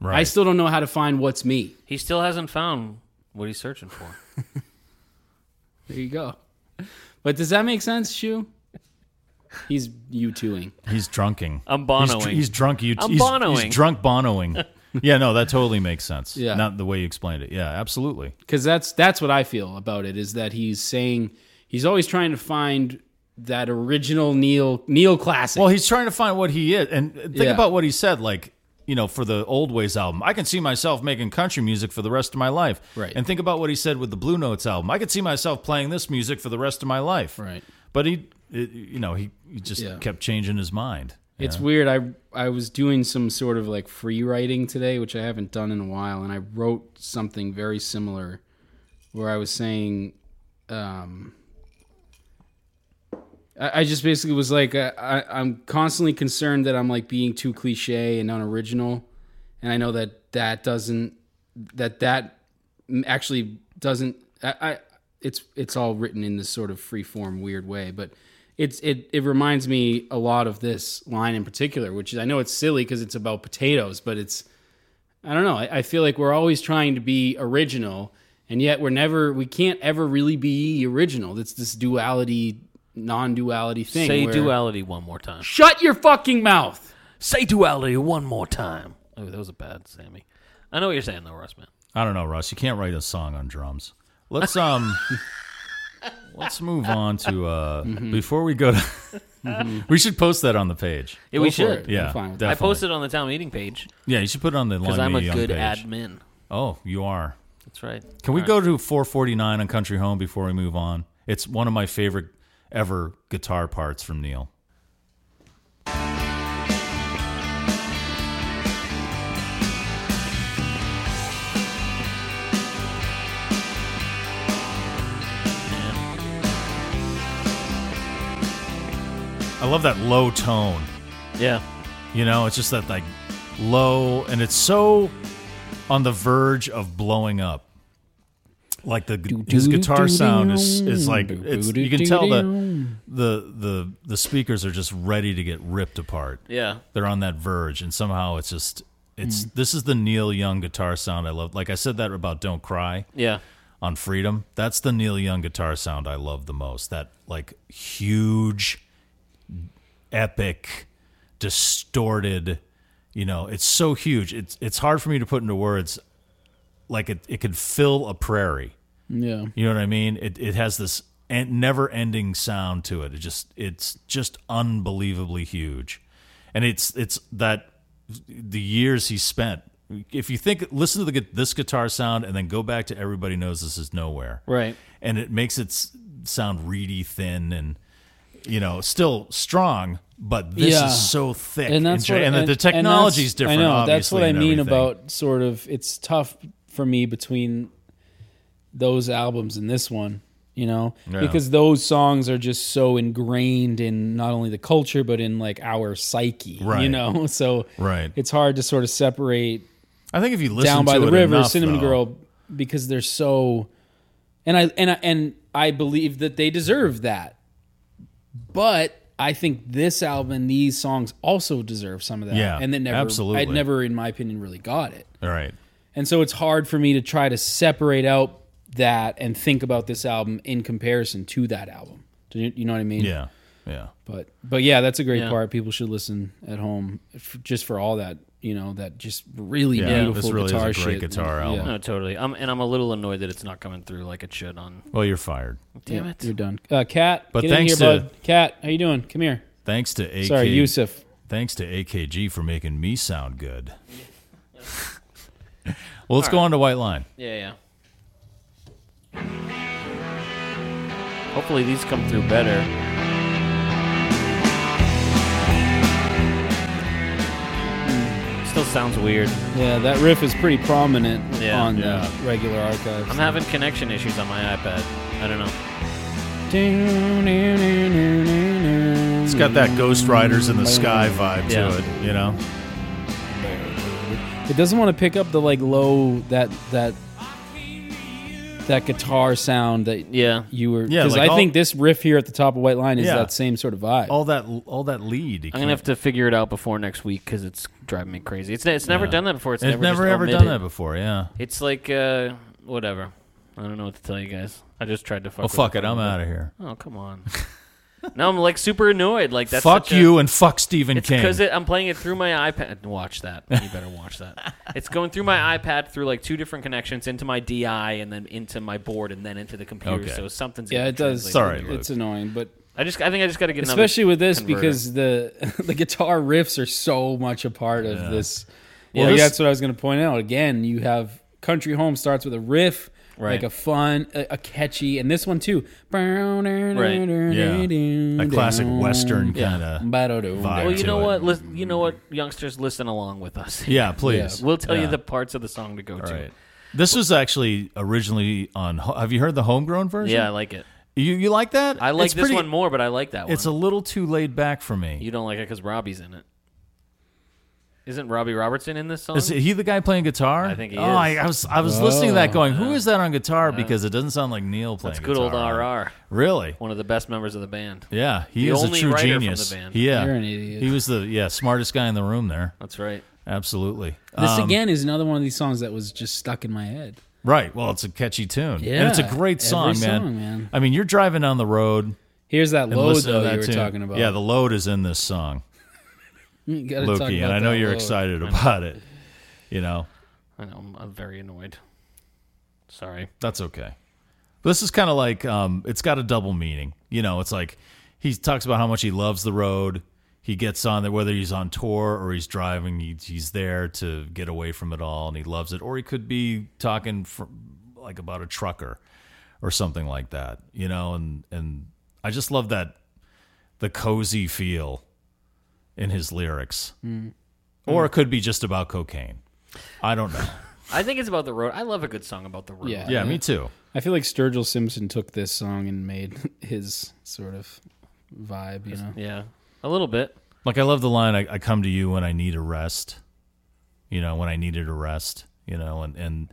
Speaker 3: Right.
Speaker 1: I still don't know how to find what's me.
Speaker 2: he still hasn't found what he's searching for.
Speaker 1: There you go. But does that make sense, Shu? He's you twoing.
Speaker 3: He's drunking.
Speaker 2: I'm
Speaker 3: He's, dr-
Speaker 2: Bonoing.
Speaker 3: he's drunk. You.
Speaker 2: I'm
Speaker 3: he's,
Speaker 2: Bonoing.
Speaker 3: he's drunk bonoing. yeah. No, that totally makes sense.
Speaker 1: Yeah.
Speaker 3: Not the way you explained it. Yeah. Absolutely.
Speaker 1: because that's that's what I feel about it is that he's saying he's always trying to find that original Neil Neil classic.
Speaker 3: Well, he's trying to find what he is, and think
Speaker 1: Yeah.
Speaker 3: about what he said. Like, you know, for the Old Ways album, I can see myself making country music for the rest of my life.
Speaker 1: Right.
Speaker 3: And think about what he said with the Blue Notes album. I could see myself playing this music for the rest of my life.
Speaker 1: Right.
Speaker 3: But he, it, you know, he, he just
Speaker 1: Yeah.
Speaker 3: kept changing his mind.
Speaker 1: it's weird. I I was doing some sort of like free writing today, which I haven't done in a while, and I wrote something very similar, where I was saying, um, I, I just basically was like, I, I I'm constantly concerned that I'm like being too cliche and unoriginal, and I know that that doesn't that that m- actually doesn't I, I it's it's all written in this sort of free form weird way but it's it it reminds me a lot of this line in particular which is i know it's silly because it's about potatoes but it's i don't know I, I feel like we're always trying to be original and yet we're never we can't ever really be original it's this duality non-duality thing
Speaker 2: Say
Speaker 1: where-
Speaker 2: duality one more time.
Speaker 1: shut your fucking mouth
Speaker 2: Say duality one more time. Oh, that was a bad Sammy. I know what you're saying though, Russ man.
Speaker 3: I don't know, Russ. You can't write a song on drums. Let's um, let's move on to uh.
Speaker 2: Mm-hmm.
Speaker 3: Before we go to, we should post that on the page.
Speaker 2: Yeah, we
Speaker 1: for
Speaker 2: should.
Speaker 1: it.
Speaker 3: Yeah,
Speaker 1: I'm fine with that.
Speaker 2: Mm-hmm. I
Speaker 3: definitely.
Speaker 2: posted on the town meeting page
Speaker 3: Yeah, you should put it on the
Speaker 2: because
Speaker 3: Long
Speaker 2: I'm a
Speaker 3: Young
Speaker 2: good
Speaker 3: page.
Speaker 2: admin.
Speaker 3: Oh, you are.
Speaker 2: That's right.
Speaker 3: Can we go to 449 on Country Home before we move on? It's one of my favorite ever guitar parts from Neil. I love that low tone.
Speaker 2: Yeah.
Speaker 3: You know, it's just that like low, and it's so on the verge of blowing up. Like the his guitar sound is is like it's you can tell the the the the speakers are just ready to get ripped apart.
Speaker 2: Yeah.
Speaker 3: They're on that verge, and somehow it's just it's this is the Neil Young guitar sound I love. Like I said that about "Don't Cry"
Speaker 2: Yeah.
Speaker 3: on Freedom. That's the Neil Young guitar sound I love the most. That like huge, epic, distorted. You know, it's so huge. It's it's hard for me to put into words. Like it, it could fill a prairie.
Speaker 1: Yeah.
Speaker 3: You know what I mean? It it has this en- never-ending sound to it. It just it's just unbelievably huge, and it's it's that the years he spent. If you think listen to the gu- this guitar sound and then go back to everybody knows this is nowhere,
Speaker 2: Right.
Speaker 3: and it makes it s- sound reedy thin and you know still strong, but this
Speaker 1: Yeah.
Speaker 3: is so thick
Speaker 1: and that's
Speaker 3: ja-
Speaker 1: what,
Speaker 3: and, the
Speaker 1: and that's-
Speaker 3: technology's different.
Speaker 1: I know
Speaker 3: obviously,
Speaker 1: that's what I
Speaker 3: and
Speaker 1: mean
Speaker 3: everything.
Speaker 1: about sort of it's tough for me between those albums and this one, you know, because those songs are just so ingrained in not only the culture but in like our psyche,
Speaker 3: Right.
Speaker 1: you know. So
Speaker 3: Right.
Speaker 1: it's hard to sort of separate
Speaker 3: I think if you listen
Speaker 1: down by
Speaker 3: to
Speaker 1: the
Speaker 3: it
Speaker 1: river,
Speaker 3: enough,
Speaker 1: Cinnamon
Speaker 3: though-
Speaker 1: Girl, because they're so, and I and I, and I believe that they deserve that, but I think this album and these songs also deserve some of that.
Speaker 3: Yeah,
Speaker 1: and that never,
Speaker 3: absolutely.
Speaker 1: I never, in my opinion, really got it,
Speaker 3: all right.
Speaker 1: and so it's hard for me to try to separate out that and think about this album in comparison to that album. Do you, you know what I mean?
Speaker 3: Yeah, yeah.
Speaker 1: But but yeah, that's a great
Speaker 2: Yeah.
Speaker 1: part. People should listen at home f- just for all that. You know that just really
Speaker 3: Yeah,
Speaker 1: beautiful
Speaker 3: this really is a
Speaker 1: guitar
Speaker 3: great
Speaker 1: shit.
Speaker 3: guitar
Speaker 1: Yeah.
Speaker 3: album.
Speaker 2: No, totally. I'm and I'm a little annoyed that it's not coming through like it should on.
Speaker 3: Well, you're fired.
Speaker 2: Damn
Speaker 1: Yeah,
Speaker 2: it.
Speaker 1: You're done. Uh, Kat,
Speaker 3: But
Speaker 1: get
Speaker 3: thanks
Speaker 1: in here,
Speaker 3: to-
Speaker 1: bud. Kat, how you doing? Come here.
Speaker 3: Thanks to AK.
Speaker 1: Sorry, Yusuf.
Speaker 3: Thanks to AKG for making me sound good. well, let's go on to White Line.
Speaker 2: Yeah, yeah. Hopefully these come through better. Hmm. Still sounds weird.
Speaker 1: Yeah, that riff is pretty prominent
Speaker 2: Yeah.
Speaker 1: on
Speaker 3: Yeah.
Speaker 1: the regular archives.
Speaker 2: I'm having connection issues on my iPad. I don't know.
Speaker 3: It's got that Ghost Riders in the Sky vibe
Speaker 2: Yeah.
Speaker 3: to it, you know?
Speaker 1: It doesn't want to pick up the like low that that that guitar sound that
Speaker 2: Yeah.
Speaker 1: you were.
Speaker 3: Yeah,
Speaker 1: because
Speaker 3: like
Speaker 1: I
Speaker 3: all-
Speaker 1: think this riff here at the top of White Line is
Speaker 3: Yeah.
Speaker 1: that same sort of vibe.
Speaker 3: All that all that lead.
Speaker 2: I'm gonna have to figure it out before next week because it's driving me crazy. It's it's never done that before. It's,
Speaker 3: It's
Speaker 2: never,
Speaker 3: never
Speaker 2: just
Speaker 3: ever done
Speaker 2: omitted.
Speaker 3: that before, yeah.
Speaker 2: It's like uh, whatever. I don't know what to tell you guys. I just tried to fuck.
Speaker 3: Oh,
Speaker 2: with
Speaker 3: fuck it. I'm out of here.
Speaker 2: Oh come on. now I'm like super annoyed. Like that's
Speaker 3: fuck
Speaker 2: such a-
Speaker 3: you and fuck Stephen
Speaker 2: It's
Speaker 3: King.
Speaker 2: because it, I'm playing it through my iPad. Watch that. You better watch that. it's going through my iPad through like two different connections into my DI and then into my board and then into the computer.
Speaker 3: Okay.
Speaker 2: So something's
Speaker 1: yeah,
Speaker 2: gonna
Speaker 1: it does.
Speaker 2: translate
Speaker 3: Sorry,
Speaker 2: weird.
Speaker 3: Luke.
Speaker 1: it's annoying, but
Speaker 2: I just I think I just got to get another
Speaker 1: especially with this
Speaker 2: converter.
Speaker 1: because the the guitar riffs are so much a part of this.
Speaker 3: Well,
Speaker 1: Well,
Speaker 3: this-
Speaker 1: that's what I was going to point out. Again, you have Country Home starts with a riff, like a fun, a, a catchy, and this one too.
Speaker 3: yeah.
Speaker 1: Yeah,
Speaker 3: A classic Western kind of.
Speaker 2: Well, you
Speaker 3: to
Speaker 2: know
Speaker 3: it.
Speaker 2: what? Lis- you know what, youngsters, listen along with us.
Speaker 3: Yeah, please.
Speaker 2: We'll tell
Speaker 3: Yeah.
Speaker 2: you the parts of the song to go to.
Speaker 3: All right. This was actually originally on. Ho- Have you heard the homegrown version?
Speaker 2: Yeah, I like it.
Speaker 3: You, you like that?
Speaker 2: I like
Speaker 3: It's
Speaker 2: this
Speaker 3: pretty-
Speaker 2: one more, but I like that one.
Speaker 3: It's a little too laid back for me.
Speaker 2: you don't like it because Robbie's in it. Isn't Robbie Robertson in this song?
Speaker 3: Is he the guy playing guitar?
Speaker 2: I think he
Speaker 3: oh,
Speaker 2: is. Oh,
Speaker 3: I, I was I was listening to that, going, "Who is that on guitar?" Because it doesn't sound like Neil playing.
Speaker 2: That's good old
Speaker 3: guitar.
Speaker 2: RR,
Speaker 3: Really?
Speaker 2: one of the best members of the band.
Speaker 3: Yeah, he
Speaker 2: The
Speaker 3: is
Speaker 2: only
Speaker 3: a true
Speaker 2: writer from
Speaker 3: genius.
Speaker 2: the band.
Speaker 3: Yeah,
Speaker 1: You're an idiot.
Speaker 3: He was the yeah smartest guy in the room there.
Speaker 2: That's right.
Speaker 3: Absolutely.
Speaker 1: This
Speaker 3: Um,
Speaker 1: again is another one of these songs that was just stuck in my head.
Speaker 3: right? Well, it's a catchy tune. and it's a
Speaker 1: Yeah,
Speaker 3: great
Speaker 1: every
Speaker 3: song, man.
Speaker 1: song, man.
Speaker 3: I mean, you're driving down the road
Speaker 1: Here's that
Speaker 3: and
Speaker 1: load
Speaker 3: listening
Speaker 1: though
Speaker 3: to that
Speaker 1: you were
Speaker 3: tune.
Speaker 1: talking about.
Speaker 3: Yeah, the load is in this song,
Speaker 1: You gotta talk
Speaker 3: Loki, and
Speaker 1: about
Speaker 3: I know
Speaker 1: that
Speaker 3: you're
Speaker 1: load.
Speaker 3: excited about it. You know,
Speaker 2: I know. I'm, I'm very annoyed. Sorry.
Speaker 3: That's okay. This is kind of like um, it's got a double meaning. You know, it's like he talks about how much he loves the road. He gets on there, whether he's on tour or he's driving, he, he's there to get away from it all, and he loves it. Or he could be talking fr like about a trucker or something like that. You know, and and I just love that the cozy feel in his lyrics. Or it could be just about cocaine. I don't know.
Speaker 2: I think it's about the road. I love a good song about the road.
Speaker 1: Yeah.
Speaker 3: Yeah, me too.
Speaker 1: I feel like Sturgill Simpson took this song and made his sort of vibe, you know.
Speaker 2: Yeah. A little bit.
Speaker 3: Like I love the line, I, I come to you when I need a rest. You know, when I needed a rest, you know, and, and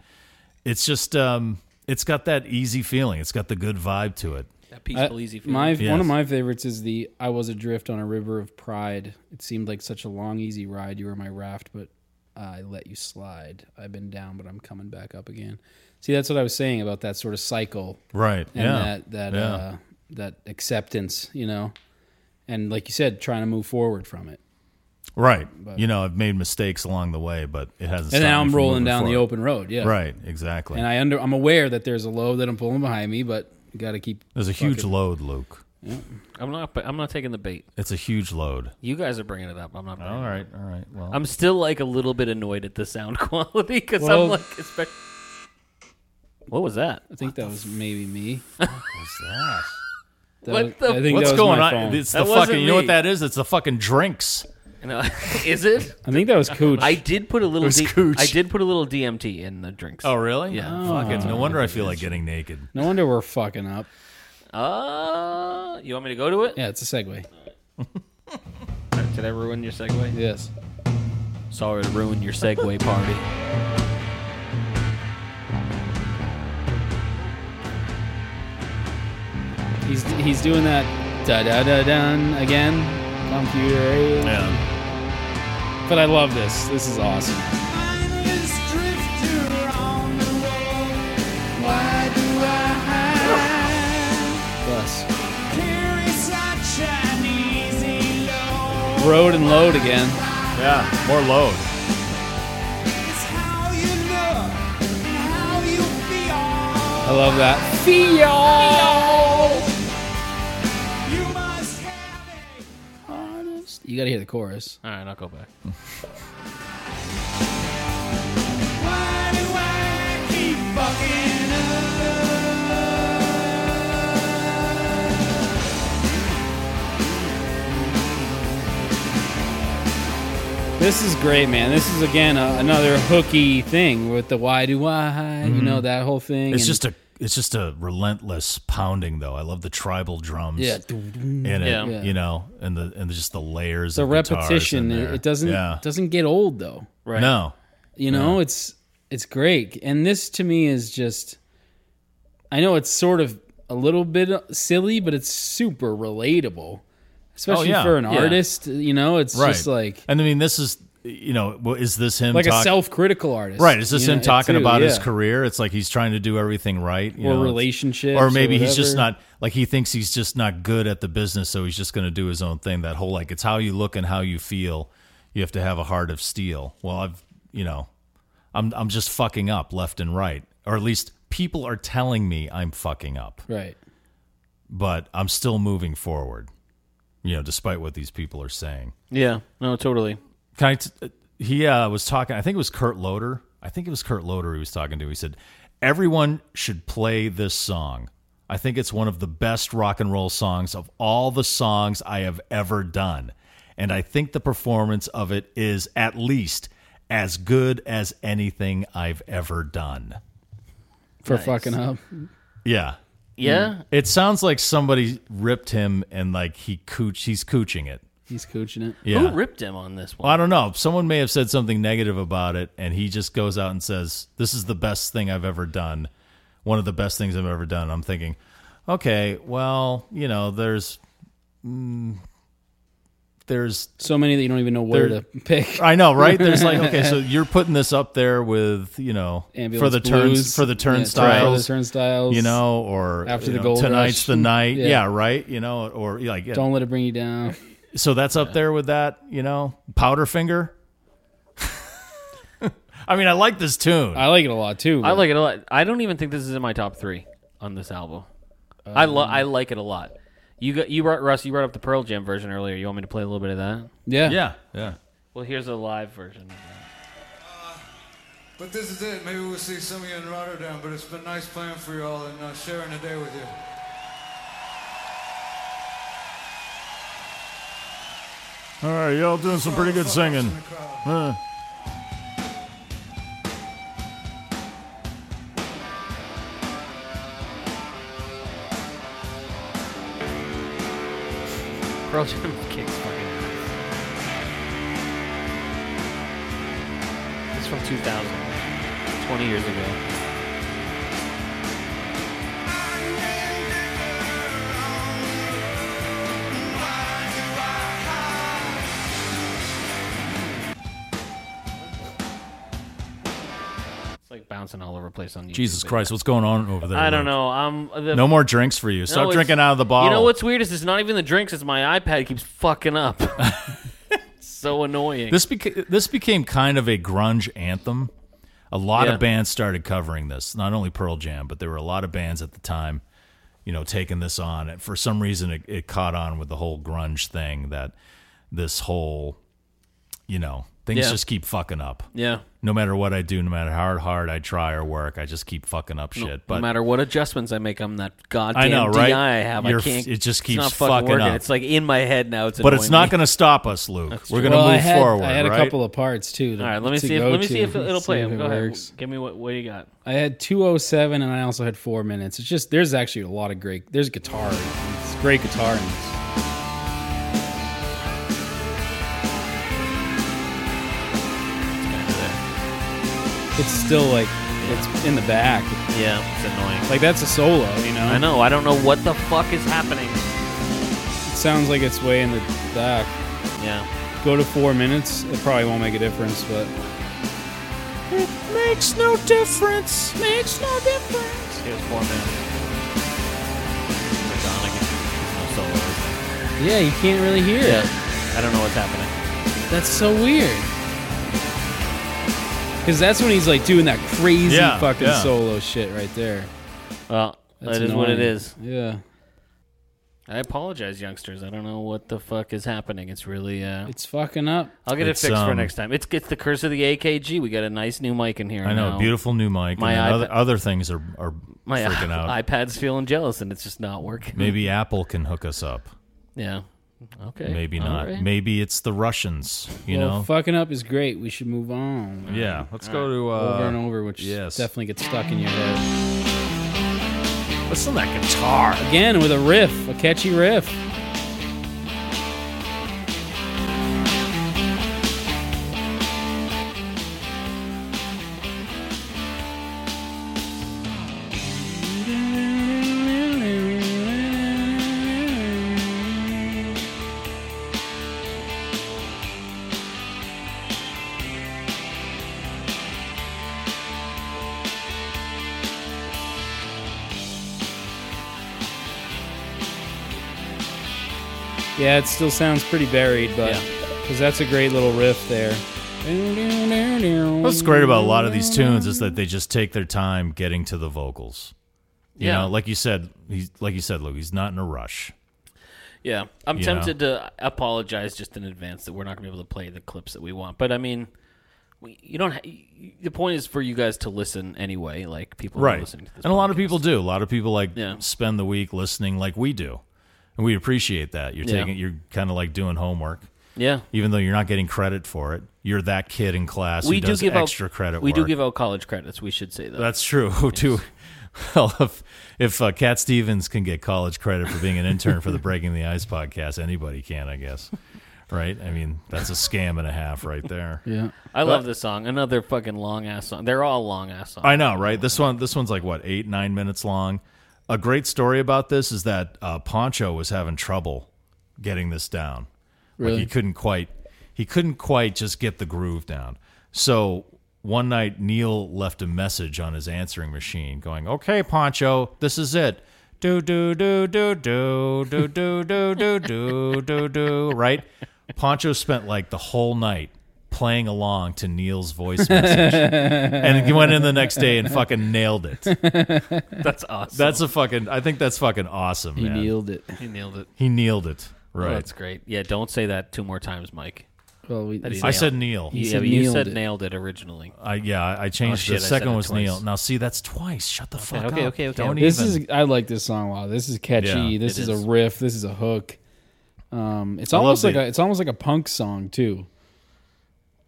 Speaker 3: it's just um it's got that easy feeling. It's got the good vibe to it.
Speaker 2: That peaceful, easy feeling.
Speaker 1: My one
Speaker 3: Yes.
Speaker 1: of my favorites is the "I was adrift on a river of pride. It seemed like such a long, easy ride. You were my raft, but I let you slide. I've been down, but I'm coming back up again." See, that's what I was saying about that sort of cycle
Speaker 3: Right.
Speaker 1: and
Speaker 3: yeah.
Speaker 1: that that
Speaker 3: Yeah.
Speaker 1: uh, that acceptance, you know, and like you said, trying to move forward from it.
Speaker 3: right. you know, I've made mistakes along the way, but it hasn't
Speaker 1: And
Speaker 3: stopped
Speaker 1: now
Speaker 3: me
Speaker 1: I'm
Speaker 3: from
Speaker 1: rolling
Speaker 3: moving
Speaker 1: down the
Speaker 3: forward.
Speaker 1: open road, yeah,
Speaker 3: Right, exactly.
Speaker 1: And I under I'm aware that there's a load that I'm pulling behind me, but got to keep.
Speaker 3: There's a huge load, Luke.
Speaker 2: I'm not. I'm not taking the bait.
Speaker 3: It's a huge load.
Speaker 2: You guys are bringing it up. I'm not. Bringing
Speaker 3: All
Speaker 2: it up.
Speaker 3: right, all right. Well,
Speaker 1: Uh,
Speaker 2: I'm still like a little bit annoyed at the sound quality because
Speaker 1: Well-
Speaker 2: I'm like, expect- what was that?
Speaker 1: I think that was maybe me.
Speaker 3: what's that?
Speaker 1: That
Speaker 2: What
Speaker 1: was-
Speaker 2: the-
Speaker 1: I think
Speaker 3: What's
Speaker 1: that was
Speaker 3: going
Speaker 1: my
Speaker 3: on?
Speaker 1: phone.
Speaker 3: It's
Speaker 2: That
Speaker 3: the
Speaker 2: wasn't
Speaker 3: fucking. You know
Speaker 2: me.
Speaker 3: what that is? It's the fucking drinks.
Speaker 2: And I- is it?
Speaker 1: I think that was Cooch.
Speaker 2: I did put a little.
Speaker 3: was
Speaker 2: D-
Speaker 3: Cooch.
Speaker 2: I did put a little DMT in the drinks.
Speaker 3: Oh, really?
Speaker 2: Yeah.
Speaker 3: Fucking. No wonder I feel like getting naked.
Speaker 1: no wonder we're fucking up.
Speaker 2: Uh, you want me to go to it?
Speaker 1: Yeah, it's a segue.
Speaker 2: Did I ruin your segue?
Speaker 1: Yes.
Speaker 2: Sorry to ruin your segue party.
Speaker 1: He's he's doing that da da da dun again. Computer. eh?
Speaker 3: Yeah.
Speaker 1: But I love this. This is awesome. Plus. Road and load again.
Speaker 3: Yeah. More load.
Speaker 1: I love that. You gotta hear the chorus.
Speaker 2: All right, I'll go back.
Speaker 1: This is great, man. This is again a, another hooky thing with the why do I? You know that whole thing.
Speaker 3: Mm-hmm. It's
Speaker 1: and-
Speaker 3: just a it's just a relentless pounding though. I love the tribal drums.
Speaker 1: yeah.
Speaker 3: in it,
Speaker 2: Yeah.
Speaker 3: you know, and the and just the layers.
Speaker 1: The
Speaker 3: of guitars in
Speaker 1: repetition.
Speaker 3: there.
Speaker 1: It, it doesn't
Speaker 3: Yeah.
Speaker 1: it doesn't get old though.
Speaker 2: Right.
Speaker 3: No.
Speaker 1: You know, it's it's great. And this to me is just I know it's sort of a little bit silly, but it's super relatable. Especially
Speaker 3: yeah.
Speaker 1: for an
Speaker 3: Yeah.
Speaker 1: artist, you know, it's
Speaker 3: Right.
Speaker 1: just like
Speaker 3: And I mean, this is you know, what- is this him
Speaker 1: like a
Speaker 3: talk-
Speaker 1: self-critical artist.
Speaker 3: Right, is this
Speaker 1: you
Speaker 3: him
Speaker 1: know,
Speaker 3: talking
Speaker 1: too,
Speaker 3: about his
Speaker 1: yeah.
Speaker 3: career? It's like he's trying to do everything right, you
Speaker 1: Or
Speaker 3: know, it's-
Speaker 1: relationships
Speaker 3: or
Speaker 1: or
Speaker 3: maybe he's just
Speaker 1: whatever.
Speaker 3: not like he thinks he's just not good at the business, so he's just going to do his own thing. That whole like it's how you look and how you feel. You have to have a heart of steel. Well, I've you know, I'm I'm just fucking up left and right, or at least people are telling me I'm fucking up.
Speaker 1: Right.
Speaker 3: but I'm still moving forward, you know, despite what these people are saying.
Speaker 2: Yeah. No, totally.
Speaker 3: Can I t- he uh, was talking, I think it was Kurt Loder. I think it was Kurt Loder he was talking to. He said, Everyone should play this song. I think it's one of the best rock and roll songs of all the songs I have ever done. And I think the performance of it is at least as good as anything I've ever done.
Speaker 1: For fucking up.
Speaker 3: Yeah.
Speaker 2: Yeah.
Speaker 3: It sounds like somebody ripped him and like he cooch he's cooching it.
Speaker 1: He's coaching it.
Speaker 3: Yeah.
Speaker 2: Who ripped him on this
Speaker 3: Well, I
Speaker 2: one?
Speaker 3: don't know. Someone may have said something negative about it, and he just goes out and says, "This is the best thing I've ever done. One of the best things I've ever done." I'm thinking, okay, well, you know, there's, mm, there's,
Speaker 1: So many that you don't even know where
Speaker 3: There-
Speaker 1: to pick.
Speaker 3: I know, right? There's like, okay, so you're putting this up there with, you know,
Speaker 1: Ambulance
Speaker 3: for the
Speaker 1: Blues.
Speaker 3: turns for
Speaker 1: Yeah, for
Speaker 3: the
Speaker 1: the
Speaker 3: turnstiles,
Speaker 1: turnstiles.
Speaker 3: you know, or
Speaker 1: After
Speaker 3: you
Speaker 1: the
Speaker 3: know,
Speaker 1: Gold
Speaker 3: tonight's
Speaker 1: Rush.
Speaker 3: the night,
Speaker 1: Yeah.
Speaker 3: yeah. right, you know, or like, yeah.
Speaker 1: Don't let it bring you down.
Speaker 3: so that's up there with that, you know, Powderfinger. I mean, I like this tune.
Speaker 1: I like it a lot too.
Speaker 2: I
Speaker 1: but-
Speaker 2: like it a lot. I don't even think this is in my top three on this album. I lo- I like it a lot. You got you brought Russ. You brought up the Pearl Jam version earlier. You want me to play a little bit of that?
Speaker 1: yeah.
Speaker 3: yeah, yeah.
Speaker 2: Well, here's a live version. of that.
Speaker 7: But this is it. Maybe we'll see some of you in Rotterdam. But it's been nice playing for you all and uh, sharing a day with you.
Speaker 3: All right, y'all doing some pretty good singing. Huh.
Speaker 2: Pearl Jam kicks fucking. ass. It's from 2000, 20 years ago. It's like bouncing all over the place on YouTube.
Speaker 3: Jesus Christ, what's going on over there?
Speaker 2: I don't
Speaker 3: Luke?
Speaker 2: know. I'm the
Speaker 3: No more drinks for you.
Speaker 2: No,
Speaker 3: Stop
Speaker 2: it's-
Speaker 3: drinking out of the bottle.
Speaker 2: You know what's weird is it's not even the drinks; it's my iPad keeps fucking up. so annoying.
Speaker 3: This beca- this became kind of a grunge anthem. A lot
Speaker 2: Yeah.
Speaker 3: of bands started covering this. Not only Pearl Jam, but there were a lot of bands at the time, you know, taking this on. And for some reason, it, it caught on with the whole grunge thing. That this whole, you know, things
Speaker 2: Yeah.
Speaker 3: just keep fucking up.
Speaker 2: yeah.
Speaker 3: No matter what I do, no matter how hard I try or work, I just keep fucking up shit. but
Speaker 2: no matter what adjustments I make on that goddamn
Speaker 3: I know, right?
Speaker 2: DI I have,
Speaker 3: Your
Speaker 2: I
Speaker 3: f-
Speaker 2: can't.
Speaker 3: it just keeps
Speaker 2: it's not fucking,
Speaker 3: fucking
Speaker 2: working.
Speaker 3: up.
Speaker 2: It's like in my head now. It's
Speaker 3: but it's
Speaker 2: annoying
Speaker 3: not
Speaker 2: me.
Speaker 3: going to stop us, Luke. We're going to
Speaker 1: Well,
Speaker 3: move
Speaker 1: I had,
Speaker 3: forward.
Speaker 1: I had a
Speaker 3: right?
Speaker 1: couple of parts too. to-
Speaker 2: All right, let me
Speaker 1: to
Speaker 2: see. If,
Speaker 1: go
Speaker 2: let me see
Speaker 1: to.
Speaker 2: if it'll
Speaker 1: See
Speaker 2: play.
Speaker 1: if
Speaker 2: Go
Speaker 1: it
Speaker 2: ahead.
Speaker 1: works.
Speaker 2: Give me what what you got.
Speaker 1: I had 207 and I also had four minutes. It's just there's actually a lot of great. There's guitar. It's great guitar. In this. It's still like it's in the back.
Speaker 2: Yeah, it's annoying.
Speaker 1: Like that's a solo. You know.
Speaker 2: I know. I don't know what the fuck is happening.
Speaker 1: It sounds like it's way in the back.
Speaker 2: Yeah.
Speaker 1: Go to four minutes. It probably won't make a difference, but
Speaker 3: Makes no difference. Makes no difference.
Speaker 2: Here's four minutes. It's on again. No solos.
Speaker 1: yeah, you can't really hear it.
Speaker 2: Yeah. I don't know what's happening.
Speaker 1: That's so weird. Because that's when he's like doing that crazy
Speaker 3: Yeah,
Speaker 1: fucking
Speaker 3: yeah.
Speaker 1: solo shit right there.
Speaker 2: Well,
Speaker 1: That's
Speaker 2: that is what it
Speaker 1: annoying.
Speaker 2: is.
Speaker 1: Yeah.
Speaker 2: I apologize, youngsters. I don't know what the fuck is happening. It's really. Uh,
Speaker 1: It's fucking up.
Speaker 2: I'll get it
Speaker 3: It's,
Speaker 2: fixed for
Speaker 3: um,
Speaker 2: next time. It's it's the curse of the AKG. We got a nice new mic in here.
Speaker 3: I know,
Speaker 2: now.
Speaker 3: beautiful new mic.
Speaker 2: My
Speaker 3: and then
Speaker 2: iPad-
Speaker 3: other, other things are, are
Speaker 2: My
Speaker 3: freaking out.
Speaker 2: iPad's feeling jealous, and it's just not working.
Speaker 3: Maybe Apple can hook us up.
Speaker 2: Yeah. Okay.
Speaker 3: Maybe
Speaker 2: All
Speaker 3: not.
Speaker 2: right.
Speaker 3: Maybe it's the Russians. You
Speaker 1: well,
Speaker 3: know?
Speaker 1: fucking up is great. We should move on.
Speaker 3: yeah. Let's go to
Speaker 1: Over and
Speaker 3: uh,
Speaker 1: over, which
Speaker 3: yes.
Speaker 1: definitely gets stuck in your head.
Speaker 3: listen to that guitar.
Speaker 1: Again, with a riff, a catchy riff. Yeah, it still sounds pretty buried, but because that's a great little riff there.
Speaker 3: What's great about a lot of these tunes is that they just take their time getting to the vocals. You
Speaker 2: Yeah.
Speaker 3: know, like you said, he's like you said, Luke. He's not in a rush.
Speaker 2: Yeah. I'm
Speaker 3: You
Speaker 2: tempted to apologize just in advance that we're not going to be able to play the clips that we want. But I mean, we, you don't. Ha- the point is for you guys to listen anyway. Like people who are listening to this.
Speaker 3: and a lot of people do. A lot of people like
Speaker 2: Yeah.
Speaker 3: spend the week listening, like we do, and we appreciate that. You're
Speaker 2: Yeah.
Speaker 3: taking, you're kind of like doing homework.
Speaker 2: Yeah.
Speaker 3: even though you're not getting credit for it. You're that kid in class
Speaker 2: We
Speaker 3: who
Speaker 2: do
Speaker 3: does
Speaker 2: give
Speaker 3: extra
Speaker 2: out,
Speaker 3: credit.
Speaker 2: We do
Speaker 3: work.
Speaker 2: give out college credits. We should say that.
Speaker 3: That's true. Who do? Well, if if uh, Cat Stevens can get college credit for being an intern for the Breaking the Ice podcast, anybody can, I guess. Right? I mean, that's a scam and a half right there.
Speaker 1: Yeah.
Speaker 2: I love this song. Another fucking long ass song. They're all long ass songs.
Speaker 3: I know, right? This one, this one's like what eight, nine minutes long. A great story about this is that uh, Poncho was having trouble getting this down. Like
Speaker 1: Really?
Speaker 3: he couldn't quite, he couldn't quite just get the groove down. So one night, Neil left a message on his answering machine, going, "Okay, Poncho, this is it." Do do do do do do do do do do do do. Right? Poncho spent like the whole night playing along to Neil's voice message. and he went in the next day and fucking nailed it.
Speaker 2: That's awesome.
Speaker 3: That's a fucking, I think that's fucking awesome,
Speaker 1: He
Speaker 3: man.
Speaker 1: nailed it.
Speaker 2: you nailed it.
Speaker 3: He nailed it.
Speaker 2: Oh,
Speaker 3: Right.
Speaker 2: that's great. Yeah, don't say that two more times, Mike.
Speaker 1: Well, we,
Speaker 2: That is-
Speaker 3: I
Speaker 2: nailed.
Speaker 3: said Neil.
Speaker 2: yeah,
Speaker 1: said
Speaker 2: but you
Speaker 1: nailed
Speaker 2: said
Speaker 1: it.
Speaker 2: nailed it originally.
Speaker 3: I, yeah, I I
Speaker 2: Oh,
Speaker 3: changed.
Speaker 2: shit, I
Speaker 3: the
Speaker 2: said
Speaker 3: second
Speaker 2: it
Speaker 3: was
Speaker 2: twice.
Speaker 3: Neil. Now, see, that's twice. Shut the fuck
Speaker 2: okay,
Speaker 3: up.
Speaker 2: okay, okay,
Speaker 3: Don't
Speaker 2: okay.
Speaker 3: even.
Speaker 1: this is I like this song a lot. This is catchy.
Speaker 3: Yeah,
Speaker 1: this
Speaker 2: it
Speaker 1: is,
Speaker 2: is.
Speaker 1: a riff. This is a hook. Um, it's
Speaker 3: love
Speaker 1: almost like
Speaker 3: the-
Speaker 1: a, it's almost like a punk song too.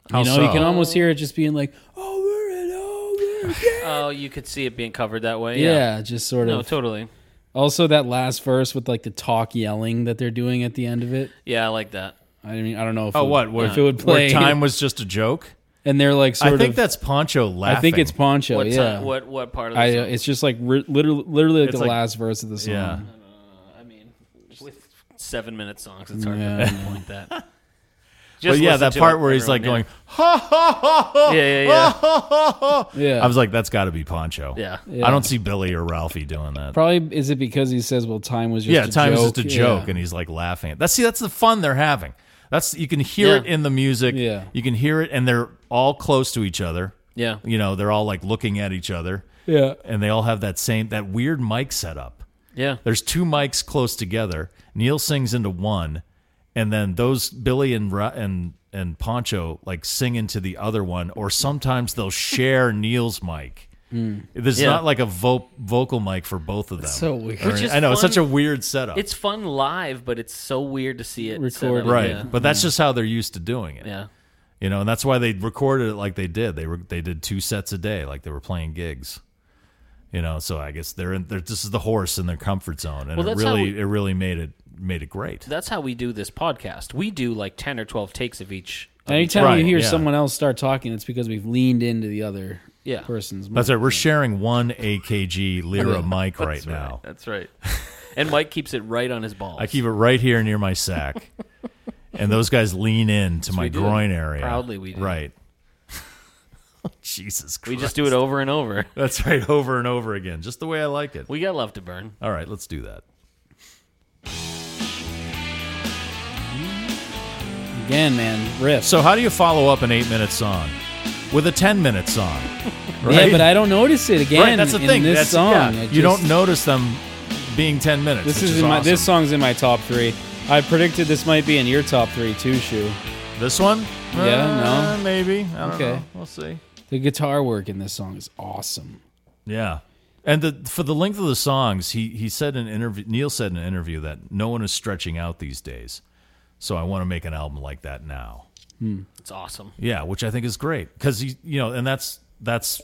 Speaker 3: How
Speaker 1: you know, you
Speaker 3: so?
Speaker 1: can almost hear it just being like over and over again.
Speaker 2: Oh, you could see it being covered that way.
Speaker 1: yeah. just sort
Speaker 2: No,
Speaker 1: of.
Speaker 2: totally.
Speaker 1: also, that last verse with like the talk yelling that they're doing at the end of it.
Speaker 2: Yeah, I like that.
Speaker 1: I mean, I don't know if
Speaker 3: Oh,
Speaker 1: it,
Speaker 3: what? Where,
Speaker 1: if it would
Speaker 3: where
Speaker 1: play
Speaker 3: time was just a joke?
Speaker 1: and they're like sort
Speaker 3: I think
Speaker 1: of.
Speaker 3: that's Poncho laughing.
Speaker 1: I think it's Poncho.
Speaker 2: What's
Speaker 1: yeah,
Speaker 2: uh, what what part of the
Speaker 1: I,
Speaker 2: song?
Speaker 1: it's just like ri- literally, literally like
Speaker 3: It's
Speaker 1: the
Speaker 3: like-
Speaker 1: last verse of the song.
Speaker 3: Yeah.
Speaker 2: I mean, with seven minute songs, it's hard
Speaker 1: Yeah.
Speaker 2: to pinpoint that.
Speaker 3: But
Speaker 2: Just
Speaker 3: yeah,
Speaker 2: listen
Speaker 3: that
Speaker 2: to
Speaker 3: part
Speaker 2: it,
Speaker 3: where he's like
Speaker 2: everyone,
Speaker 3: going, ha ha ha ha.
Speaker 2: Yeah, yeah, yeah.
Speaker 1: Yeah.
Speaker 3: I was like, that's got to be Poncho.
Speaker 2: Yeah.
Speaker 3: I don't see Billy or Ralphie doing that.
Speaker 1: Probably is it because he says, "Well, time was just
Speaker 3: yeah,
Speaker 1: a
Speaker 3: time
Speaker 1: joke.
Speaker 3: is just a joke,
Speaker 1: Yeah.
Speaker 3: and he's like laughing. That's see, that's the fun they're having. That's you can hear
Speaker 2: Yeah.
Speaker 3: it in the music.
Speaker 1: Yeah.
Speaker 3: you can hear it, and they're all close to each other.
Speaker 2: Yeah.
Speaker 3: you know, they're all like looking at each other.
Speaker 1: Yeah.
Speaker 3: and they all have that same that weird mic setup.
Speaker 2: yeah.
Speaker 3: There's two mics close together. Neil sings into one, and then those Billy and Ra- and and Poncho like sing into the other one, or sometimes they'll share Neil's mic. There's
Speaker 2: Yeah.
Speaker 3: not like a vo- vocal mic for both of them.
Speaker 1: Hmm. so weird.
Speaker 3: Or-
Speaker 2: Which is
Speaker 3: I know it's
Speaker 2: fun.
Speaker 3: such a weird setup.
Speaker 2: It's fun live, but it's so weird to see it set
Speaker 1: Recorded.
Speaker 2: up.
Speaker 3: right,
Speaker 2: Yeah. Mm-hmm.
Speaker 3: but that's just how they're used to doing it.
Speaker 2: Yeah.
Speaker 3: You know, and that's why they recorded it like they did. They were they did two sets a day, like they were playing gigs. You know, so I guess they're in. They're, this is the horse in their comfort zone, and
Speaker 2: Well,
Speaker 3: it
Speaker 2: that's how
Speaker 3: really
Speaker 2: we-
Speaker 3: it really made it made it great.
Speaker 2: That's how we do this podcast. We do like ten or twelve takes of each. of each-
Speaker 1: Anytime
Speaker 3: Right,
Speaker 1: you hear
Speaker 3: yeah.
Speaker 1: someone else start talking, it's because we've leaned into the other
Speaker 2: Yeah.
Speaker 1: person's.
Speaker 3: That's right. We're sharing one AKG Lyra mic right now.
Speaker 2: That's right. and Mike keeps it right on his balls.
Speaker 3: I keep it right here near my sack, and those guys lean in to my
Speaker 2: we do.
Speaker 3: groin area.
Speaker 2: Proudly we do.
Speaker 3: Right. Jesus
Speaker 2: We
Speaker 3: Christ.
Speaker 2: just do it over and over.
Speaker 3: That's right, over and over again, just the way I like it.
Speaker 2: We got love to burn.
Speaker 3: All right, let's do that.
Speaker 1: Again, man, riffs.
Speaker 3: So how do you follow up an eight-minute song with a ten-minute song? Right?
Speaker 1: Yeah, but I don't notice it again.
Speaker 3: right, that's the
Speaker 1: in
Speaker 3: thing.
Speaker 1: This
Speaker 3: that's,
Speaker 1: song,
Speaker 3: yeah,
Speaker 1: It
Speaker 3: you
Speaker 1: just-
Speaker 3: don't notice them being ten minutes.
Speaker 1: This
Speaker 3: which
Speaker 1: is in my.
Speaker 3: awesome.
Speaker 1: This song's in my top three. I predicted this might be in your top three too, Shu.
Speaker 3: This one?
Speaker 1: Yeah,
Speaker 3: Uh, maybe. I don't
Speaker 1: Okay.
Speaker 3: know. We'll see.
Speaker 1: The guitar work in this song is awesome.
Speaker 3: Yeah. And the, for the length of the songs, he, he said in an interview, Neil said in an interview that no one is stretching out these days. So I want to make an album like that now.
Speaker 2: It's awesome.
Speaker 3: Yeah, which I think is great because he, you know, and that's that's,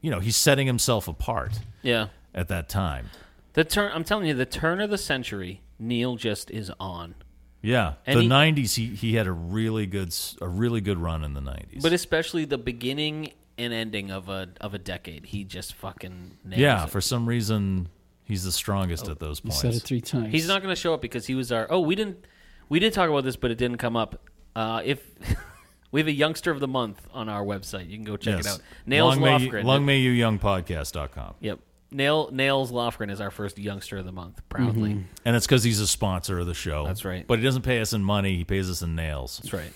Speaker 3: you know, he's setting himself apart
Speaker 2: Yeah.
Speaker 3: at that time.
Speaker 2: The turn. I'm telling you, the turn of the century. Neil just is on.
Speaker 3: Yeah,
Speaker 2: And
Speaker 3: the
Speaker 2: he-
Speaker 3: '90s, he he had a really good s- a really good run in the '90s.
Speaker 2: But especially the beginning and ending of a of a decade, he just fucking nails
Speaker 3: yeah,
Speaker 2: it.
Speaker 3: for some reason, he's the strongest at those
Speaker 1: Oh, You
Speaker 3: points.
Speaker 1: said it three times.
Speaker 2: He's not going to show up because he was our. Oh, we didn't. We did talk about this, but it didn't come up. Uh, if we have a youngster of the month on our website, you can go check it
Speaker 3: Yes.
Speaker 2: out. Nails
Speaker 3: long may,
Speaker 2: Lofgren.
Speaker 3: long may you young podcast.com.
Speaker 2: yep. Nail Nails Lofgren is our first youngster of the month. Proudly.
Speaker 3: And it's because he's a sponsor of the show.
Speaker 2: That's right.
Speaker 3: But he doesn't pay us in money, he pays us in nails.
Speaker 2: That's right.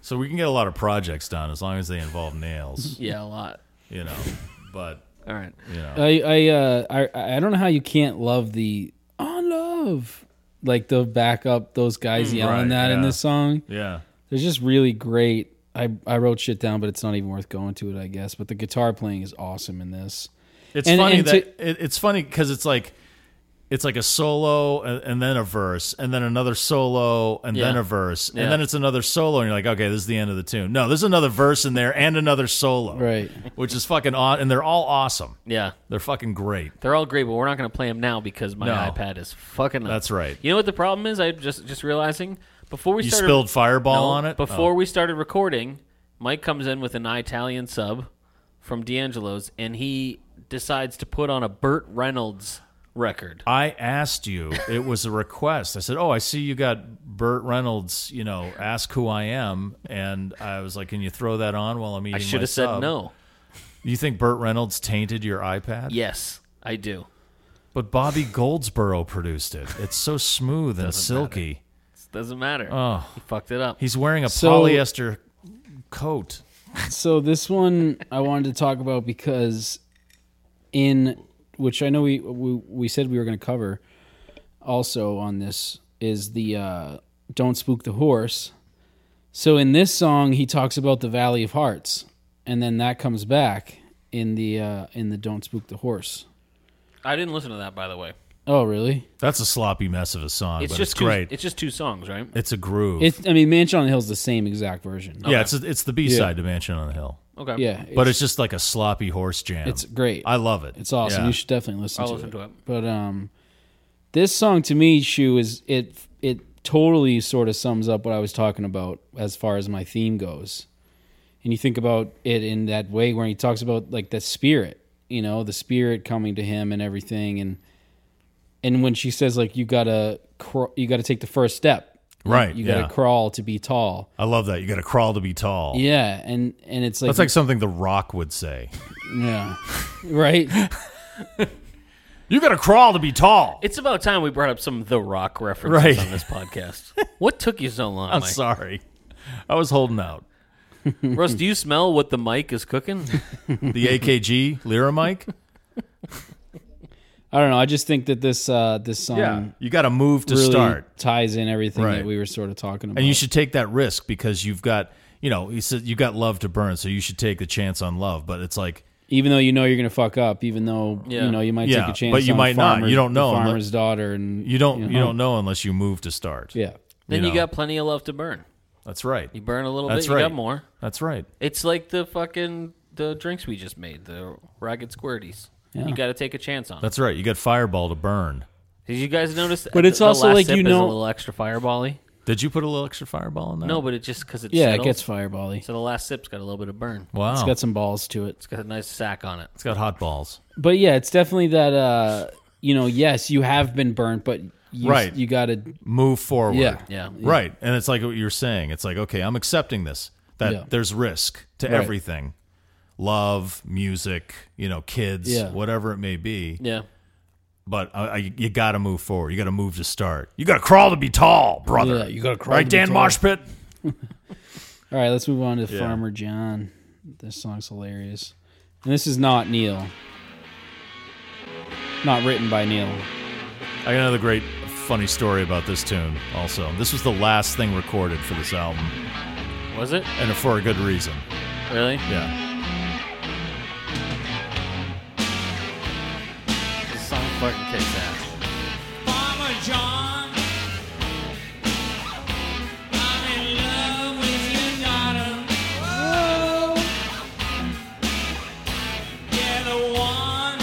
Speaker 3: So we can get a lot of projects done as long as they involve nails,
Speaker 2: Yeah, a lot.
Speaker 3: you know. But
Speaker 2: All right.
Speaker 1: I I uh I I don't know how you can't love the on love like the back up those guys yelling
Speaker 3: Hmm. right,
Speaker 1: that in
Speaker 3: yeah.
Speaker 1: this song.
Speaker 3: yeah.
Speaker 1: They're just really great. I I wrote shit down, but it's not even worth going to it, I guess. But the guitar playing is awesome in this.
Speaker 3: It's
Speaker 1: And-
Speaker 3: funny
Speaker 1: and
Speaker 3: that it, it's funny because it's like it's like a solo and, and then a verse and then another solo and then
Speaker 2: Yeah.
Speaker 3: a verse
Speaker 2: Yeah.
Speaker 3: and then it's another solo and you're like okay this is the end of the tune no there's another verse in there and another solo
Speaker 1: Right.
Speaker 3: which is fucking odd and they're all awesome
Speaker 2: Yeah.
Speaker 3: they're fucking great
Speaker 2: They're all great, but we're not going to play them now because my
Speaker 3: No.
Speaker 2: iPad is fucking up.
Speaker 3: That's right.
Speaker 2: You know what the problem is? I just just realizing before we
Speaker 3: you
Speaker 2: started
Speaker 3: spilled fireball
Speaker 2: No,
Speaker 3: on it Oh.
Speaker 2: Before we started recording, Mike comes in with an Italian sub from D'Angelo's, and he decides to put on a Burt Reynolds record.
Speaker 3: I asked you. It was a request. I said, "Oh, I see you got Burt Reynolds. You know, ask who I am." And I was like, "Can you throw that on while I'm eating?"
Speaker 2: I
Speaker 3: my
Speaker 2: should have said
Speaker 3: sub?"
Speaker 2: no.
Speaker 3: You think Burt Reynolds tainted your iPad?
Speaker 2: Yes, I do.
Speaker 3: But Bobby Goldsboro produced it. It's so smooth and silky.
Speaker 2: Doesn't matter.
Speaker 3: Oh.
Speaker 2: He fucked it up.
Speaker 3: He's wearing a
Speaker 1: So-
Speaker 3: polyester coat.
Speaker 1: So this one I wanted to talk about because in which I know we we, we said we were going to cover also on this is the uh, "Don't Spook the Horse." So in this song, he talks about the Valley of Hearts, and then that comes back in the uh, in the "Don't Spook the Horse."
Speaker 2: I didn't listen to that, by the way.
Speaker 1: Oh, really?
Speaker 3: That's a sloppy mess of a song,
Speaker 2: It's
Speaker 3: but
Speaker 2: just
Speaker 3: it's
Speaker 2: two,
Speaker 3: great.
Speaker 2: It's just two songs, right?
Speaker 3: It's a groove.
Speaker 1: It's I mean, "Mansion on the Hill" is the same exact version.
Speaker 3: yeah, it's it's the B side to Mansion on the Hill,
Speaker 2: Okay.
Speaker 1: Yeah,
Speaker 3: but it's, just like a sloppy horse jam.
Speaker 1: It's great.
Speaker 3: I love it.
Speaker 1: It's awesome.
Speaker 3: Yeah.
Speaker 1: You should definitely listen,
Speaker 2: I'll
Speaker 1: to,
Speaker 2: listen
Speaker 1: it.
Speaker 2: to it.
Speaker 1: But um, this song to me, Shu, is it it totally sort of sums up what I was talking about as far as my theme goes. And you think about it in that way where he talks about like the spirit, you know, the spirit coming to him and everything, and and when she says like you gotta cr- you gotta take the first step,
Speaker 3: right.
Speaker 1: you
Speaker 3: yeah,
Speaker 1: gotta crawl to be tall,
Speaker 3: I love that. You got to crawl to be tall.
Speaker 1: yeah, and and it's like
Speaker 3: That's like something The Rock would say.
Speaker 1: yeah, right,
Speaker 3: You got to crawl to be tall.
Speaker 2: It's about time we brought up some The Rock references
Speaker 3: Right.
Speaker 2: on this podcast. what took you so long,
Speaker 3: I'm
Speaker 2: Mike?
Speaker 3: sorry, I was holding out.
Speaker 2: Russ, do you smell what the mic is cooking?
Speaker 3: The AKG Lyra Mike.
Speaker 1: I don't know. I just think that this uh this song.
Speaker 3: you got to move to
Speaker 1: really
Speaker 3: start.
Speaker 1: ties in everything
Speaker 3: Right.
Speaker 1: that we were sort of talking about.
Speaker 3: And you should take that risk because you've got, you know, he said you've got love to burn, so you should take the chance on love. But it's like,
Speaker 1: even though you know you're going to fuck up, even though
Speaker 2: Yeah.
Speaker 1: you know you might
Speaker 3: Yeah,
Speaker 1: take a chance,
Speaker 3: but you
Speaker 1: on
Speaker 3: might not.
Speaker 1: farmer-
Speaker 3: You don't
Speaker 1: the
Speaker 3: know unless-
Speaker 1: farmer's daughter, and
Speaker 3: you don't, you
Speaker 1: know,
Speaker 3: don't know unless you move to start.
Speaker 1: Uh-huh. Yeah,
Speaker 2: then
Speaker 3: You
Speaker 2: you,
Speaker 3: know.
Speaker 2: got plenty of love to burn.
Speaker 3: that's right.
Speaker 2: You burn a little
Speaker 3: That's
Speaker 2: bit, you
Speaker 3: right.
Speaker 2: got more.
Speaker 3: That's right.
Speaker 2: It's like the fucking the drinks we just made, the ragged squirties. You got to take a chance on. it.
Speaker 3: That's right. You got fireball to burn.
Speaker 2: Did you guys notice?
Speaker 1: But
Speaker 2: the-
Speaker 1: it's
Speaker 2: the
Speaker 1: also
Speaker 2: last
Speaker 1: like
Speaker 2: sip
Speaker 1: you
Speaker 2: is a
Speaker 1: know- Oh.
Speaker 2: little extra firebally.
Speaker 3: Did you put a little extra fireball in that?
Speaker 2: No, but it just because it
Speaker 1: yeah, it
Speaker 2: settles.
Speaker 1: gets firebally.
Speaker 2: So the last sip's got a little bit of burn.
Speaker 3: wow,
Speaker 1: It's got some balls to it,
Speaker 2: It's got a nice sack on it.
Speaker 3: it's got hot balls.
Speaker 1: but yeah, it's definitely that. uh You know, yes, you have been burnt, but you,
Speaker 3: Right.
Speaker 1: you got to
Speaker 3: Move forward.
Speaker 1: yeah,
Speaker 2: Yeah.
Speaker 3: Right. And it's like what you're saying. It's like, okay, I'm accepting this. That
Speaker 1: Yeah.
Speaker 3: there's risk to
Speaker 1: Right.
Speaker 3: everything. Love, music, you know, kids,
Speaker 1: Yeah.
Speaker 3: whatever it may be.
Speaker 2: Yeah.
Speaker 3: But I, I, you got to move forward. You got to move to start. You got to crawl to be tall, brother.
Speaker 1: Yeah, you gotta crawl
Speaker 3: Right,
Speaker 1: to be
Speaker 3: Dan
Speaker 1: tall.
Speaker 3: Moshpit?
Speaker 1: All right, let's move on to Farmer John. This song's hilarious. And this is not Neil. Not written by Neil.
Speaker 3: I got another great, funny story about this tune also. This was the last thing recorded for this album,
Speaker 2: Was it
Speaker 3: and for a good reason.
Speaker 2: really?
Speaker 3: Yeah.
Speaker 2: The song fucking kicks ass.
Speaker 4: Farmer John. I'm in love with you, Nada. Whoa. You're the one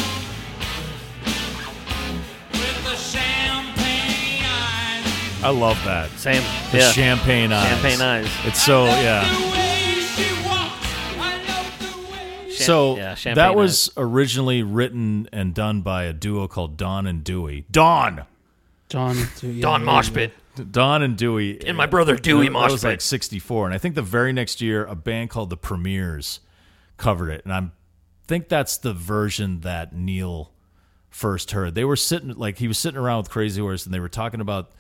Speaker 4: with the champagne eyes.
Speaker 3: I love that.
Speaker 2: Same.
Speaker 3: The
Speaker 2: yeah.
Speaker 3: champagne eyes.
Speaker 2: Champagne eyes.
Speaker 3: It's so,
Speaker 4: Love
Speaker 3: yeah.
Speaker 4: the way she walks. I love the way she-
Speaker 3: So
Speaker 2: yeah, champagne
Speaker 3: that was originally written and done by a duo called Don and Dewey. Don,
Speaker 1: John. too, yeah,
Speaker 6: Don
Speaker 1: yeah,
Speaker 6: Moshpit
Speaker 3: Don and Dewey, uh,
Speaker 6: and my brother Dewey
Speaker 3: That was
Speaker 6: Moshpit.
Speaker 3: like '64, and I think the very next year, a band called the Premiers covered it, and I think that's the version that Neil first heard. They were sitting like he was sitting around with Crazy Horse, and they were talking about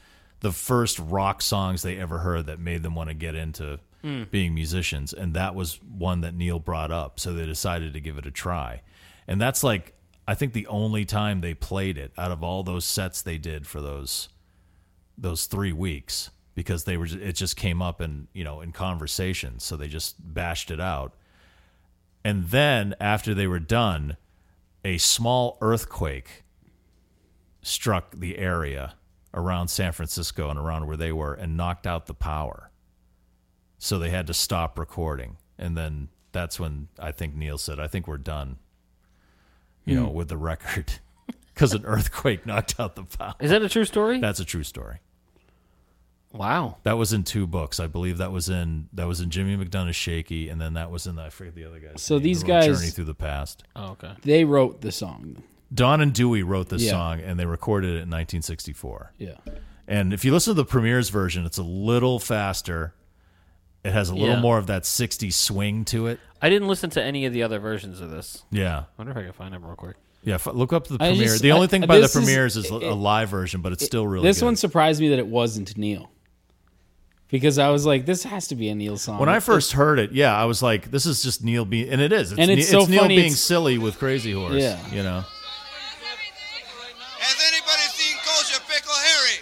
Speaker 3: the first rock songs they ever heard that made them want to get into
Speaker 6: Hmm.
Speaker 3: being musicians, and that was one that Neil brought up. So they decided to give it a try, and that's like I think the only time they played it out of all those sets they did for those those three weeks because they were it just came up in you know in conversation so they just bashed it out and then after they were done a small earthquake struck the area around San Francisco and around where they were and knocked out the power so they had to stop recording and then that's when I think Neil said I think we're done you know with the record cuz an earthquake knocked out the power
Speaker 2: Is that a true story?
Speaker 3: that's a true story
Speaker 2: wow.
Speaker 3: that was in two books, I believe. That was in that was in Jimmy McDonough's Shaky, and then that was in the, I forget the other guys.
Speaker 1: So these
Speaker 3: Journey
Speaker 1: guys-
Speaker 3: Through the Past.
Speaker 2: Oh, okay.
Speaker 1: They wrote the song.
Speaker 3: Don and Dewey wrote this
Speaker 1: Yeah.
Speaker 3: song, and they recorded it in 1964.
Speaker 1: Yeah.
Speaker 3: And if you listen to the premiere's version, it's a little faster. It has a little
Speaker 2: Yeah.
Speaker 3: more of that 60s swing to it.
Speaker 2: I didn't listen to any of the other versions of this.
Speaker 3: Yeah,
Speaker 2: I wonder if I can find them real quick.
Speaker 3: yeah. f- Look up the
Speaker 1: I
Speaker 3: premiere.
Speaker 1: just-
Speaker 3: the only
Speaker 1: I-
Speaker 3: thing by the
Speaker 1: this is-
Speaker 3: premieres is, a
Speaker 1: it-
Speaker 3: live version, but it's still really
Speaker 1: this
Speaker 3: good.
Speaker 1: one surprised me that it wasn't Neil. because I was like, this has to be a Neil song.
Speaker 3: When I first heard it, yeah, I was like, "This is just Neil being," and it is. It's,
Speaker 1: And it's
Speaker 3: Ne-
Speaker 1: so
Speaker 3: Neil
Speaker 1: funny,
Speaker 3: being
Speaker 1: it's-
Speaker 3: silly with Crazy Horse.
Speaker 1: Yeah.
Speaker 3: you know.
Speaker 8: Has anybody seen Kosher Pickle Harry?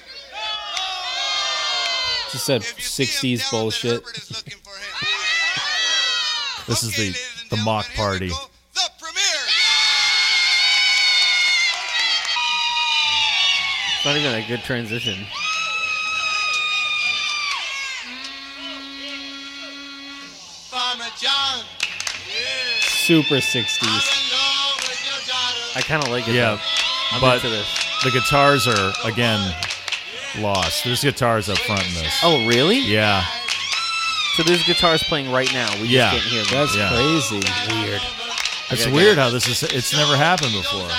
Speaker 1: just said
Speaker 8: If you see him,
Speaker 1: 60s
Speaker 8: tell him that
Speaker 1: bullshit.
Speaker 8: Herbert is looking for him.
Speaker 3: This is
Speaker 8: Okay,
Speaker 3: the
Speaker 8: ladies and
Speaker 3: the mock
Speaker 8: gentlemen, here we
Speaker 3: party.
Speaker 8: go. The premiere.
Speaker 2: It's not even a good transition.
Speaker 8: Farmer John,
Speaker 1: Super
Speaker 8: I'm
Speaker 1: 60s.
Speaker 8: in love with your daughter.
Speaker 2: I kind of like it.
Speaker 3: Yeah,
Speaker 2: though. I'm
Speaker 3: but
Speaker 2: into this.
Speaker 3: the guitars are again lost. There's guitars up front in this.
Speaker 2: Oh, really?
Speaker 3: Yeah,
Speaker 2: So there's guitars playing right now. We
Speaker 3: Yeah.
Speaker 2: just can't hear them.
Speaker 1: That's
Speaker 3: Yeah.
Speaker 1: crazy. Weird.
Speaker 3: it's weird how this is. It's never happened before.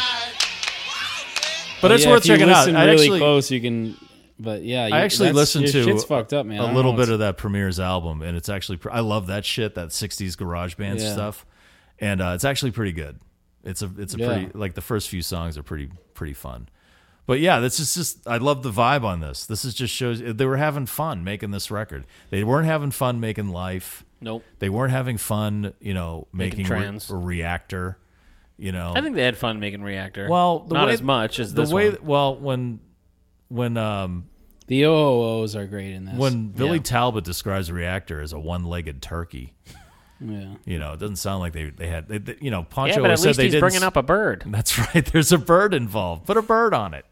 Speaker 3: But it's
Speaker 1: Oh, yeah,
Speaker 3: worth
Speaker 1: if you
Speaker 3: checking out.
Speaker 1: listen
Speaker 3: I
Speaker 1: really
Speaker 3: actually,
Speaker 1: close, you can. But yeah, you,
Speaker 3: I actually
Speaker 1: that's-
Speaker 3: listened
Speaker 1: your
Speaker 3: to
Speaker 1: shit's fucked up, man. I
Speaker 3: a
Speaker 1: don't
Speaker 3: little
Speaker 1: know
Speaker 3: bit
Speaker 1: what's-
Speaker 3: of that Premier's album, and it's actually pr- I love that shit, that '60s garage band
Speaker 1: Yeah.
Speaker 3: stuff, and uh, it's actually pretty good. It's a it's a
Speaker 1: Yeah.
Speaker 3: pretty like the first few songs are pretty pretty fun, but yeah, this is just I love the vibe on this. This is just shows they were having fun making this record. They weren't having fun making life.
Speaker 2: Nope.
Speaker 3: They weren't having fun, you know, making,
Speaker 2: Making
Speaker 3: re-
Speaker 2: trans.
Speaker 3: a reactor. You know,
Speaker 2: I think they had fun making Reactor.
Speaker 3: well, the
Speaker 2: not
Speaker 3: way-
Speaker 2: as much as
Speaker 3: the
Speaker 2: this
Speaker 3: way.
Speaker 2: one.
Speaker 3: Well, when when um
Speaker 1: The OOOs are great in this.
Speaker 3: When Billy Talbot describes Reactor as a one-legged turkey,
Speaker 1: yeah.
Speaker 3: you know, it doesn't sound like they they had. They, they- you know,
Speaker 2: yeah,
Speaker 3: Poncho
Speaker 2: but at
Speaker 3: said
Speaker 2: least
Speaker 3: they
Speaker 2: he's
Speaker 3: didn't.
Speaker 2: bringing
Speaker 3: s-
Speaker 2: up a bird.
Speaker 3: That's right. There's a bird involved. Put a bird on it.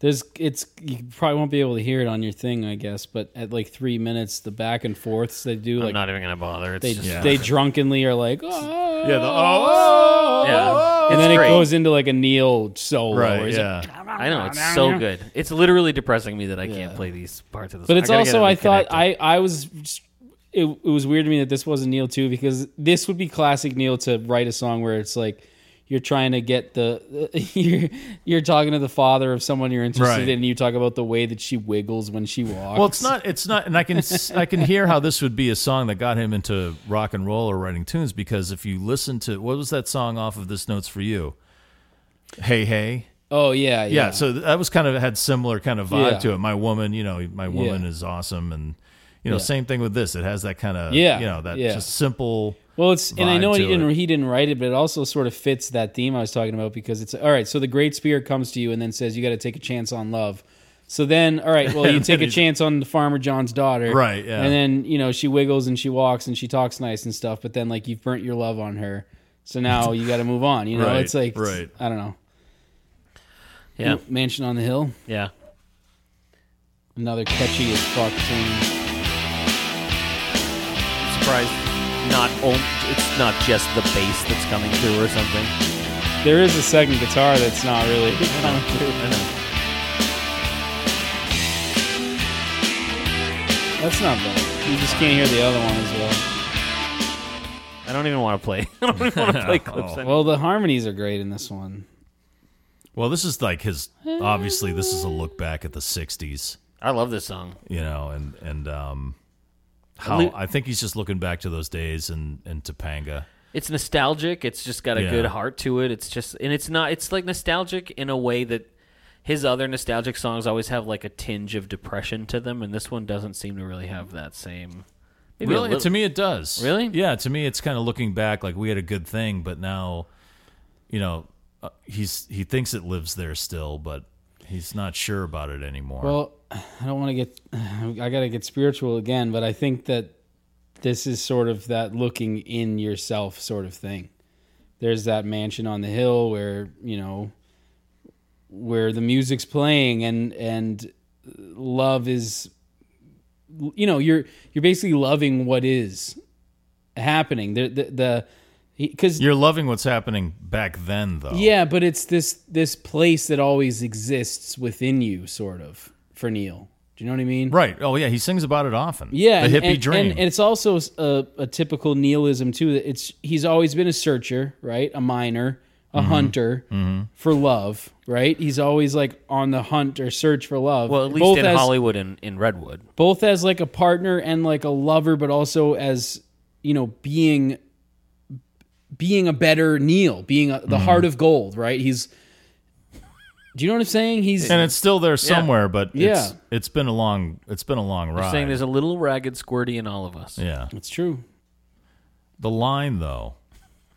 Speaker 1: There's it's you probably won't be able to hear it on your thing, I guess, but at like three minutes, the back and forths they do like
Speaker 2: I'm not even gonna bother. It's
Speaker 1: they
Speaker 2: just,
Speaker 3: Yeah.
Speaker 1: they drunkenly are like oh
Speaker 3: Yeah. The, oh,
Speaker 2: yeah.
Speaker 1: and
Speaker 2: It's
Speaker 1: then it
Speaker 2: great.
Speaker 1: goes into like a Neil solo. or
Speaker 3: Right.
Speaker 1: is it-
Speaker 3: Yeah.
Speaker 2: I know it's so good. It's literally depressing me that I can't play these parts of the.
Speaker 1: But it's also I thought I I was just- it, it was weird to me that this wasn't Neil too because this would be classic Neil to write a song where it's like you're trying to get the you're you're talking to the father of someone you're interested
Speaker 3: Right.
Speaker 1: in and you talk about the way that she wiggles when she walks.
Speaker 3: Well, it's not. It's not. And I can s- I can hear how this would be a song that got him into rock and roll or writing tunes because if you listen to what was that song off of this notes for you. Hey hey.
Speaker 1: Oh yeah, yeah.
Speaker 3: yeah. So that was kind of had similar kind of vibe
Speaker 1: Yeah.
Speaker 3: to it. My woman, you know, my woman
Speaker 1: Yeah.
Speaker 3: is awesome, and you know,
Speaker 1: Yeah.
Speaker 3: same thing with this. It has that kind of
Speaker 1: Yeah,
Speaker 3: you know, that
Speaker 1: yeah.
Speaker 3: just simple.
Speaker 1: Well, it's and I
Speaker 3: vibe
Speaker 1: know he
Speaker 3: to
Speaker 1: didn't
Speaker 3: it.
Speaker 1: he didn't write it, but it also sort of fits that theme I was talking about because it's all right. So the Great Spirit comes to you and then says you got to take a chance on love. So then, all right, well, you take a chance on the farmer John's daughter,
Speaker 3: Right, yeah.
Speaker 1: And then you know she wiggles and she walks and she talks nice and stuff, but then like you've burnt your love on her, so now you got to move on. You know,
Speaker 3: Right,
Speaker 1: it's like it's-
Speaker 3: right.
Speaker 1: I don't know.
Speaker 2: Yeah.
Speaker 1: Mansion on the Hill,
Speaker 2: yeah.
Speaker 1: another catchy as fuck tune.
Speaker 2: Surprised. Not om- it's not just the bass that's coming through or something.
Speaker 1: There is a second guitar that's not really coming through. That's not bad. You just can't hear the other one as well.
Speaker 2: I don't even want to play. I don't even want to play clips. anymore.
Speaker 1: Well, the harmonies are great in this one.
Speaker 3: Well, this is like his. Obviously, this is a look back at the '60s,
Speaker 2: I love this song.
Speaker 3: you know, and and um, how
Speaker 2: Lu-
Speaker 3: I think he's just looking back to those days in in Topanga.
Speaker 2: It's nostalgic. It's just got a
Speaker 3: Yeah.
Speaker 2: good heart to it. It's just and it's not. It's like nostalgic in a way that his other nostalgic songs always have like a tinge of depression to them, and this one doesn't seem to really have that same. Maybe a
Speaker 3: Really,
Speaker 2: little-
Speaker 3: to me, it does.
Speaker 2: Really?
Speaker 3: yeah. To me, it's kind of looking back like we had a good thing, but now, you know, uh, he's he thinks it lives there still, but he's not sure about it anymore.
Speaker 1: Well, I don't want to get, I got to get spiritual again, but I think that this is sort of that looking in yourself sort of thing. There's that mansion on the hill where, you know, where the music's playing and, and love is, you know, you're, you're basically loving what is happening. The, the, the, because
Speaker 3: You're loving what's happening back then, though.
Speaker 1: Yeah, but it's this this place that always exists within you, sort of, for Neil. Do you know what I mean?
Speaker 3: Right. Oh, yeah. He sings about it often.
Speaker 1: Yeah,
Speaker 3: The
Speaker 1: and-
Speaker 3: hippie
Speaker 1: and,
Speaker 3: dream.
Speaker 1: and, and it's also a, a typical nihilism too. That it's he's always been a searcher, right? A miner, a
Speaker 3: Mm-hmm.
Speaker 1: hunter for love, right? He's always like on the hunt or search for love.
Speaker 2: well, at least
Speaker 1: both
Speaker 2: in
Speaker 1: as,
Speaker 2: Hollywood and in Redwood.
Speaker 1: both as like a partner and like a lover, but also as you know being
Speaker 3: Mm-hmm.
Speaker 1: being a better Neil, being a, the heart of gold, right? He's Do you know what I'm saying? He's
Speaker 3: and it's still there somewhere, but it's,
Speaker 1: Yeah.
Speaker 3: it's been a long it's been a long
Speaker 2: You're
Speaker 3: ride.
Speaker 2: saying there's a little ragged squirty in all of us.
Speaker 3: yeah,
Speaker 1: it's true.
Speaker 3: the line though,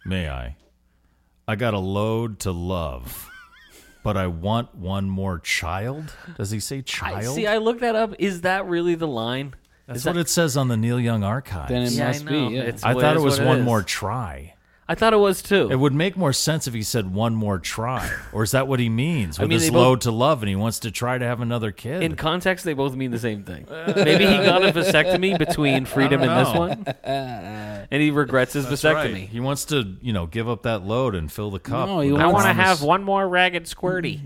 Speaker 3: may I? I got a load to love, but I want one more child. Does he say
Speaker 2: I,
Speaker 3: child?
Speaker 2: see, I looked that up. Is that really the line?
Speaker 3: That's
Speaker 2: Is
Speaker 3: what
Speaker 2: that-
Speaker 3: it says on the Neil Young archives.
Speaker 1: Then it
Speaker 2: Yeah, I
Speaker 1: must
Speaker 2: know.
Speaker 1: be. Yeah.
Speaker 2: It's-
Speaker 3: I
Speaker 2: what-
Speaker 3: thought it
Speaker 2: is
Speaker 3: was
Speaker 2: what it
Speaker 3: one
Speaker 2: is.
Speaker 3: more try.
Speaker 2: I thought it was too.
Speaker 3: It would make more sense if he said one more try, or is that what he means
Speaker 2: I
Speaker 3: with
Speaker 2: mean,
Speaker 3: this
Speaker 2: they both-
Speaker 3: load to love, and he wants to try to have another kid?
Speaker 2: in context, they both mean the same thing. Maybe he got a vasectomy between Freedom and this
Speaker 3: know.
Speaker 2: one, and he regrets his
Speaker 3: Right.
Speaker 2: vasectomy.
Speaker 3: He wants to, you know, give up that load and fill the cup.
Speaker 1: No, he
Speaker 3: with the
Speaker 2: I want to
Speaker 1: wants-
Speaker 2: have
Speaker 3: promise-
Speaker 2: one more ragged squirty.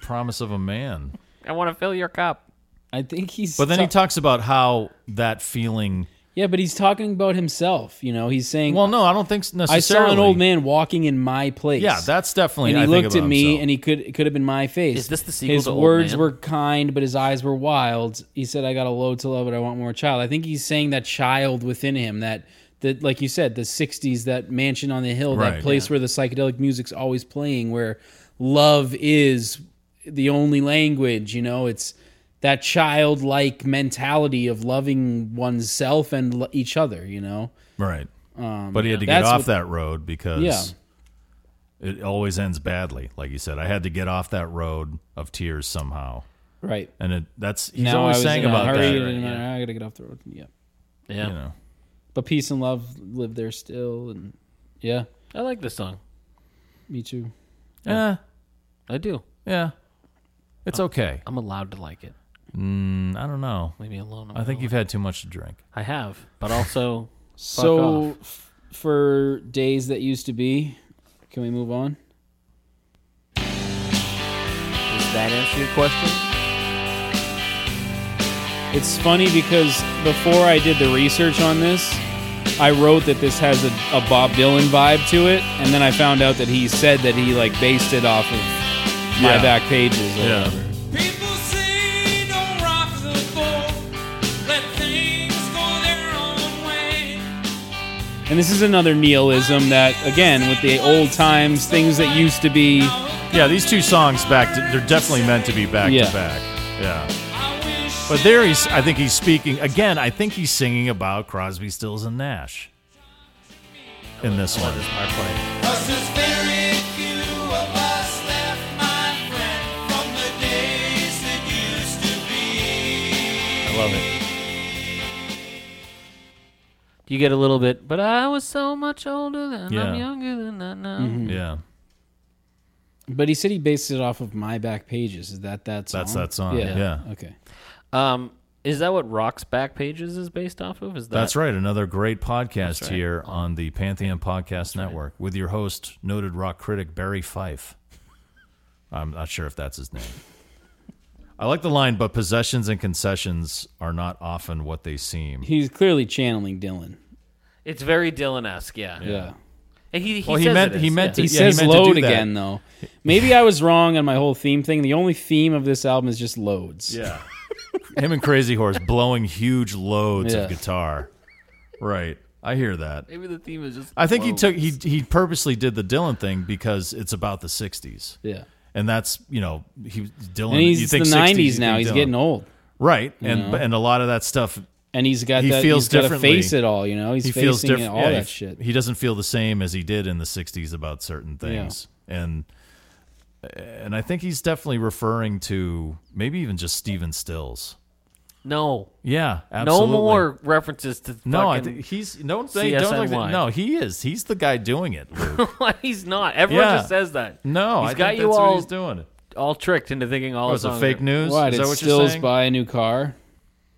Speaker 3: promise of a man.
Speaker 2: I want to fill your cup.
Speaker 1: I think he's.
Speaker 3: But then he
Speaker 1: ta-
Speaker 3: talks about how that feeling.
Speaker 1: Yeah, but he's talking about himself. You know, he's saying,
Speaker 3: Well, no, I don't think s-
Speaker 1: "I
Speaker 3: necessarily.
Speaker 1: saw an old man walking in my place."
Speaker 3: Yeah, that's definitely.
Speaker 1: and he
Speaker 3: I think
Speaker 1: looked at
Speaker 3: about
Speaker 1: me,
Speaker 3: himself.
Speaker 1: and he could it could have been my face.
Speaker 2: Is this the sequel
Speaker 1: His
Speaker 2: to Old
Speaker 1: words
Speaker 2: Man?
Speaker 1: were kind, but his eyes were wild. He said, "I got a load to love, but I want more child." I think he's saying that child within him, that that like you said, the '60s, that mansion on the hill,
Speaker 3: Right.
Speaker 1: that place where the psychedelic music's always playing, where love is the only language. You know, it's that childlike mentality of loving oneself and lo- each other. You know,
Speaker 3: right. but he had to get
Speaker 1: Um, that's
Speaker 3: off
Speaker 1: what-
Speaker 3: that road because
Speaker 1: Yeah.
Speaker 3: it always ends badly. Like you said, I had to get off that road of tears somehow,
Speaker 1: right?
Speaker 3: and it, that's he's
Speaker 1: Now I
Speaker 3: always
Speaker 1: was
Speaker 3: saying
Speaker 1: in a
Speaker 3: about
Speaker 1: hurry,
Speaker 3: that.
Speaker 1: and I gotta get off the road. Yeah.
Speaker 2: Yeah,
Speaker 3: You know,
Speaker 1: but peace and love live there still and yeah
Speaker 2: I like this song.
Speaker 1: me too
Speaker 3: yeah,
Speaker 2: I do.
Speaker 3: yeah, it's okay.
Speaker 2: I'm allowed to like it.
Speaker 3: Mm, Uh, I don't know.
Speaker 2: Leave me alone. I'm
Speaker 3: I think
Speaker 2: alone.
Speaker 3: you've had too much to drink.
Speaker 2: I have, but also
Speaker 1: so f- for days that used to be can we move on
Speaker 2: does that answer your question?
Speaker 1: it's funny because before i did the research on this i wrote that this has a, a bob dylan vibe to it and then i found out that he said that he like based it off of my
Speaker 3: Yeah.
Speaker 1: back pages or
Speaker 3: Yeah.
Speaker 1: whatever
Speaker 4: People say don't rock the boat. Let things go their own way.
Speaker 1: and this is another nihilism that again with the old times things that used to be
Speaker 3: Yeah, these two songs back to, they're definitely meant to be back
Speaker 1: Yeah.
Speaker 3: to back. Yeah.
Speaker 4: I wish
Speaker 3: But there he's I think he's speaking again, I think he's singing about Crosby, Stills and Nash. In this one.
Speaker 8: Cause there's very few of us left, my friend, from the days that used to be.
Speaker 2: I love it. You get a little bit, but I was so much older than
Speaker 3: Yeah.
Speaker 2: I'm younger than I know.
Speaker 3: Yeah.
Speaker 1: but he said he based it off of my back pages is that that song
Speaker 3: That's that song, yeah.
Speaker 1: okay
Speaker 2: Um, is that what Rock's Back Pages is based off of? Is that
Speaker 3: That's right. Another great podcast here on the Pantheon Podcast Network with your host, noted rock critic Barry Fife. I'm not sure if that's his name. I like the line, but possessions and concessions are not often what they seem.
Speaker 1: He's clearly channeling Dylan.
Speaker 2: It's very Dylan-esque, yeah.
Speaker 1: Yeah.
Speaker 2: And he, he
Speaker 3: Well, he
Speaker 2: says
Speaker 3: meant-
Speaker 2: it
Speaker 3: he
Speaker 2: is,
Speaker 3: meant
Speaker 2: yeah.
Speaker 1: He
Speaker 3: to-
Speaker 1: says
Speaker 3: meant
Speaker 1: load
Speaker 3: do that.
Speaker 1: again though. Maybe I was wrong on my whole theme thing. The only theme of this album is just loads.
Speaker 3: Yeah. Him and Crazy Horse blowing huge loads
Speaker 1: Yeah.
Speaker 3: of guitar. Right. I hear that.
Speaker 2: Maybe the theme is just.
Speaker 3: I think he took he he purposely did the Dylan thing because it's about the 60s.
Speaker 1: Yeah.
Speaker 3: And that's, you know, he Dylan
Speaker 1: And
Speaker 3: you
Speaker 1: he's the
Speaker 3: think 60s, you
Speaker 1: 90s
Speaker 3: think
Speaker 1: now. He's
Speaker 3: Dylan.
Speaker 1: getting old.
Speaker 3: Right. And and a lot of that stuff
Speaker 1: And he's got
Speaker 3: He
Speaker 1: that
Speaker 3: feels
Speaker 1: he's got to
Speaker 3: differently.
Speaker 1: face it all, you know. He's
Speaker 3: he
Speaker 1: facing
Speaker 3: feels
Speaker 1: it,
Speaker 3: different
Speaker 1: all
Speaker 3: yeah,
Speaker 1: that
Speaker 3: he-
Speaker 1: shit.
Speaker 3: He doesn't feel the same as he did in the 60s about certain things. And and I think he's definitely referring to maybe even just Steven Stills.
Speaker 2: No.
Speaker 3: Yeah, absolutely.
Speaker 2: No more references to.
Speaker 3: No, I
Speaker 2: fucking-
Speaker 3: think he's don't they don't like
Speaker 2: CSNY.
Speaker 3: that. No, he is. He's the guy doing it. Luke.
Speaker 2: he's not. Everyone
Speaker 3: Yeah.
Speaker 2: just says that.
Speaker 3: no,
Speaker 2: he's
Speaker 3: I
Speaker 2: got
Speaker 3: think
Speaker 2: you
Speaker 3: that's
Speaker 2: all
Speaker 3: what he's doing.
Speaker 2: all tricked into thinking all.
Speaker 3: Oh, is it
Speaker 2: songs
Speaker 3: fake
Speaker 2: are-
Speaker 3: news?
Speaker 1: Why
Speaker 3: is
Speaker 1: did
Speaker 3: that what you're
Speaker 1: Stills
Speaker 3: saying?
Speaker 1: buy a new car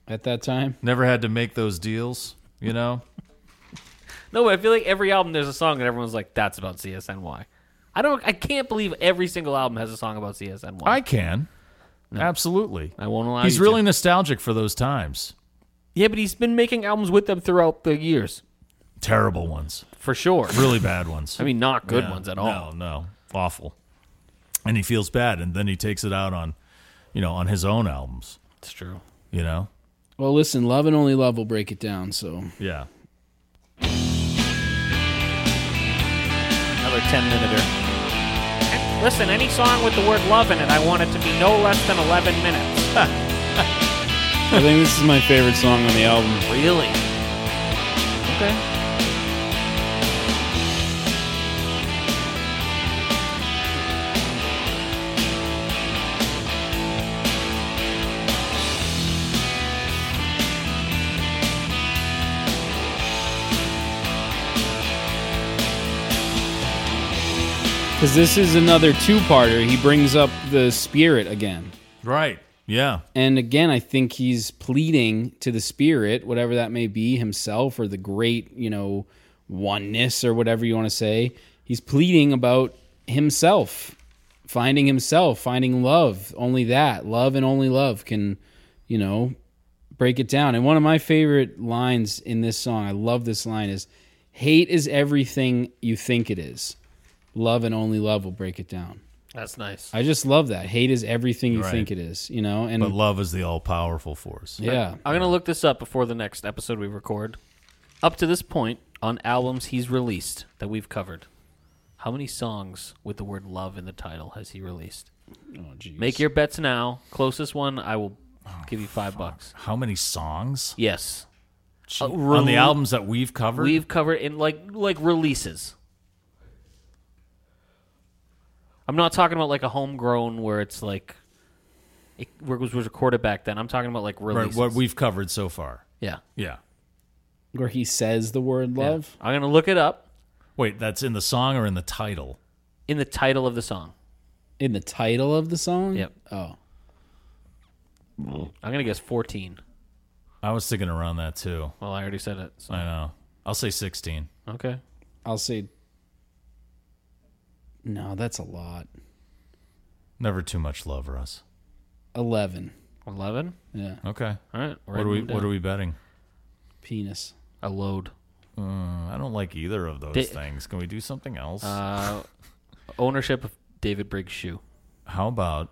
Speaker 1: at that time?
Speaker 3: Never had to make those deals, you know?
Speaker 2: No, but I feel like every album there's a song that everyone's like, "That's about CSNY." I don't. I can't believe every single album has a song about CSNY.
Speaker 3: I can. Absolutely.
Speaker 2: I won't allow.
Speaker 3: He's
Speaker 2: you to.
Speaker 3: really nostalgic for those times.
Speaker 2: Yeah, but he's been making albums with them throughout the years,
Speaker 3: Terrible ones.
Speaker 2: for sure.
Speaker 3: Really bad ones.
Speaker 2: I mean, not good
Speaker 3: Yeah.
Speaker 2: ones at all.
Speaker 3: No, no. Awful. And he feels bad and then he takes it out on you know, on his own albums,
Speaker 2: It's true.
Speaker 3: you know?
Speaker 1: Well, listen, love and only love will break it down. So
Speaker 3: Yeah.
Speaker 2: Another ten minuter.
Speaker 9: Listen, any song with the word love in it, I want it to be no less than 11 minutes.
Speaker 1: I think this is my favorite song on the album.
Speaker 2: Really?
Speaker 9: okay.
Speaker 1: Because this is another two parter. He brings up the spirit again.
Speaker 3: Right. Yeah.
Speaker 1: And again, I think he's pleading to the spirit, whatever that may be, himself or the great, you know, oneness or whatever you want to say. He's pleading about himself, finding himself, finding love. Only that. Love and only love can, you know, break it down. And one of my favorite lines in this song, I love this line, is hate is everything you think it is. Love and only love will break it down.
Speaker 2: That's nice.
Speaker 1: I just love that. Hate is everything you
Speaker 2: Right.
Speaker 1: think it is, you know? And
Speaker 3: but love is the all powerful force.
Speaker 1: Yeah.
Speaker 2: I'm going to look this up before the next episode we record. Up to this point, on albums he's released that we've covered, how many songs with the word love in the title has he released?
Speaker 1: Oh, geez.
Speaker 2: Make your bets now. Closest one, I will give you five bucks.
Speaker 3: How many songs?
Speaker 2: Yes.
Speaker 3: Gee, on the albums that we've covered?
Speaker 2: We've covered in like like releases. I'm not talking about like a homegrown where it's like it was was recorded back then. I'm talking about like
Speaker 3: Right,
Speaker 2: releases.
Speaker 3: what we've covered so far.
Speaker 2: Yeah.
Speaker 3: Yeah.
Speaker 1: where he says the word love.
Speaker 2: I'm gonna look it up
Speaker 3: Wait, that's in the song or in the title?
Speaker 2: in the title of the song.
Speaker 1: In the title of the song?
Speaker 2: Yep.
Speaker 1: Oh.
Speaker 2: I'm gonna guess 14.
Speaker 3: I was thinking around that too.
Speaker 2: Well, I already said it. So.
Speaker 3: I know. I'll say 16.
Speaker 2: Okay.
Speaker 1: I'll say No, that's a lot.
Speaker 3: Never too much love, Russ.
Speaker 1: 11.
Speaker 2: 11.
Speaker 1: Yeah.
Speaker 3: Okay.
Speaker 2: All right.
Speaker 3: What are we what are we betting?
Speaker 1: Penis.
Speaker 2: A load.
Speaker 3: Uh, I don't like either of those
Speaker 2: Di-
Speaker 3: things. Can we do something else?
Speaker 2: Uh, ownership of David Briggs shoe.
Speaker 3: How about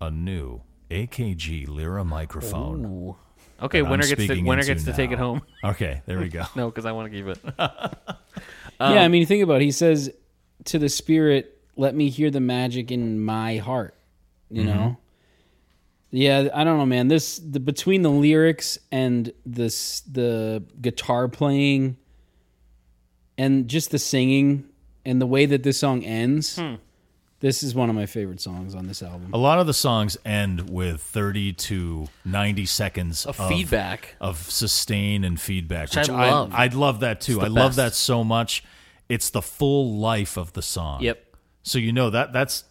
Speaker 3: a new AKG Lyra microphone?
Speaker 2: Ooh. Okay,
Speaker 3: that I'm
Speaker 2: winner gets to,
Speaker 3: speaking
Speaker 2: winner
Speaker 3: into
Speaker 2: gets to take it
Speaker 3: now?
Speaker 2: home.
Speaker 3: Okay, there we go.
Speaker 2: no, because I want to keep it.
Speaker 1: yeah, I mean, think about it. He says to the spirit, "Let me hear the magic in my heart." You know. Yeah, I don't know, man. This the between the lyrics and this the guitar playing and just the singing and the way that this song ends. This is one of my favorite songs on this album.
Speaker 3: A lot of the songs end with 30 to 90 seconds
Speaker 2: Of feedback.
Speaker 3: of sustain and feedback,
Speaker 2: Which I love.
Speaker 3: I, would love that too.
Speaker 2: the
Speaker 3: I love
Speaker 2: best.
Speaker 3: that so much. It's the full life of the song.
Speaker 2: Yep.
Speaker 3: So you know that that's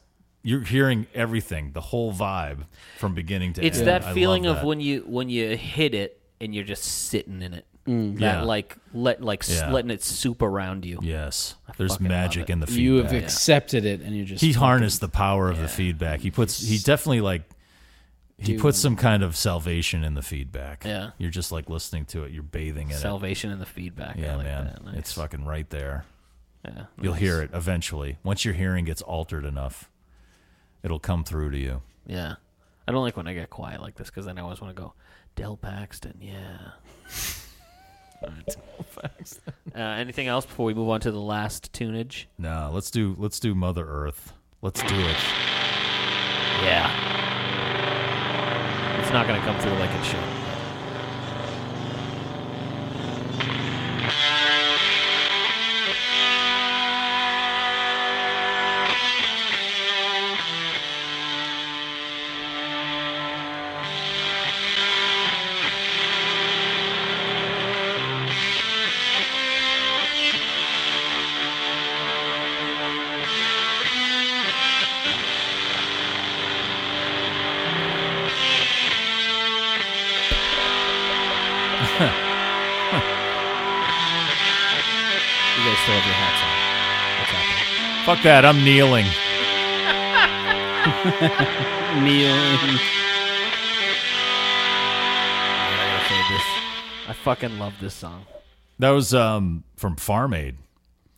Speaker 3: you're hearing everything, the whole vibe from beginning to
Speaker 2: It's
Speaker 3: end. I
Speaker 2: that
Speaker 3: love
Speaker 2: feeling of
Speaker 3: that.
Speaker 2: when you when you hit it and you're just sitting in it. that
Speaker 3: Yeah.
Speaker 2: like let like s
Speaker 3: Yeah.
Speaker 2: letting it soup around you.
Speaker 3: yes, there's
Speaker 2: fucking love
Speaker 3: magic
Speaker 2: it.
Speaker 3: in the feedback.
Speaker 1: You have accepted it, and you're just
Speaker 3: he harnessed the power of the feedback. He puts he definitely like he puts some kind of salvation in the feedback.
Speaker 2: Yeah.
Speaker 3: You're just like listening to it. You're bathing in
Speaker 2: Salvation in the feedback.
Speaker 3: it.
Speaker 2: I
Speaker 3: Yeah,
Speaker 2: like
Speaker 3: man.
Speaker 2: that. Nice.
Speaker 3: It's fucking right there.
Speaker 2: Yeah,
Speaker 3: You'll
Speaker 2: nice.
Speaker 3: hear it eventually. Once your hearing gets altered enough, it'll come through to you.
Speaker 2: Yeah, I don't like when I get quiet like this because then I always want to go Del Paxton. Yeah. Uh, anything else before we move on to the last tunage?
Speaker 3: No, let's do let's do Mother Earth. Let's do it.
Speaker 2: Yeah. It's not going to come through like it should. You guys still have your hats on. What's happening?
Speaker 3: Fuck that. I'm kneeling.
Speaker 1: kneeling.
Speaker 2: I gotta say this. I fucking love this song.
Speaker 3: That was um, from Farm Aid.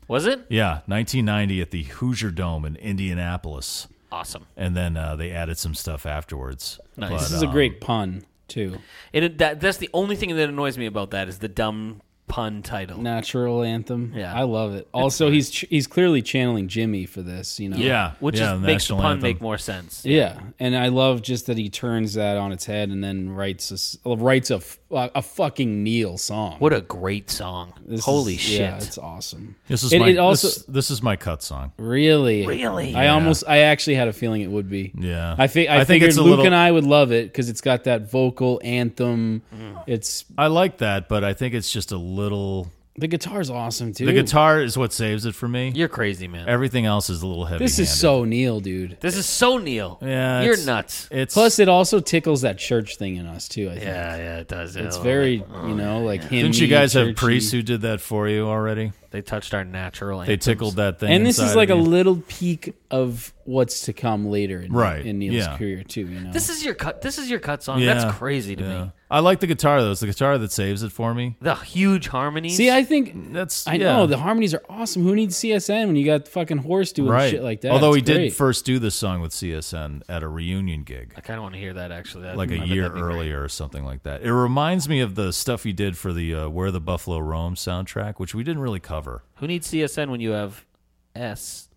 Speaker 2: Was it
Speaker 3: Yeah, 1990 at the Hoosier Dome in Indianapolis.
Speaker 2: awesome?
Speaker 3: and then uh, they added some stuff afterwards.
Speaker 2: Nice.
Speaker 3: But,
Speaker 1: This is a
Speaker 3: um,
Speaker 1: great pun too.
Speaker 2: It that that's the only thing that annoys me about that is the dumb pun title.
Speaker 1: Natural anthem.
Speaker 2: Yeah.
Speaker 1: I love it. Also, he's ch- he's clearly channeling Jimmy for this. You know.
Speaker 2: which is, makes the pun make more sense.
Speaker 1: Yeah, and I love just that he turns that on its head and then writes a s- uh, writes a, f- a fucking Neil song.
Speaker 2: What a great song!
Speaker 1: This
Speaker 2: Holy
Speaker 1: is-
Speaker 2: shit,
Speaker 1: yeah, it's awesome.
Speaker 3: This is
Speaker 1: It-
Speaker 3: my
Speaker 1: it also-
Speaker 3: this, this is my cut song.
Speaker 1: Really,
Speaker 2: Really?
Speaker 1: I
Speaker 3: Yeah.
Speaker 1: almost, I actually had a feeling it would be.
Speaker 3: Yeah.
Speaker 1: I think I,
Speaker 3: I think
Speaker 1: figured
Speaker 3: it's a
Speaker 1: Luke
Speaker 3: little-
Speaker 1: and I would love it because it's got that vocal anthem. It's
Speaker 3: I like that, but I think it's just a little.
Speaker 1: the guitar's awesome too.
Speaker 3: The guitar is what saves it for me.
Speaker 2: You're crazy, man.
Speaker 3: Everything else is a little heavy.
Speaker 1: This is so Neil, dude.
Speaker 2: This is so Neil.
Speaker 3: Yeah,
Speaker 2: you're
Speaker 3: it's-
Speaker 2: nuts.
Speaker 3: It's
Speaker 1: Plus, it also tickles that church thing in us too. I think.
Speaker 2: Yeah, yeah, it does.
Speaker 1: It's
Speaker 2: Oh,
Speaker 1: very,
Speaker 2: oh,
Speaker 1: you know, like him.
Speaker 3: Didn't you guys have priests who did that for you already?
Speaker 2: They touched our natural.
Speaker 3: They
Speaker 2: anthems.
Speaker 3: tickled that thing.
Speaker 1: And this is
Speaker 3: inside
Speaker 1: like a
Speaker 3: of you.
Speaker 1: little peek of what's to come later in,
Speaker 3: Right,
Speaker 1: in Neil's
Speaker 3: yeah.
Speaker 1: career too. You know,
Speaker 2: This is your cut. This is your cut song.
Speaker 3: Yeah,
Speaker 2: That's crazy to
Speaker 3: yeah.
Speaker 2: me.
Speaker 3: I like the guitar though. It's the guitar that saves it for me.
Speaker 2: The huge harmonies.
Speaker 1: see, I think
Speaker 3: That's
Speaker 1: I
Speaker 3: yeah.
Speaker 1: know the harmonies are awesome. Who needs CSN when you got fucking horse doing
Speaker 3: right.
Speaker 1: shit like that?
Speaker 3: Although
Speaker 1: It's
Speaker 3: he
Speaker 1: great.
Speaker 3: did first do this song with CSN at a reunion gig.
Speaker 2: I kind of want to hear that actually. That,
Speaker 3: like
Speaker 2: I
Speaker 3: a
Speaker 2: bet
Speaker 3: year
Speaker 2: that'd be great.
Speaker 3: earlier or something like that. It reminds me of the stuff he did for the uh, Where the Buffalo Roam soundtrack, which we didn't really cover.
Speaker 2: Who needs CSN when you have S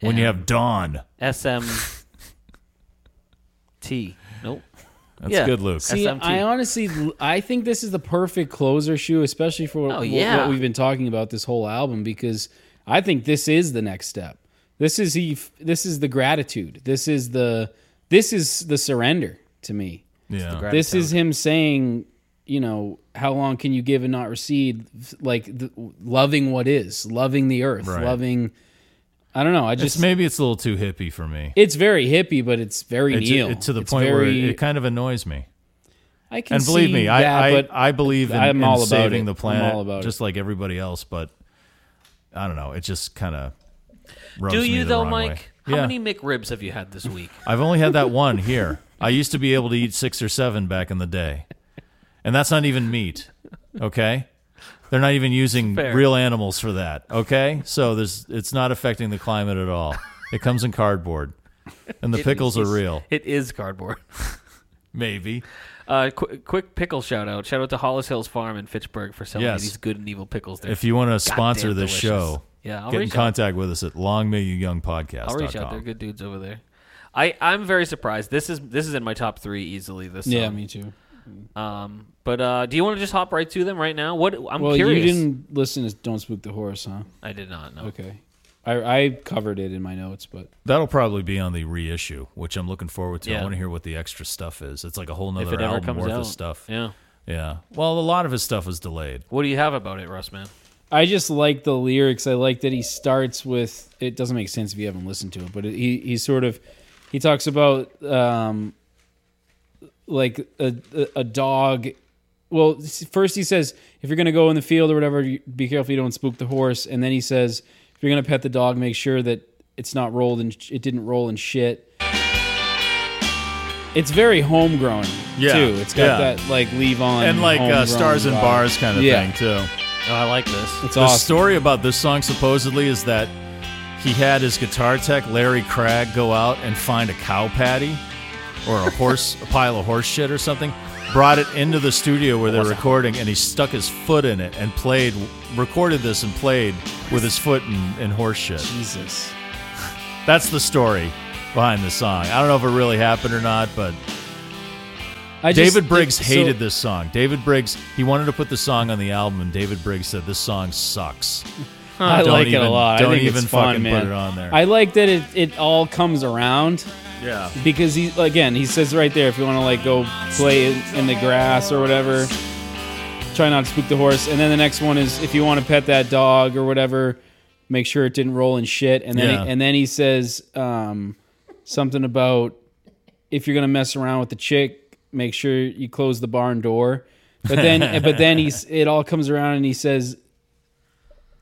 Speaker 3: When you have Dawn,
Speaker 2: S M T? Nope.
Speaker 3: that's
Speaker 2: Yeah.
Speaker 3: good, Luke.
Speaker 1: See,
Speaker 2: SMT.
Speaker 1: I honestly, I think this is the perfect closer shoe, especially for what,
Speaker 2: Oh, yeah.
Speaker 1: what we've been talking about this whole album, because I think this is the next step. This is he. This is the gratitude. This is the. This is the surrender to me.
Speaker 3: yeah,
Speaker 1: This is him saying, you know, how long can you give and not receive? Like the, loving what is, loving the earth,
Speaker 3: Right.
Speaker 1: loving. I don't know. I
Speaker 3: just
Speaker 1: just
Speaker 3: maybe it's a little too hippie for me.
Speaker 1: it's very hippie, but it's very
Speaker 3: It's-
Speaker 1: Neil.
Speaker 3: it's to the
Speaker 1: It's
Speaker 3: point where it,
Speaker 1: very-
Speaker 3: it kind of annoys me.
Speaker 1: I can
Speaker 3: And believe me,
Speaker 1: see
Speaker 3: I
Speaker 1: that,
Speaker 3: I,
Speaker 1: but
Speaker 3: I believe in,
Speaker 1: I'm
Speaker 3: in
Speaker 1: all about
Speaker 3: saving
Speaker 1: it.
Speaker 3: the
Speaker 1: I'm
Speaker 3: planet,
Speaker 1: all about it.
Speaker 3: just like everybody else. But I don't know. It just kind of rubs
Speaker 2: Do
Speaker 3: me
Speaker 2: you
Speaker 3: the
Speaker 2: though,
Speaker 3: wrong way.
Speaker 2: Mike? How
Speaker 3: yeah.
Speaker 2: many McRibs have you had this week?
Speaker 3: I've only had that one here. I used to be able to eat six or seven back in the day. And that's not even meat. Okay? They're not even using
Speaker 2: Fair.
Speaker 3: real animals for that. Okay? So there's it's not affecting the climate at all. It comes in cardboard. And the pickles are real.
Speaker 2: It is cardboard.
Speaker 3: Maybe.
Speaker 2: Uh, qu- quick pickle shout out. Shout out to Hollis Hills Farm in Fitchburg for selling
Speaker 3: Yes.
Speaker 2: these good and evil pickles there.
Speaker 3: If you want to sponsor this
Speaker 2: delicious.
Speaker 3: show,
Speaker 2: Yeah, I'll
Speaker 3: get in
Speaker 2: reach out.
Speaker 3: contact with us at longmayyouyoungpodcast.com.
Speaker 2: I'll reach out. They're good dudes over there. I I'm very surprised. This is this is in my top three easily. This
Speaker 1: yeah,
Speaker 2: song.
Speaker 1: me too.
Speaker 2: Um, but uh, do you want to just hop right to them right now? What I'm
Speaker 1: well,
Speaker 2: curious.
Speaker 1: you didn't listen to "Don't Spook the Horse," huh?
Speaker 2: I did not know.
Speaker 1: Okay, I, I covered it in my notes, but
Speaker 3: That'll probably be on the reissue, which I'm looking forward to.
Speaker 2: Yeah.
Speaker 3: I want to hear what the extra stuff is. It's like a whole
Speaker 2: If
Speaker 3: nother
Speaker 2: it ever
Speaker 3: album
Speaker 2: comes
Speaker 3: worth
Speaker 2: out,
Speaker 3: of stuff.
Speaker 2: yeah.
Speaker 3: Yeah. Well, a lot of his stuff was delayed.
Speaker 2: What do you have about it, Russ? Man,
Speaker 1: I just like the lyrics. I like that he starts with. It doesn't make sense if you haven't listened to it, but it, he he sort of he talks about um like a a- a dog. Well, s- first he says if you're gonna go in the field or whatever, you- be careful you don't spook the horse. And then he says if you're gonna pet the dog, make sure that it's not rolled and it didn't roll in shit. It's very homegrown
Speaker 3: Yeah,
Speaker 1: too. It's got
Speaker 3: yeah.
Speaker 1: that like leave on
Speaker 3: And like uh,
Speaker 1: homegrown
Speaker 3: stars and
Speaker 1: vibe.
Speaker 3: bars kind of
Speaker 1: Yeah.
Speaker 3: thing too.
Speaker 2: oh, I like this.
Speaker 1: It's
Speaker 3: The
Speaker 1: awesome.
Speaker 3: story about this song supposedly is that he had his guitar tech Larry Cragg go out and find a cow patty or a horse, a pile of horse shit or something. Brought it into the studio where they're recording, and he stuck his foot in it and played, recorded this and played with his foot in, in horse shit.
Speaker 1: Jesus.
Speaker 3: That's the story behind the song. I don't know if it really happened or not, but
Speaker 1: I just-
Speaker 3: David Briggs
Speaker 1: so-
Speaker 3: hated this song. David Briggs, he wanted to put the song on the album, and David Briggs said this song sucks.
Speaker 1: I
Speaker 3: Don't
Speaker 1: like it a
Speaker 3: even-
Speaker 1: lot.
Speaker 3: don't
Speaker 1: I think
Speaker 3: even
Speaker 1: it's fun,
Speaker 3: fucking
Speaker 1: man.
Speaker 3: put it on there.
Speaker 1: I like that it, it all comes around
Speaker 3: Yeah.
Speaker 1: because he again he says right there if you want to like go play in, in the grass or whatever, try not to spook the horse. And then the next one is if you want to pet that dog or whatever, make sure it didn't roll in shit. And then
Speaker 3: Yeah.
Speaker 1: and then he says um, something about if you're gonna mess around with the chick, make sure you close the barn door. But then, but then he's it all comes around and he says,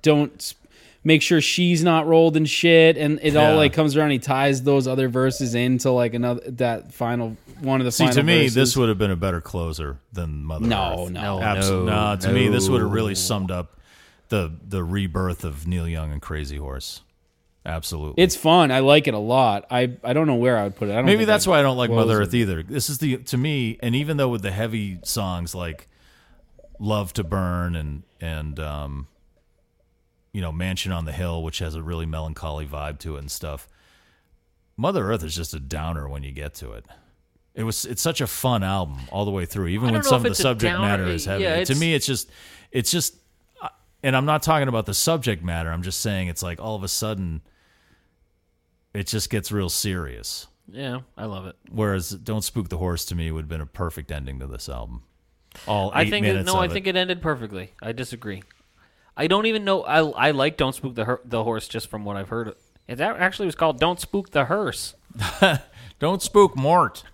Speaker 1: "Don't s- make sure she's not rolled in shit." And it
Speaker 3: Yeah.
Speaker 1: all like comes around. And he ties those other verses into like another that final one of the
Speaker 3: See,
Speaker 1: final.
Speaker 3: to me,
Speaker 1: verses.
Speaker 3: this would have been a better closer than Mother
Speaker 1: No,
Speaker 3: Earth.
Speaker 1: no. No,
Speaker 3: Absolutely. No, to me, this would have really
Speaker 1: no.
Speaker 3: summed up the the rebirth of Neil Young and Crazy Horse. Absolutely.
Speaker 1: it's fun. I like it a lot. I I don't know where I would put it. I don't
Speaker 3: Maybe
Speaker 1: think
Speaker 3: that's
Speaker 1: I'd
Speaker 3: why I don't like
Speaker 1: close
Speaker 3: Mother
Speaker 1: it.
Speaker 3: Earth either. This is the to me, and even though with the heavy songs like Love to Burn and and um, you know Mansion on the Hill, which has a really melancholy vibe to it and stuff. Mother Earth is just a downer when you get to it. It was it's such a fun album all the way through,
Speaker 2: I
Speaker 3: even when
Speaker 2: don't know
Speaker 3: some
Speaker 2: if
Speaker 3: of the
Speaker 2: it's a
Speaker 3: subject
Speaker 2: downer.
Speaker 3: matter is heavy.
Speaker 2: Yeah,
Speaker 3: to
Speaker 2: it's-
Speaker 3: me, it's just it's just, uh, and I'm not talking about the subject matter. I'm just saying it's like all of a sudden, it just gets real serious.
Speaker 2: Yeah, I love it.
Speaker 3: Whereas "Don't Spook the Horse" to me would have been a perfect ending to this album. All eight
Speaker 2: I think it,
Speaker 3: minutes.
Speaker 2: no,
Speaker 3: of
Speaker 2: I think it ended perfectly. I disagree. I don't even know. I I like "Don't Spook the Her- the Horse" just from what I've heard. It that actually was called "Don't Spook the Hearse."
Speaker 3: Don't spook Mort.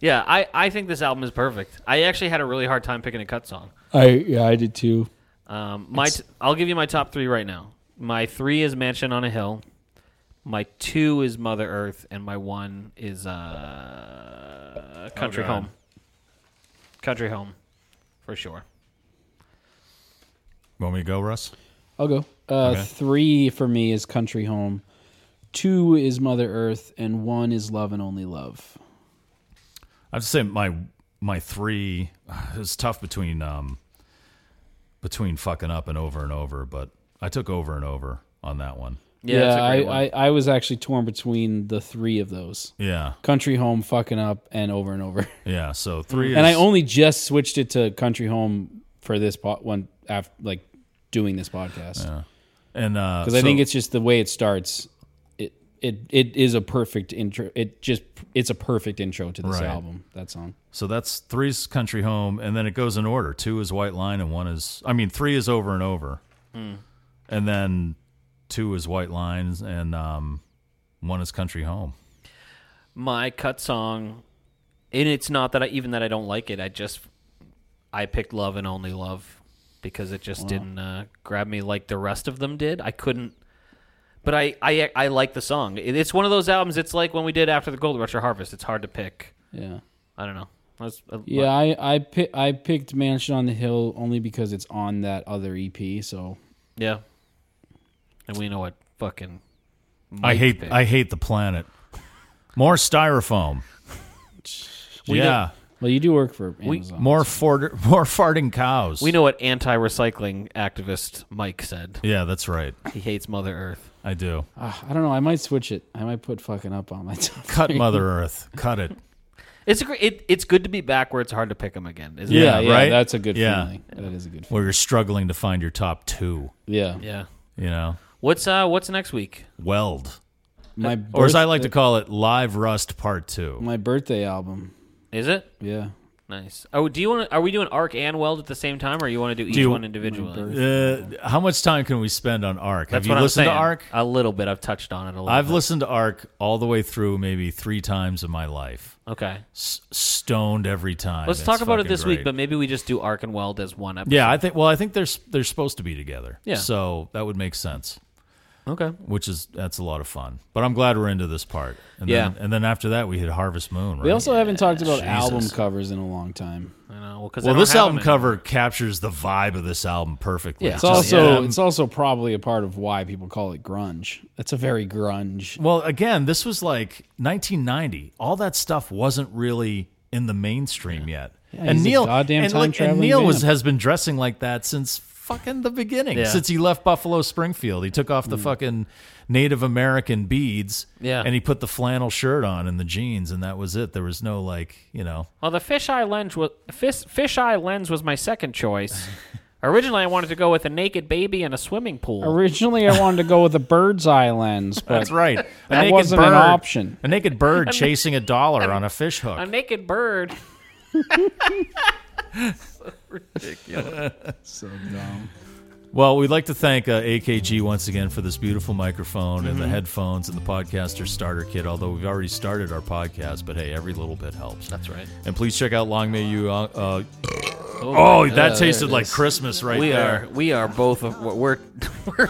Speaker 2: yeah, I I think this album is perfect. I actually had a really hard time picking a cut song.
Speaker 10: I yeah, I did too.
Speaker 2: Um, my t- I'll give you my top three right now. My three is Mansion on a Hill. My two is Mother Earth, and my one is uh, Country
Speaker 9: Oh, God.
Speaker 2: Home. Country Home, for sure.
Speaker 3: Want me to go, Russ?
Speaker 1: I'll go. Uh,
Speaker 3: Okay.
Speaker 1: Three for me is Country Home. Two is Mother Earth, and one is Love and Only Love.
Speaker 3: I have to say my my three it's tough between um between fucking up and over and over, but I took over and over on that one.
Speaker 1: I, I I was actually torn between the three of those.
Speaker 3: Yeah.
Speaker 1: Country Home, fucking up, and over and over.
Speaker 3: Yeah, so three
Speaker 1: And I
Speaker 3: is-
Speaker 1: only just switched it to Country Home for this po- one after like doing this podcast.
Speaker 3: And uh,
Speaker 1: because I
Speaker 3: so-
Speaker 1: think it's just the way it starts. It it it is a perfect intro. It just it's a perfect intro to this
Speaker 3: Right.
Speaker 1: album. That song.
Speaker 3: So that's three's country home, and then it goes in order. Two is white line, and one is I mean three is over and over,
Speaker 8: Hmm.
Speaker 3: and then two is white lines, and um one is country home.
Speaker 2: my cut song and it's not that I even that I don't like it. I just I picked Love and Only Love because it just
Speaker 9: Wow.
Speaker 2: didn't uh, grab me like the rest of them did. I couldn't but I I I like the song. It- It's one of those albums it's like when we did after the Gold Rush or Harvest. It's hard to pick.
Speaker 1: Yeah.
Speaker 2: I don't know. That's- uh,
Speaker 1: Yeah, I I pi- I picked Mansion on the Hill only because it's on that other EP. So
Speaker 2: yeah. And we know what fucking
Speaker 3: I
Speaker 2: Mike
Speaker 3: hate
Speaker 2: picked.
Speaker 3: I hate the planet. More styrofoam.
Speaker 2: We
Speaker 3: yeah.
Speaker 1: Well, you do work for
Speaker 2: We-
Speaker 3: Amazon. more fort- more farting cows.
Speaker 2: We know what anti-recycling activist Mike said.
Speaker 3: Yeah, that's right.
Speaker 2: He hates Mother Earth.
Speaker 3: I do.
Speaker 1: ah, I don't know. I might switch it. I might put fucking up on my top
Speaker 3: Cut
Speaker 1: three.
Speaker 3: Mother Earth. Cut it.
Speaker 2: It's a great, it, it's good to be back where it's hard to pick them again. Isn't
Speaker 3: yeah,
Speaker 2: it?
Speaker 3: right.
Speaker 2: Yeah.
Speaker 1: That is a good.
Speaker 3: Where you're struggling to find your top two.
Speaker 1: Yeah.
Speaker 2: Yeah.
Speaker 3: You know,
Speaker 2: What's uh What's next week?
Speaker 3: weld.
Speaker 1: My
Speaker 3: or as I like to
Speaker 1: birthday-
Speaker 3: call it, live rust part two.
Speaker 1: My birthday album.
Speaker 2: Is it?
Speaker 1: Yeah.
Speaker 2: Nice. Oh, do you want? to Are we doing arc and weld at the same time, or you want to do each
Speaker 3: Do you-
Speaker 2: one individually?
Speaker 3: Uh, how much time can we spend on Arc?
Speaker 2: That's
Speaker 3: Have you
Speaker 2: what I'm
Speaker 3: listened
Speaker 2: saying.
Speaker 3: to Arc?
Speaker 2: A little bit. I've touched on it a little.
Speaker 3: I've
Speaker 2: bit.
Speaker 3: listened to Arc all the way through, maybe three times in my life.
Speaker 2: Okay.
Speaker 3: S- stoned every time.
Speaker 2: Let's
Speaker 3: It's
Speaker 2: talk about it
Speaker 3: fucking
Speaker 2: this
Speaker 3: great.
Speaker 2: week, but maybe we just do arc and weld as one episode.
Speaker 3: Yeah, I think. Well, I think they're s- they're supposed to be together.
Speaker 2: Yeah.
Speaker 3: So that would make sense.
Speaker 2: Okay.
Speaker 3: Which is that's a lot of fun. But I'm glad we're into this part. And
Speaker 2: Yeah.
Speaker 3: Then, and then after that, we hit Harvest Moon. Right?
Speaker 1: We also haven't talked about
Speaker 3: Jesus.
Speaker 1: album covers in a long time.
Speaker 2: I know. Well, 'cause
Speaker 3: Well,
Speaker 2: I don't
Speaker 3: this
Speaker 2: have
Speaker 3: album
Speaker 2: them
Speaker 3: cover captures the vibe of this album perfectly.
Speaker 1: it's
Speaker 3: Just
Speaker 1: also
Speaker 3: them-
Speaker 1: it's also probably a part of why people call it grunge. That's a very grunge.
Speaker 3: Well, again, this was like 1990. All that stuff wasn't really in the mainstream yet.
Speaker 1: Yeah,
Speaker 3: and
Speaker 1: he's a
Speaker 3: Neil,
Speaker 1: goddamn
Speaker 3: and, look, and
Speaker 1: time-traveling
Speaker 3: Neil was,
Speaker 1: band.
Speaker 3: has been dressing like that since fucking the beginning.
Speaker 2: Yeah.
Speaker 3: Since he left Buffalo Springfield, he took off the fucking Native American beads.
Speaker 2: Yeah.
Speaker 3: and he put the flannel shirt on and the jeans, and that was it. There was no like, you know,
Speaker 2: Well, the fisheye lens was fish, fisheye lens was my second choice. Originally, I wanted to go with a naked baby and a swimming pool.
Speaker 1: Originally, I wanted to go with a bird's eye lens, but
Speaker 3: that's right. A
Speaker 1: That
Speaker 3: naked
Speaker 1: wasn't
Speaker 3: bird-
Speaker 1: an option.
Speaker 3: A naked bird chasing a dollar on a fish hook.
Speaker 2: a naked bird. so ridiculous.
Speaker 1: so dumb.
Speaker 3: Well, we'd like to thank uh, AKG once again for this beautiful microphone and the
Speaker 2: Mhm.
Speaker 3: headphones and the podcaster starter kit, although we've already started our podcast, but hey, every little bit helps. That's
Speaker 2: right.
Speaker 3: And please check out Long May You. Uh, uh, oh,
Speaker 2: Oh, my
Speaker 3: that
Speaker 2: God.
Speaker 3: tasted like Christmas right
Speaker 2: we
Speaker 3: there.
Speaker 2: Are, we are both of we're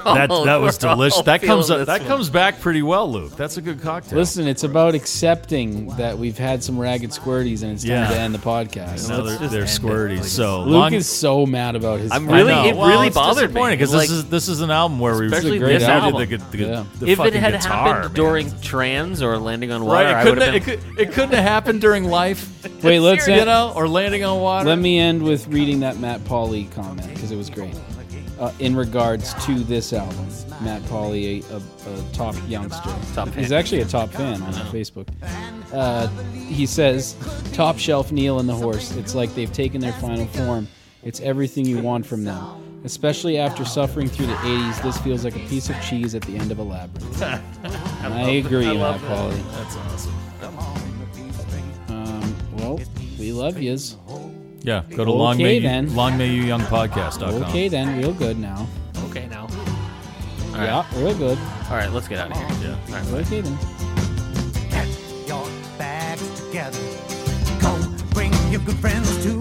Speaker 3: that
Speaker 2: all-
Speaker 3: that was
Speaker 2: we're all
Speaker 3: delicious. That comes
Speaker 2: feeling this
Speaker 3: up, that
Speaker 2: one.
Speaker 3: comes back pretty well, Luke. That's a good cocktail.
Speaker 1: Listen, it's about accepting that we've had some ragged squirties and it's time
Speaker 3: Yeah.
Speaker 1: to end the podcast.
Speaker 3: Now they're, they're squirty. So
Speaker 1: Luke
Speaker 3: long-
Speaker 1: is so mad about his.
Speaker 3: I know. Well, it's disappointing because
Speaker 2: Like-
Speaker 3: this is this is an album where we
Speaker 2: Especially
Speaker 3: we
Speaker 2: this
Speaker 3: did
Speaker 2: album.
Speaker 3: The, good- the, good- the
Speaker 2: if it
Speaker 3: fucking
Speaker 2: had
Speaker 3: guitar,
Speaker 2: happened
Speaker 3: man.
Speaker 2: during trans or landing on water,
Speaker 3: right,
Speaker 2: I
Speaker 3: it
Speaker 2: would
Speaker 3: couldn't,
Speaker 2: have been.
Speaker 3: it, could, it couldn't have happened during life.
Speaker 1: Wait, let's
Speaker 3: you
Speaker 1: end-
Speaker 3: know or landing on water.
Speaker 1: Let me end with reading that Matt Pauley comment because it was great. Uh, in regards to this album, Matt Pauley, a, a, a top youngster,
Speaker 2: Top
Speaker 1: he's
Speaker 2: fan.
Speaker 1: actually a top fan on Facebook. Uh, he says, "Top shelf Neil and the horse. It's like they've taken their final form. It's everything you want from them." Especially after suffering through the 80s, this feels like a piece of cheese at the end of a labyrinth. And I, agree, Matt Pauley.
Speaker 3: That's awesome.
Speaker 1: Um, well, we love yous.
Speaker 3: Yeah, go to
Speaker 1: Okay,
Speaker 3: long may
Speaker 1: then.
Speaker 3: You, long may you young podcast.com.
Speaker 1: Okay, then, real good now.
Speaker 2: Okay, now. All right.
Speaker 1: Yeah, real good.
Speaker 2: All right, let's get out of here.
Speaker 3: Oh.
Speaker 2: Yeah. All right, bye.
Speaker 1: Okay, then.
Speaker 10: Get your bags together. Go bring your good friends too.